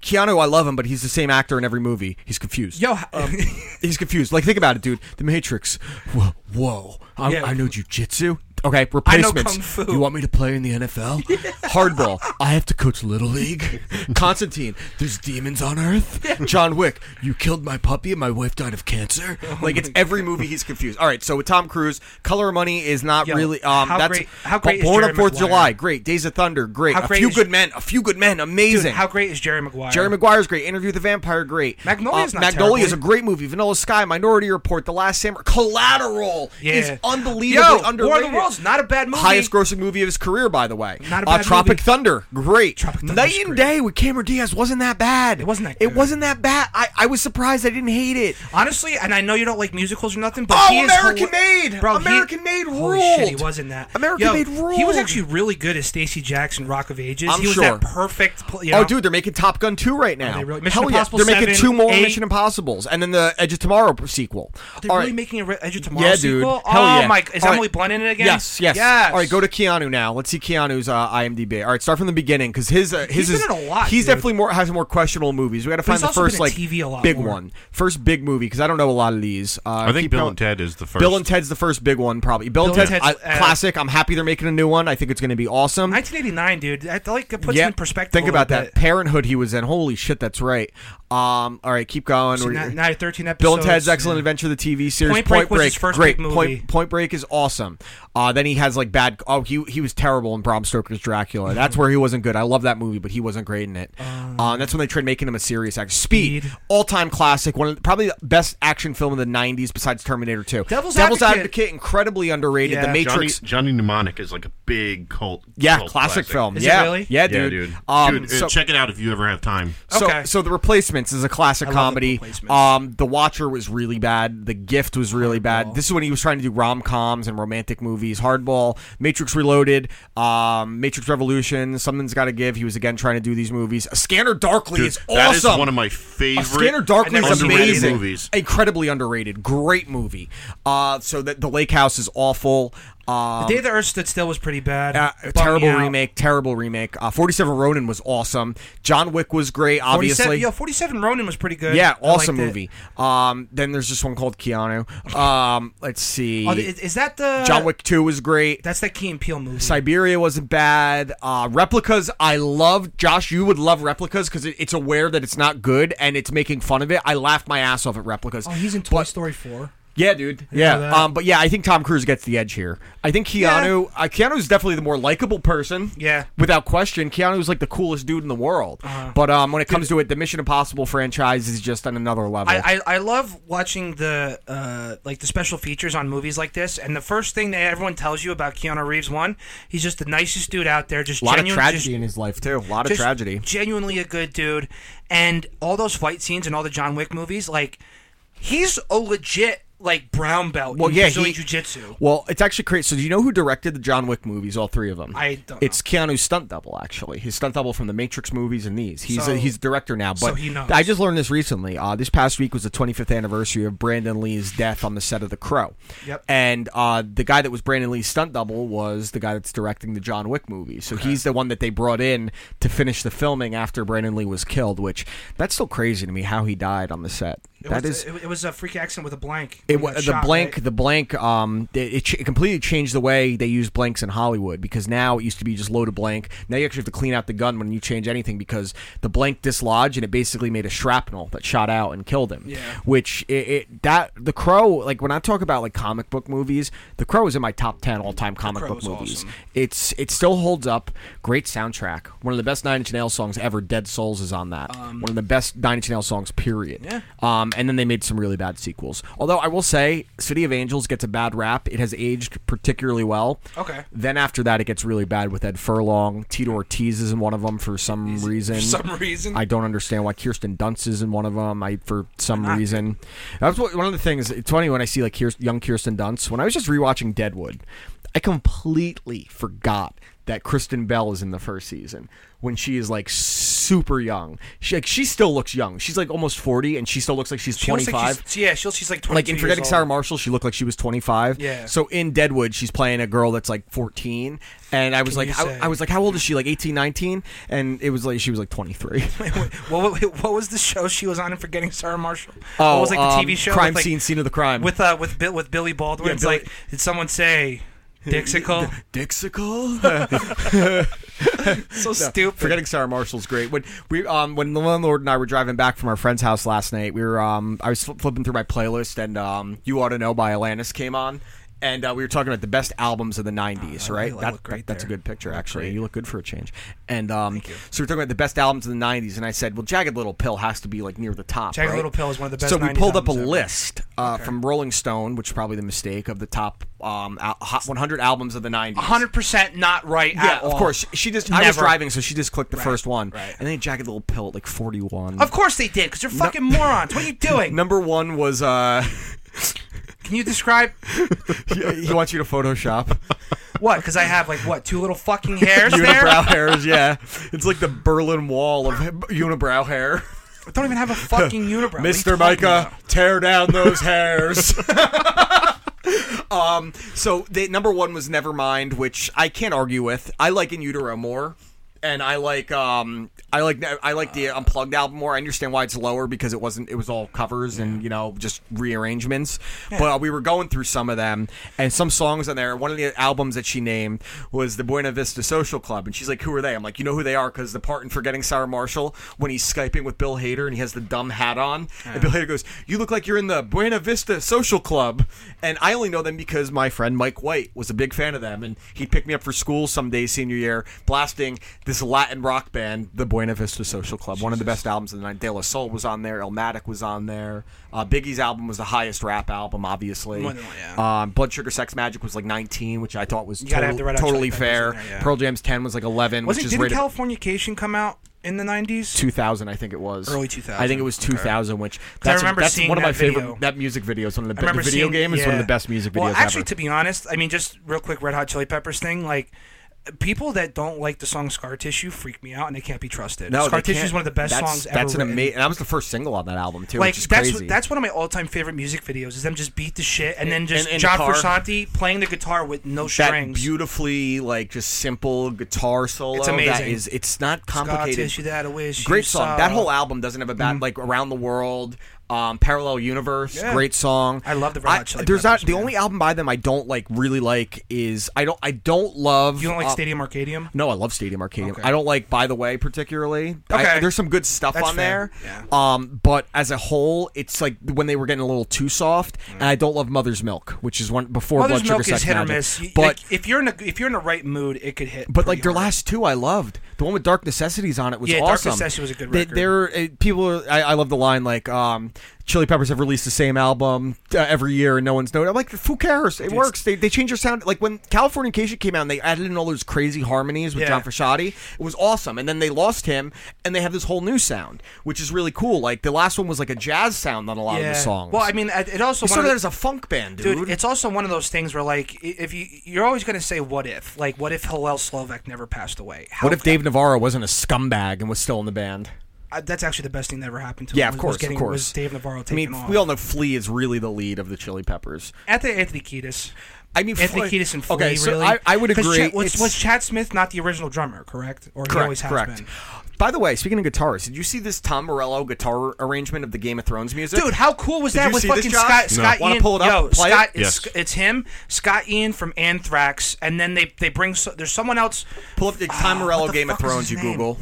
Keanu, I love him, but he's the same actor in every movie. He's confused. Yo, um, he's confused. Like, think about it, dude. The Matrix. Whoa, whoa. I, Yeah. I know jujitsu. Okay, I know replacements. kung fu. You want me to play in the NFL? Hardball. I have to coach little league. Constantine. There's demons on Earth. John Wick. You killed my puppy and my wife died of cancer. Oh like it's every movie he's confused. All right, so with Tom Cruise, Color of Money is not Yo, really. Um, how that's great- how but great is Born Jerry on Fourth of Maguire? July. Great. Days of Thunder. Great. How a great few is- good men. A few good men. Dude, Amazing. how great is Jerry Maguire? Jerry Maguire's great. Interview with the Vampire, great. Uh, Magnolia's not Magnolia is a terrible. great movie. Vanilla Sky, Minority Report, The Last Samurai, Collateral Yeah. is unbelievably Yo, underrated. War of the Worlds, not a bad movie. Highest grossing movie of his career, by the way. Not a Uh, bad Tropic movie. Thunder, great. Tropic Thunder's Night and great. Day with Cameron Diaz wasn't that bad. It wasn't that It good. wasn't that bad. I, I was surprised. I didn't hate it. Honestly, and I know you don't like musicals or nothing, but Oh, he is American hila- Made! Bro, he- American Made Holy shit, he ruled! wasn't that. American Yo, Made He was ruled! actually really good as Stacy Jackson, Rock of Ages. I'm he was sure. that perfect. Pl- you know, Oh, dude, they're making Top Gun 2 right now. they really? Mission Hell yeah. Impossible They're making 7, two more 8. Mission Impossibles and then the Edge of Tomorrow sequel. They're All really right. making a Re- Edge of Tomorrow Yeah, dude. sequel. Hell oh yeah. my! Is All right. Emily Blunt in it again? Yes, yes, yes. All right, go to Keanu now. Let's see Keanu's uh, IMDb. All right, start from the beginning because his uh, his He's is been in a lot, He's dude. definitely more has more questionable movies. We got to But find he's the also first been in like TV a lot big more. one, first big movie because I don't know a lot of these. Uh, I think keep Bill going. and Ted is the first. Bill and Ted's the first big one, probably. Bill, Bill and and Ted's, Ted's, I- uh, classic. I'm happy they're making a new one. I think it's going to be awesome. 1989, dude. That like that puts it in perspective. Think a about little that Parenthood he was in. Holy shit, that's right. Um, all right, keep going. bit. So We're- now, now 13 episodes. Bill and Ted's Excellent Adventure, the TV series. Point Break was his first great. big movie. Point, Point Break is awesome. Uh, Uh, then he has like bad. Oh, he he was terrible in Bram Stoker's Dracula. That's where he wasn't good. I love that movie, but he wasn't great in it. Um, Uh, that's when they tried making him a serious actor. Speed, all time classic, one of the, probably the best action film of the '90s besides Terminator 2. Devil's Advocate, Advocate. incredibly underrated. The Matrix. Johnny, Johnny Mnemonic is like a big cult. Yeah, cult classic film. Is it Yeah. really? Yeah, dude. Um, Dude, uh, so- check it out if you ever have time. So, so the replacements is a classic I love The comedy. Replacements. um, the Watcher was really bad. The Gift was really bad. This is when he was trying to do rom coms and romantic movies. Hardball, Matrix Reloaded, um, Matrix Revolution. Something's got to give. He was again trying to do these movies. A Scanner Darkly Dude, is awesome. that is one of my favorite A Scanner Darkly is underrated amazing. movies. Incredibly underrated. Great movie. Uh, so that the Lake House is awful. Um, the Day the Earth Stood Still was pretty bad. uh, Bummed me terrible out. remake, terrible remake. Uh, 47 Ronin was awesome. John Wick was great, 47, obviously. yo, 47 Ronin was pretty good. Yeah, I liked awesome it. movie. Um, then there's this one called Keanu. Um, let's see. Oh, is, is that the John Wick Two was great. That's that Key and Peele movie. Siberia wasn't bad. Uh, replicas, I love. Josh, you would love replicas because it, it's aware that it's not good and it's making fun of it. I laughed my ass off at replicas. Oh, he's in Toy Story 4. Yeah, dude. Didn't know Yeah. that. Um, but yeah, I think Tom Cruise gets the edge here. I think Yeah. Keanu. Uh, Keanu's definitely the more likable person. Yeah. Uh-huh. Without question, Keanu's like the coolest dude in the world. But um, when it comes to it, the Mission Impossible franchise is just on another level. I, I, I love watching the uh, like the special features on movies like this, and the first thing that everyone tells you about Keanu Reeves one, he's just the nicest dude out there. Just a lot genuine, of tragedy just- in his life too. A lot of just tragedy. Genuinely a good dude, and all those fight scenes and all the John Wick movies, like he's a legit like brown belt Well, in yeah, Brazilian he- jiu-jitsu. Well, it's actually crazy. So, do you know who directed the John Wick movies? All three of them. I don't It's Keanu's stunt double, actually. His stunt double from the Matrix movies and these. He's So- a, he's a director now. But so he knows. I just learned this recently. Uh, this past week was the 25th anniversary of Brandon Lee's death on the set of The Crow. Yep. And uh, the guy that was Brandon Lee's stunt double was the guy that's directing the John Wick movies. So he's the one that they brought in to finish the filming after Brandon Lee was killed. Which that's still crazy to me how he died on the set. It that is. was, it, it was a freak accident with a blank. It when he wa- got the shot, blank, right? the blank. Um, it, it, ch- it completely changed the way they use blanks in Hollywood because now it used to be just load a blank. Now you actually have to clean out the gun when you change anything because the blank dislodged and it basically made a shrapnel that shot out and killed him. Yeah. Which it, it that the Crow like when I talk about like comic book movies, the Crow is in my top ten all time comic Crow book is movies. It's it still holds up. Great soundtrack. One of the best Nine Inch Nails songs ever. Dead Souls is on that. One of the best Nine Inch Nails songs. Period. Um, Yeah. Um, and then they made some really bad sequels. Although I will say, City of Angels gets a bad rap. It has aged particularly well. Okay. Then after that, it gets really bad with Ed Furlong. Tito Ortiz is in one of them for some reason. some reason. I don't understand why Kirsten Dunst is in one of them. I for some not? reason. That's what, one of the things. It's funny when I see like Kirst, young Kirsten Dunst. When I was just rewatching Deadwood, I completely forgot that Kristen Bell is in the first season when she is like super young. She like she still looks young. She's like almost forty, and she still looks like she's She twenty looks like five. she's- yeah, she looks- she's like 22 like in years Forgetting old. Sarah Marshall, she looked like she was twenty five. Yeah. So in Deadwood, she's playing a girl that's like fourteen, and I was Can you like, I, say? I was like, how old is she? Like 18, 19? and it was like she was like twenty three. What, what, what was the show she was on in Forgetting Sarah Marshall? Oh, what was like the um, TV show? Crime with, like, scene, scene of the crime. with uh with Bill with Billy Baldwin. Yeah, it's Billy- like did someone say Dixicle? Dixicle. so stupid. Forgetting Sarah Marshall's great. When we um when the landlord and I were driving back from our friend's house last night, we were um I was fl- flipping through my playlist and um You Ought to Know by Alanis came on. And uh, we were talking about the best albums of the Oh, '90s, right? That- that- that's a good picture, actually. You look good for a change. And um, so we we're talking about the best albums of the '90s, and I said, "Well, Jagged Little Pill has to be like near the top." Jagged right? Little Pill is one of the best So we 90s pulled up a albums ever. list uh, from Rolling Stone, which is probably the mistake of the top um, al- hot 100 albums of the '90s. Hundred percent not right. Yeah, at of all. course. She just I was Never. driving, so she just clicked the Right, first one, right. and then jagged little pill at like forty one. Of course they did, because they're fucking morons. What are you doing? Number one was uh, Can you describe he, he wants you to Photoshop what? Because I have like what two little fucking hairs there. unibrow hairs. Yeah, it's like the Berlin Wall of unibrow hair. I don't even have a fucking unibrow. Mr. Micah, tear down those hairs. um, so the number one was Nevermind, which I can't argue with. I like In Utero more, and I like um, I like I like the unplugged album more. I understand why it's lower because it wasn't it was all covers and you know just rearrangements. Yeah. But uh, we were going through some of them and some songs on there. One of the albums that she named was the Buena Vista Social Club, and she's like, "Who are they?" I'm like, "You know who they are because the part in Forgetting Sarah Marshall when he's skyping with Bill Hader and he has the dumb hat on, and Bill Hader goes, "You look like you're in the Buena Vista Social Club," and I only know them because my friend Mike White was a big fan of them, and he picked me up for school someday senior year, blasting this Latin rock band, the Buena Vista Social Club. One of the best albums of the night. De La Soul was on there. Elmatic was on there. Uh, Biggie's album was the highest rap album, obviously. Well, yeah. Um, Blood Sugar Sex Magic was like 19, which I thought was You gotta have total- the Red Hot Chili totally Peppers fair. in there, yeah. Pearl Jam's 10 was like 11, Wasn't which is didn't rated Californication come out in the nineties? 2000, I think it was. Early 2000. I think it was Okay. 2000, which 'Cause I that's, remember that's seeing one of my that video. favorite. That music video is one of the, I best. remember the video seeing- game is one of yeah. the best music videos Well, actually, ever. to be honest, I mean, just real quick, Red Hot Chili Peppers thing, like. People that don't like the song "Scar Tissue" freak me out, and they can't be trusted. they "Scar Tissue" can't- is one of the best that's, songs ever. That's an written. amazing. That was the first single on that album too, like which is that's crazy. that's one of my all time favorite music videos. Is them just beat the shit and then just And- and John car. Frusciante playing the guitar with no that strings. beautifully like just simple guitar solo. It's amazing. That is, it's not complicated. Scar tissue that I wish. great you song. saw. That whole album doesn't have a bad like around the world. Um, Parallel Universe, Yeah. great song. I love the Red I, Hot Chili there's not Peppers, the only album by them I don't like really like is I don't I don't love. You don't like uh, Stadium Arcadium? No, I love Stadium Arcadium. Okay. I don't like By the Way particularly. I- Okay. there's some good stuff That's on fair. there. Um, but as a whole, it's like when they were getting a little too soft. And I don't love Mother's Milk, which is one before Mm. Mother's Blood Oh, Milk Sugar is Sex hit Magic. or miss. You- But like, if you're in a if you're in the right mood, it could hit. but like their last two, I loved the one with Dark Necessities on it was Yeah, Dark awesome. Necessities was a good They- record. There, uh, people. Are, I, I love the line like, um, "Chili Peppers have released the same album uh, every year, and no one's noted." I'm like, who cares? It works. They, they change their sound. Like when Californication came out, and they added in all those crazy harmonies with Yeah. John Frusciante. It was awesome. And then they lost him, and they have this whole new sound, which is really cool. Like the last one was like a jazz sound on a lot of Yeah. the songs. Well, I mean, it it also It one started of the- out as a funk band, dude. dude. It's also one of those things where like i- if you you're always going to say what if like what if Hillel Slovak never passed away? How, what if Dave Navarro wasn't a scumbag and was still in the band? uh, that's actually the best thing that ever happened to Yeah, him. of was- course, was getting, of course. Was Dave Navarro I taking mean, off? we all know Flea is really the lead of the Chili Peppers. Anthony, Anthony Kiedis. I mean, Anthony Flea- Kiedis and Flea. okay, so really? I- I would 'Cause agree, Chad- was, it's- was Chad Smith not the original drummer? Correct. Or he always has been. By the way, speaking of guitarists, did you see this Tom Morello guitar arrangement of the Game of Thrones music? Dude, how cool was Did that you with see this, fucking Josh? Scott? Scott Wanna Ian. pull it up yo, and play Scott, it? It's, it's him. Scott Ian from Anthrax, and then they they bring so, there's someone else. Pull up the Ah, Tom Morello Game of Thrones. You Google.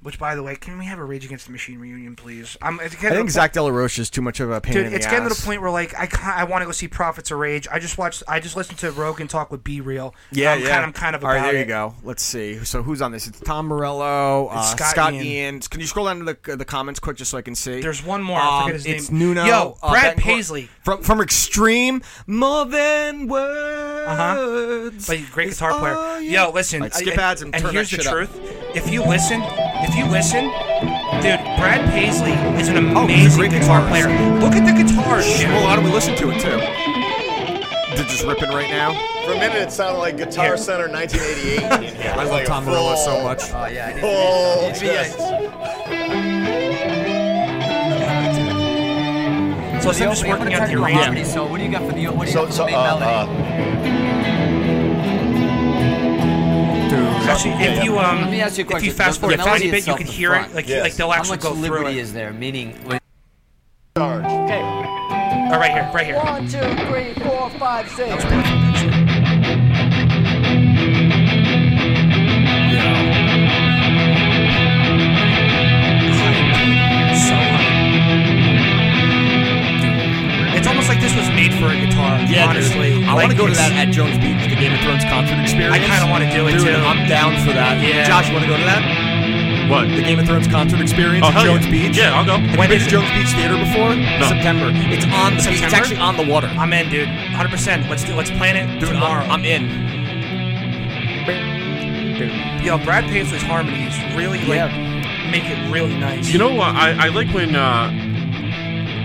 Which, by the way, can we have a Rage Against the Machine reunion, please? I'm, it's I getting to think the Zach Della Roche is too much of a point- pain in Dude, the it's ass. getting to the point where like I can't, I want to go see Prophets of Rage. I just watched. I just listened to Rogan talk with B Real. Yeah, I'm yeah. Kind, I'm kind of All right, about there you it. go. Let's see. So who's on this? It's Tom Morello, uh, It's Scott Scott, Ian. Ian. Can you scroll down to the, the comments quick just so I can see? There's one more. I Um, forget his it's name. Nuno. Yo, uh, Brad Betancourt. Paisley. from from Extreme. More than words. Uh huh. But great guitar player. Yo, listen. Like, I- skip and- ads and turn here's that the shit up. truth. If you listen, if you listen, dude, Brad Paisley is an Oh, he's a amazing great guitar guitarist. player. Look at the guitars. dude. Well, why don't we listen to it too? They're just ripping right now. For a minute, it sounded like Guitar Center 1988. in here. I It's love like a Tom Morello full- so much. Oh yeah. Oh, So I'm just working out the arrangement. So what do you got for the what do you So- got for so, the main uh, melody? Actually, if you um, Let me ask you a if you question. fast forward The a tiny melody bit, you itself can is hear it. fine. Like Yes. like they'll How actually much go through liberty it. is there? Meaning, when- Charge. Okay. All Oh, right here, right here. One, two, three, four, five, six. So hard. It's almost like this was made for a guitar. Yeah, dude. honestly. I Like, want to go to it's- that at Jones Beach, the Game of Thrones concert experience. I kinda wanna do it, Dude, too. I'm down for that. Yeah. Josh, you want to go to that? What? The Game of Thrones concert experience Oh, at hell Jones yeah. Beach. Yeah, I'll go. Have When you been is to it? Jones Beach Theater before? No. September. It's on the beach. It's September? actually on the water. I'm in, dude. 100. percent Let's do. Let's plan it Dude, tomorrow. I'm, I'm in. Yo, Brad Paisley's harmonies really like make it really nice. You know what? I, I like when uh,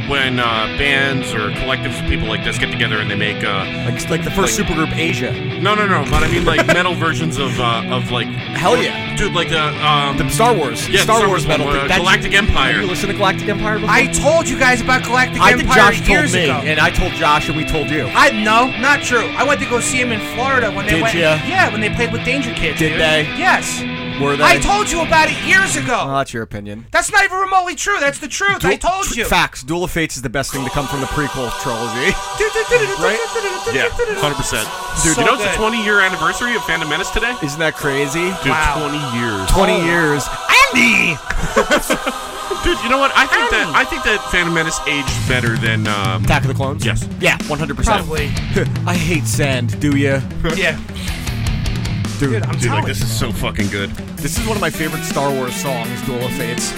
when uh, bands or collectives of people like this get together and they make uh, like like the first supergroup Asia. No, no, no. But I mean like metal versions of uh, of like hell yeah, dude. Like uh, um, the Star Wars. Yeah, Star, Star Wars Wars metal. one, uh, thing. That- Galactic Empire. Have you listened to Galactic Empire before? I told you guys about Galactic I think Empire Josh told years me, ago. and I told Josh, and we told you. I no, not true. I went to go see him in Florida when they Did went. ya? Yeah, when they played with Danger Kids. Did dude. they? Yes. Were they? I told you about it years ago. Well, that's your opinion. That's not even remotely true. That's the truth. I Duel- told tr- you. Facts. Duel of Fates is the best thing to come from the prequel trilogy. right? Yeah, hundred percent. Dude, So you know it's good. a twenty-year anniversary of Phantom Menace today. Isn't that crazy? Dude, Wow. twenty years. 20 years. Andy! Dude, you know what? I think that I think that Phantom Menace aged better than um, Attack of the Clones. Yes. Yeah, 100%. I hate sand, do ya? Yeah. Dude, I'm Dude, like this is so fucking good. This is one of my favorite Star Wars songs, Duel of Fates.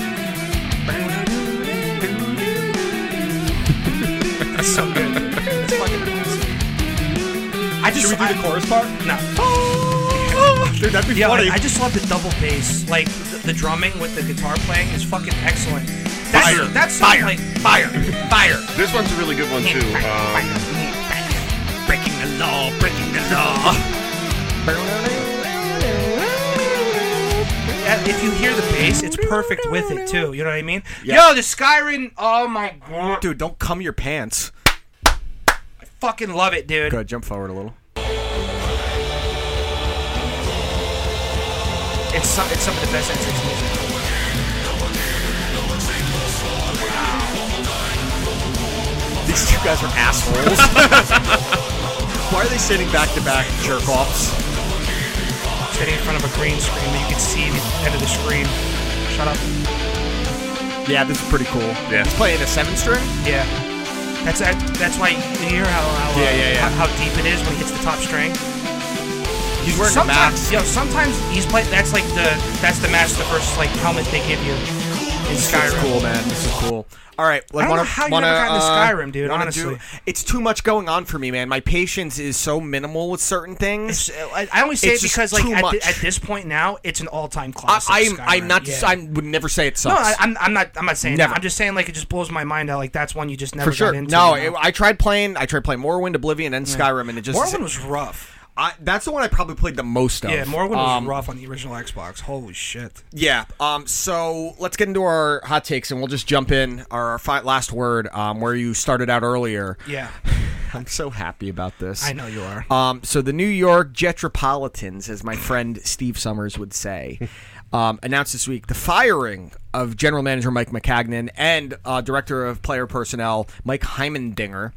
That's so good. It's fucking awesome. I just Should we do the chorus part? No. Dude, that'd be yeah, funny. I, I just love the double bass. Like the, the drumming with the guitar playing is fucking excellent. That's, Fire. That's fire. Like, fire. Fire. This one's a really good one too. Um, Breaking the law. Breaking the law. Yeah, Uh, If you hear the bass, it's perfect with it too. You know what I mean? Yo, the Skyrim. Oh my god. Dude, don't cum your pants. Fucking love it, dude. Go ahead, jump forward a little. It's some, it's some of the best entrance music. These two guys are assholes. Why are they sitting back to back jerk offs? Sitting in front of a green screen, but you can see the end of the screen. Shut up. Yeah, this is pretty cool. Yeah. He's playing a seven string? Yeah. That's that, that's why you hear how how, uh, Yeah, yeah, yeah. how how deep it is when it hits the top string. He's wearing a sometimes, mask. Yo, sometimes he's playing. That's like the that's the match, the first like helmet they give you in This Skyrim. is cool, man. This is cool. All right, I like, don't wanna, know how you wanna, never got into uh, Skyrim, dude, wanna honestly. do- it's too much going on for me, man. My patience is so minimal with certain things. I, I only say It's it just because like too at, thi- much. at this point now, it's an all time I, classic. I'm, Skyrim. I'm not. Yeah. I would never say it no, sucks. I, I'm, I'm not. I'm not saying. that. Never. I'm just saying like it just blows my mind how like that's one you just never for sure. got into. No, you it, know? I tried playing. I tried playing Morrowind, Oblivion, and Skyrim, and it just Morrowind was rough. I, that's the one I probably played the most of. Yeah, Morrowind was Um, rough on the original Xbox. Holy shit. Yeah. Um. So let's get into our hot takes, and we'll just jump in our, our fi- last word, um, where you started out earlier. Yeah. I'm so happy about this. I know you are. Um, so the New York Jetropolitans, as my friend Steve Summers would say, um, announced this week the firing of general manager Mike McCagnon and uh, director of player personnel Mike Heimendinger.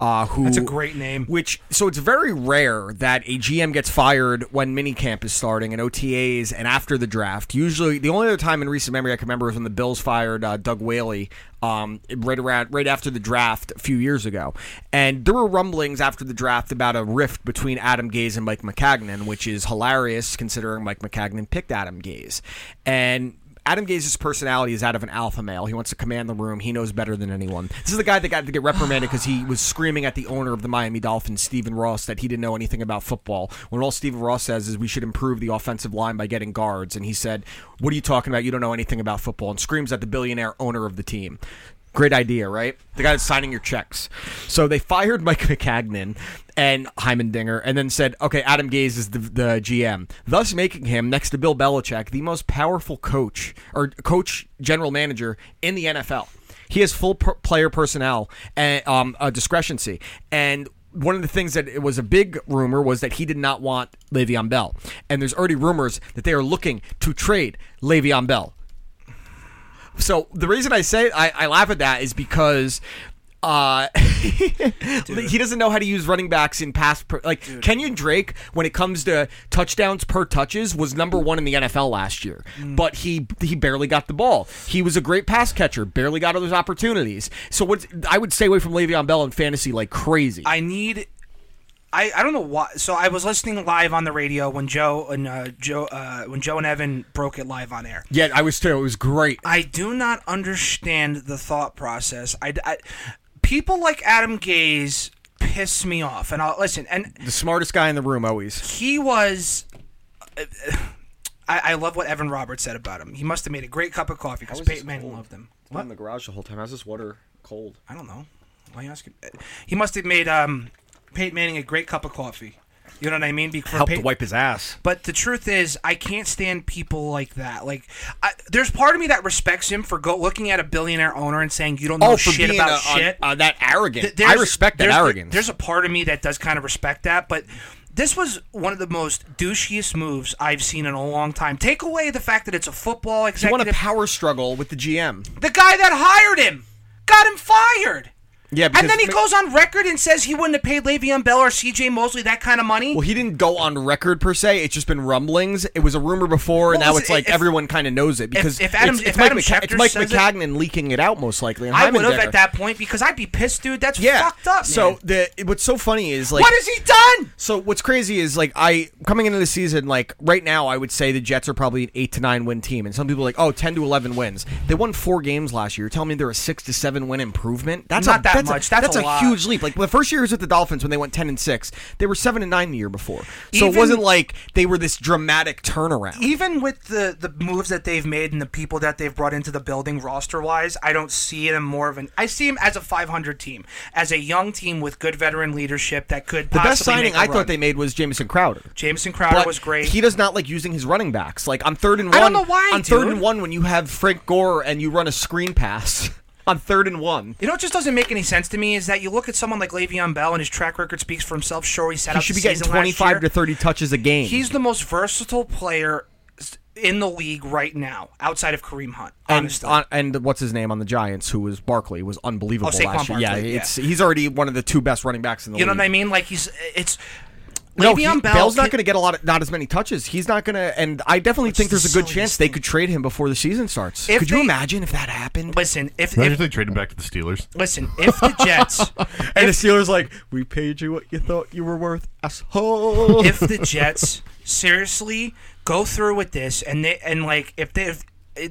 Uh, who, That's a great name. Which so it's very rare that a GM gets fired when minicamp is starting and OTAs and after the draft. Usually, the only other time in recent memory I can remember is when the Bills fired uh, Doug Whaley um, right around right after the draft a few years ago. And there were rumblings after the draft about a rift between Adam Gaze and Mike McCagnon, which is hilarious considering Mike McCagnon picked Adam Gaze and. Adam Gaze's personality is out of an alpha male. He wants to command the room. He knows better than anyone. This is the guy that got to get reprimanded because he was screaming at the owner of the Miami Dolphins, Stephen Ross, that he didn't know anything about football. When all Stephen Ross says is we should improve the offensive line by getting guards, and he said, "What are you talking about? You don't know anything about football," and screams at the billionaire owner of the team. Great idea, right? The guy that's signing your checks. So they fired Mike McCagnon and Heimendinger and then said, okay, Adam Gaze is the, the GM, thus making him, next to Bill Belichick, the most powerful coach or coach general manager in the NFL. He has full per- player personnel and um, uh, discretioncy. And one of the things that it was a big rumor was that he did not want Le'Veon Bell. And there's already rumors that they are looking to trade Le'Veon Bell. So the reason I say I, I laugh at that is because uh, he doesn't know how to use running backs in pass. Per, like Kenyon Drake, when it comes to touchdowns per touches, was number one in the NFL last year, but he he barely got the ball. He was a great pass catcher, barely got those opportunities. So what I would stay away from Le'Veon Bell in fantasy like crazy. I need. I, I don't know why. So I was listening live on the radio when Joe and uh, Joe uh, when Joe and Evan broke it live on air. yeah, I was too. It was great. I do not understand the thought process. I, I- people like Adam Gaze piss me off, and I'll listen. And The smartest guy in the room always. he was. I, I love what Evan Roberts said about him. He must have made a great cup of coffee because Peyton Manning loved him. It's been in the garage the whole time. How's this water cold? I don't know. Why are you asking? He must have made um, Peyton Manning a great cup of coffee. You know what I mean? Be- for Helped Peyton- wipe his ass. But the truth is, I can't stand people like that. Like, I, there's part of me that respects him for go looking at a billionaire owner and saying you don't know Oh, for shit being about a- a- shit. uh, that arrogant. Th- there's- I respect that there's- arrogance. There's a part of me that does kind of respect that, but This was one of the most douchiest moves I've seen in a long time. Take away the fact that it's a football He won executive. a power struggle with the GM. the guy that hired him got him fired. Yeah, because And then he ma- goes on record and says he wouldn't have paid Le'Veon Bell or C.J. Mosley that kind of money. Well, he didn't go on record per se. It's just been rumblings. It was a rumor before, and Well, now listen, it's like if- everyone kind of knows it because if Adam- it's, if it's Mike, Adam McCa- it's Schefter Mike says it- McCagnon leaking it out most likely. and I would have Heimendinger. at that point because I'd be pissed, dude. That's Yeah. fucked up. So man. the what's so funny is like what has he done? So what's crazy is like I coming into the season like right now I would say the Jets are probably an 8 to 9 win team and some people are like oh 10 to 11 wins. They won 4 games last year. Tell me they're a 6 to 7 win improvement? That's Not a, that's that much. A, That's a a, lot. huge leap. Like the first year was with the Dolphins when they went 10 and 6. They were 7 and 9 the year before. So Even- it wasn't like they were this dramatic turnaround. Even with the the moves that they've made and the people that they've brought into the building roster wise, I don't see them more of an. I see him as a 500 team, as a young team with good veteran leadership that could. The best possibly signing make a I thought run. they made was Jamison Crowder. Jameson Crowder But was great. He does not like using his running backs. Like on third and one. I don't know why, On third dude. and one, when you have Frank Gore and you run a screen pass on third and one, You know what just doesn't make any sense to me is that you look at someone like Le'Veon Bell and his track record speaks for himself. Sure, he set he out should the be getting season last year. twenty-five to thirty touches a game. He's the most versatile player s- in the league right now, outside of Kareem Hunt. and, on, and what's his name on the Giants, who was Barkley, was unbelievable Oh, Saquon last year. yeah, Barkley, yeah. it's he's already one of the two best running backs in the You know league. what I mean? Like he's it's. Mm. No, he, Le'Veon Bell Bell's can- not going to get a lot, of, not as many touches. He's not going to, and I definitely think there's a good chance they could trade him before the season starts. If could you they- imagine if that happened? Listen, if, Imagine if if they trade him back to the Steelers. listen, if the Jets, and the Steelers like, we paid you what you thought you were worth, asshole. if the Jets seriously go through with this, and they and like if they if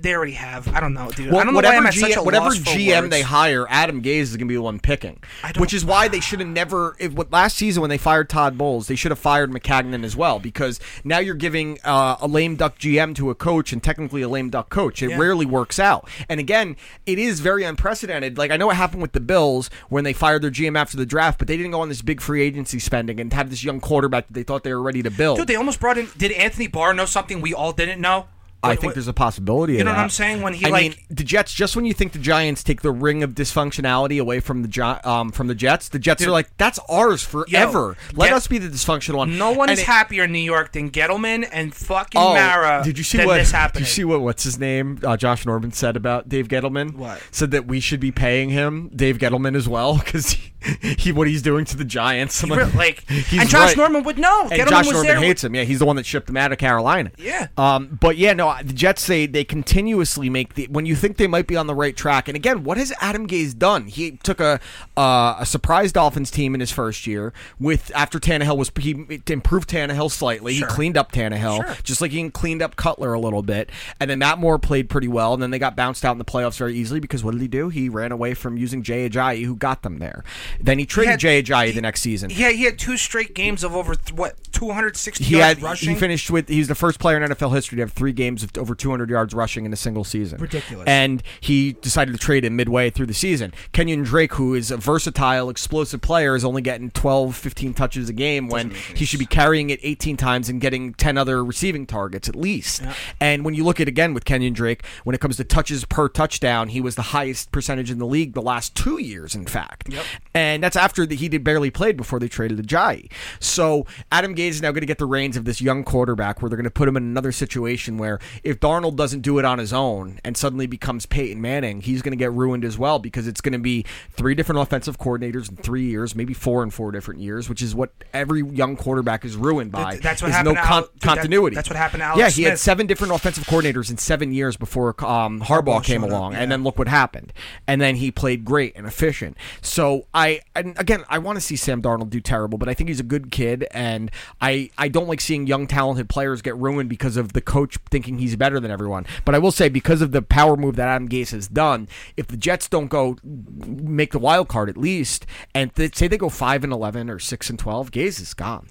they already have, I don't know, dude. I don't know why whatever I'm at GM, such a whatever loss for GM they words. hire, Adam Gaze is going to be the one picking, which is why they should have never. If, what, last season when they fired Todd Bowles, they should have fired McCagnon as well because now you're giving uh, a lame duck GM to a coach and technically a lame duck coach. It Yeah. rarely works out. And again, it is very unprecedented. Like I know what happened with the Bills when they fired their GM after the draft, but they didn't go on this big free agency spending and have this young quarterback that they thought they were ready to build. Dude, they almost brought in. Did Anthony Barr know something we all didn't know? I What- think what- there's a possibility. You of know what that. I'm saying? When he, I like- mean, the Jets, just when you think the Giants take the ring of dysfunctionality away from the Gi- um from the Jets, the Jets Dude. are like, that's ours forever. Let get- us be the dysfunctional one. No one And is it- happier in New York than Gettleman and fucking Oh, Mara. did you see than what? this Did you happening? see what? What's his name? Uh, Josh Norman said about Dave Gettleman. What? Said that we should be paying him, Dave Gettleman, as well, because he, he what he's doing to the Giants. I'm He re- like, and Josh right. Norman would know. And Gettleman Josh was Norman there. hates him. Yeah, he's the one that shipped him out of Carolina. Yeah. Um, but yeah, no, the Jets they they continuously make the when you think they might be on the right track. And again, what has Adam Gaze done? He took a uh, a surprise Dolphins team in his first year with after Tannehill was he improved Tannehill slightly. Sure. He cleaned up Tannehill just like he cleaned up Cutler a little bit. And then Matt Moore played pretty well. And then they got bounced out in the playoffs very easily because what did he do? He ran away from using Jay Ajayi, who got them there. Then he traded Jay Ajayi the next season Yeah, he had two straight games of over th- what 260 he yards had rushing. he finished with he was the first player in NFL history to have three games of over 200 yards rushing in a single season. Ridiculous. And he decided to trade him midway through the season. Kenyon Drake, who is a versatile, explosive player, is only getting 12, 15 touches a game when he should be carrying it 18 times and getting 10 other receiving targets at least. And when you look at again with Kenyon Drake, when it comes to touches per touchdown, he was the highest percentage in the league the last two years, in fact. And that's after the, he did barely played before they traded Ajayi. So Adam Gaze is now going to get the reins of this young quarterback where they're going to put him in another situation where if Darnold doesn't do it on his own and suddenly becomes Peyton Manning, he's going to get ruined as well because it's going to be three different offensive coordinators in three years, maybe four in four different years, which is what every young quarterback is ruined by. Th- that's what is happened No to con- Al- dude, that- continuity. that's what happened to Alex Yeah, he Smith. had seven different offensive coordinators in seven years before um, Harbaugh came along, and then look what happened. And then he played great and efficient. So I, and again, I want to see Sam Darnold do terrible, but I think he's a good kid, and I, I don't like seeing young talented players get ruined because of the coach thinking he's better than everyone. But I will say, because of the power move that Adam Gase has done, if the Jets don't go make the wild card at least, and th- say they go five and eleven or six and twelve, Gase is gone.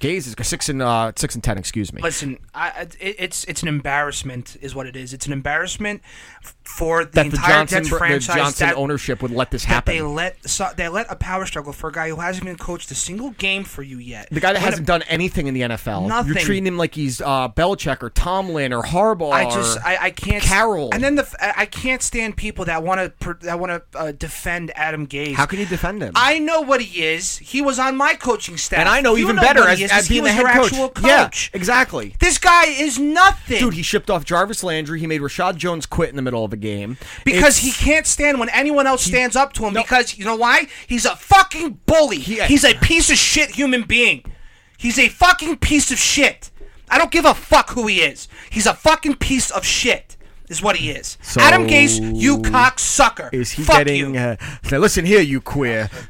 Gaze is six and uh, six and ten. Excuse me. Listen, I, I- it, it's it's an embarrassment, is what it is. It's an emembarrassment f- for the that the entire Johnson, Jets br- the franchise. Johnson that, ownership would let this that they happen. let so, they let a power struggle for a guy who hasn't even coached a single game for you yet. the guy that When a- hasn't done anything in the NFL. Nothing. You're treating him like he's uh, Belichick or Tomlin or Harbaugh. I just or- I, I can't Carroll. and then the f- I I can't stand people that want to that want to uh, defend Adam Gase. how can you defend him? I know what he is. He was on my coaching staff, and I know You even better what as, he is. because he being was the your head coach. actual Yeah, coach. exactly. This guy is nothing. Dude, he shipped off Jarvis Landry. He made Rashad Jones quit in the middle of a game It's- Because he can't stand when anyone else stands up to him. Because you know why? He's a fucking bully. He's a piece of shit human being. He's a fucking piece of shit. I don't give a fuck who he is. He's a fucking piece of shit. Is what he is. Adam Gase, you cocksucker. Is he fuck getting? Uh, now listen here, you queer.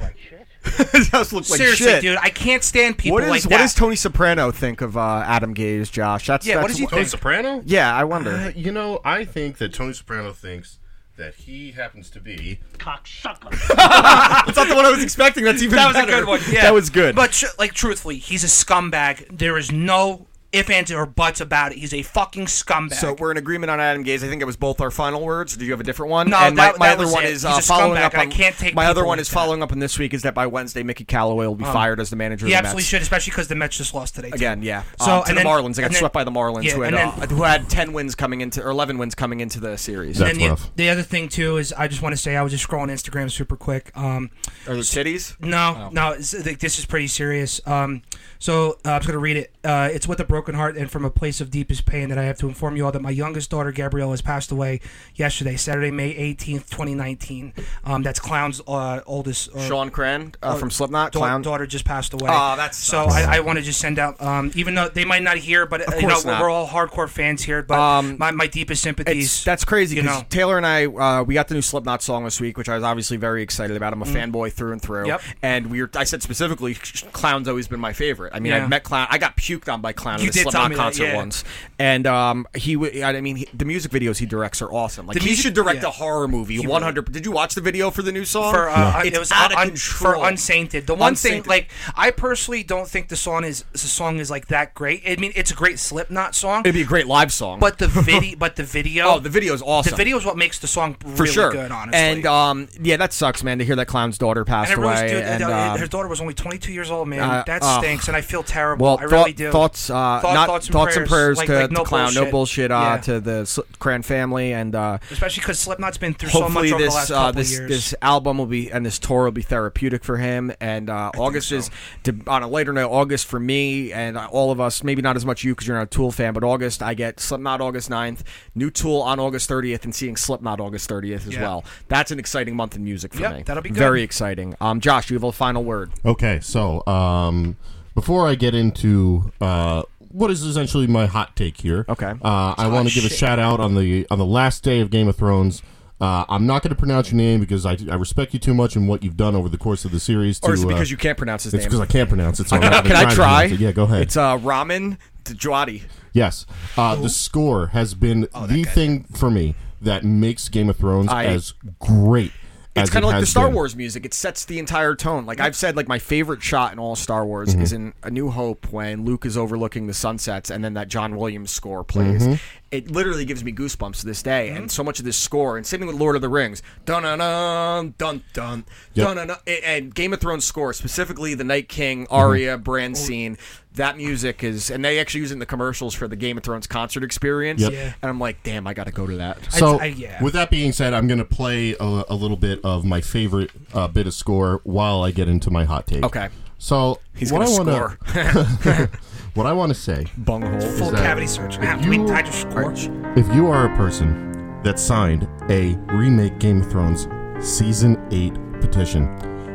His house looks like Seriously, shit. dude, I can't stand people What is like what that. does Tony Soprano think of uh, Adam Gaze, Josh? That's Yeah, That's what does he Oh, Tony think? Soprano? Yeah, I wonder. Uh, you know, I think that Tony Soprano thinks that he happens to be cocksucker. That's not the one I was expecting. That's even that was better. a good one. Yeah, That was good. But tr- like, truthfully, he's a scumbag. There is no if, ands, or buts about it. He's a fucking scumbag. So we're in agreement on Adam Gaze. I think it was both our final words. Did you have a different one? No, and my, that- my that other was one it. is He's uh, a following scumbag, up. and I on- can't take my other people one like is following up on this week is that by Wednesday Mickey Callaway will be Um, fired as the manager. of He the absolutely Mets. should, especially because the Mets just lost today. too. Again, yeah. So So um, to and the then- Marlins, I got and then- swept by the Marlins, Yeah, who, had, and then, uh, who had ten wins coming into or eleven wins coming into the series. and then the, the other thing too is I just want to say I was just scrolling Instagram super quick. Um, Are there cities? No, no. It's, like, this is pretty serious. Um, so uh, I'm just gonna read it. Uh, it's with a broken heart and from a place of deepest pain that I have to inform you all that my youngest daughter Gabrielle has passed away yesterday, Saturday, May 18th, 2019. Um, that's Clown's uh, oldest. Uh, Sean Cran uh, uh, from Slipknot. da- Clown. daughter just passed away. Aw, that so. sucks. I, I want to just send out, um, even though they might not hear, but uh, Of you know, course not. we're all hardcore fans here. But Um, my, my deepest sympathies. It's, that's crazy. You 'cause know. Taylor and I, uh, we got the new Slipknot song this week, which I was obviously very excited about. I'm a Mm. fanboy through and through. Yep. And we were, I said specifically, Clown's always been my favorite. I mean, Yeah. I met Clown. I got puked on by Clown You at a did tell Slipknot me that, concert yeah. once. And um, he, w- I mean, he, the music videos he directs are awesome. Like The he music- should direct yeah. a horror movie. He 100. Did you watch the video for the new song? for uh, un- It's it was out un- of control. for unsainted. The one Unsainted. thing, like I personally don't think the song is the song is like that great. I mean, it's a great Slipknot song, It'd be a great live song. but the video, but the video, Oh, the video's awesome. The video is what makes the song really for sure. good, honestly. And um, yeah, that sucks, man. To hear that Clown's daughter And passed I really away. do. and, um, her daughter was only 22 years old, man. uh, that uh, stinks, and I feel terrible. Well, I really thought- do. thoughts, uh, Thought- not thoughts and prayers, like- to like, the no clown, no bullshit, bullshit. uh, Yeah. to the S- Cran family, and uh, especially because Slipknot's been through so much hopefully over the this last uh, couple this years. this album will be and this tour will be therapeutic for him. And uh, August is to, on a later note. August for me and uh, all of us, maybe not as much you because you're not a Tool fan, but August I get Slipknot August 9th, new Tool on August 30th, and seeing Slipknot August 30th as Yeah. well. That's an exciting month in music for Yep, me. that'll be good. very exciting. Um, Josh, you have a final word. Okay, so um, before I get into uh, what is essentially my hot take here, okay, uh, I want to give a shout out on the on the last day of Game of Thrones. Uh, I'm not going to pronounce your name because I, I respect you too much and what you've done over the course of the series. To, Or is it uh, because you can't pronounce his it's name? because I can't pronounce it. So I'm Can not gonna I to try? pronounce it. Yeah, go ahead. It's uh, Ramen Djawadi. Yes. Uh, the score has been the thing for me that makes Game of Thrones Oh, I- as great as It's kind of it like the has Star been. Wars music. It sets the entire tone. Like I've said, like my favorite shot in all Star Wars Mhm. is in A New Hope when Luke is overlooking the sunsets, and then that John Williams score plays. Mhm. It literally gives me goosebumps to this day. Mm-hmm. And so much of this score, and same thing with Lord of the Rings, dun dun dun dun dun Yep. dun dun, and- and Game of Thrones score specifically the Night King Mm-hmm. aria brand scene. That music is, and they actually use it in the commercials for the Game of Thrones concert experience. Yep. Yeah. And I'm like, damn, I got to go to that. So, with that being said, I'm going to play a, a little bit of my favorite uh, bit of score while I get into my hot take. Okay. So, He's what I gonna want to what I want to say, bunghole, full cavity search. I have to be- I just score. If you are a person that signed a remake Game of Thrones season 8 petition,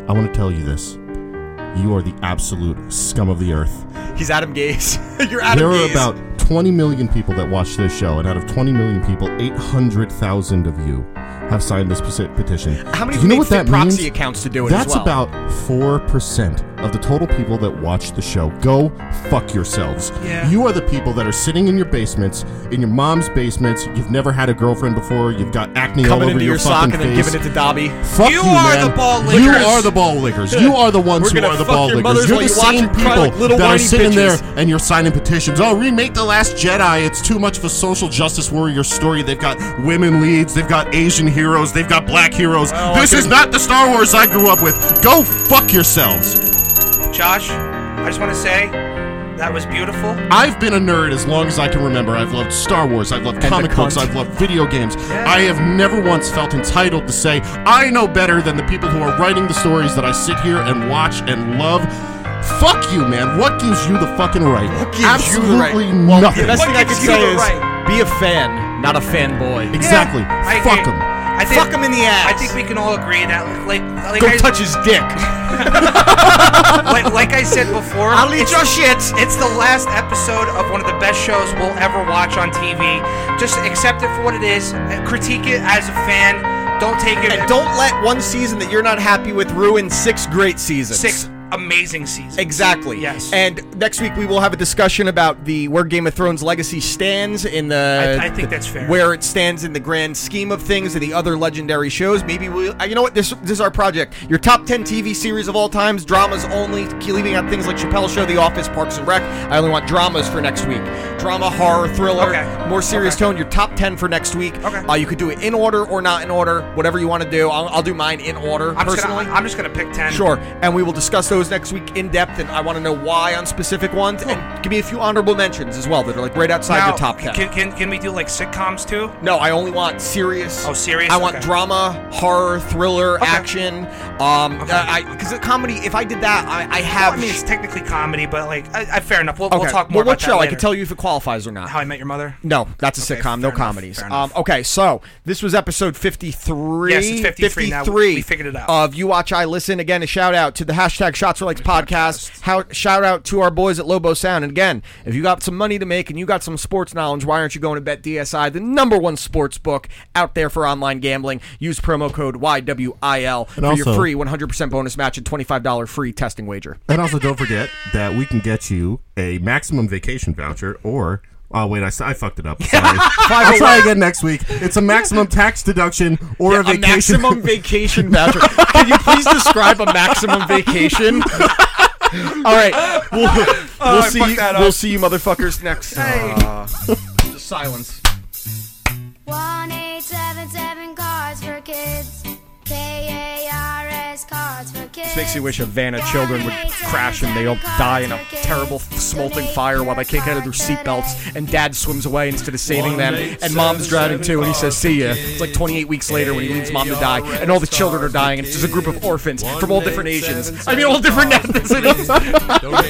I want to tell you this. You are the absolute scum of the earth. He's Adam Gaze. You're Adam there Gaze. are about 20 million people that watch this show, and out of 20 million people, 800,000 of you have signed this peti- petition. How many do you know made what that fake proxy means? accounts to do it as That's well? about 4% of the total people that watch the show. Go fuck yourselves. Yeah. You are the people that are sitting in your basements, in your mom's basements. You've never had a girlfriend before. You've got acne all coming over into your, your, sock fucking and then face. giving it to Dobby. Fuck you, man. You are the ball lickers. You are the ones We're who gonna are the fuck ball your lickers. mothers You're while the you watch same them cry people like little that are whiny sitting bitches. there and you're signing petitions. Oh, remake The Last Jedi. It's too much of a social justice warrior story. They've got women leads. They've got Asian heroes. They've got black heroes. Well, I this is couldn't- not the Star Wars I grew up with. Go fuck yourselves. Josh, I just want to say that was beautiful. I've been a nerd as long as I can remember. I've loved Star Wars, I've loved the comic books, cunt. I've loved video games. Yeah. I have never once felt entitled to say, I know better than the people who are writing the stories that I sit here and watch and love. Fuck you, man. What gives you the fucking right? Absolutely The nothing. best thing I could say is be a fan, not a fanboy. Exactly. I Fuck agree. him. I think, Fuck him in the ass. I think we can all agree that, like, like Go I, touch his dick. like, like I said before, I'll eat your shit. It's the last episode of one of the best shows we'll ever watch on TV. Just accept it for what it is. uh, Critique it as a fan. Don't take it. And don't let one season that you're not happy with ruin six great seasons. six amazing seasons. Exactly. Yes. And next week we will have a discussion about the where Game of Thrones legacy stands in the. I- I think that's fair. Where it stands in the grand scheme of things and the other legendary shows. Maybe we. will You know what? This this is our project. Your top ten TV series of all times, dramas only, leaving out things like Chappelle Show, The Office, Parks and Rec. I only want dramas for next week. Drama, horror, thriller, more serious tone. Your top ten for next week. Okay. Uh, you could do it in order or not in order, whatever you want to do. I'll, I'll do mine in order I'm just, personally. gonna, I'm just gonna pick ten. Sure, and we will discuss those next week in depth, and I want to know why on specific ones, and give me a few honorable mentions as well that are like right outside Now, your top ten. Can, can, can we do like sitcoms too? no, I only want serious. Oh, serious? I want Okay. drama, horror, thriller, action. Um, uh, I because comedy. If I did that, I, I have. I mean, it's technically comedy, but like, I, I, fair enough. We'll, we'll talk more Well, what about show? that I later. can tell you if it qualifies or not. How I Met Your Mother. No, that's a Okay, sitcom, no fair enough, comedies. fair Um, okay, so this was episode 53. Yes, it's 53 now. We- 53 we figured it out. Of You Watch, I Listen. Again, a shout out to the hashtag Shots for Likes podcast. How, shout out to our boys at Lobo Sound. And again, if you got some money to make and you got some sports knowledge, why aren't you going to Bet DSI, the number one sports book out there for online gambling? Use promo code YWIL for your also- free 100% bonus match and $25 free testing wager. And also, don't forget that we can get you a maximum vacation voucher or. Oh wait, I, s- I fucked it up. Sorry. I'll try again next week. It's a maximum tax deduction or Yeah, a vacation. maximum vacation voucher. Can you please describe a maximum vacation? All right, we'll, we'll Oh, I see. fucked You, that up. we'll see you, motherfuckers, next. Uh, just silence. One eight seven seven cards for kids. K A R S cards for kids. This makes me wish a van of children would crash and they all die in a terrible smolting fire while they can't get out of their seatbelts. And dad swims away instead of saving them. And mom's drowning too, and he says, "See ya." It's like 28 weeks later when he leaves mom to die, and all the children are dying, and it's just a group of orphans from all different Asians. I mean, all different ethnicities.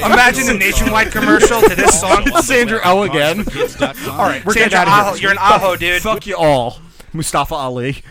Imagine a nationwide commercial to this song. It's Andrew O again. all right, we're Sandra getting out of Aho- here. you're an Aho, dude. Fuck you all, Mustafa Ali.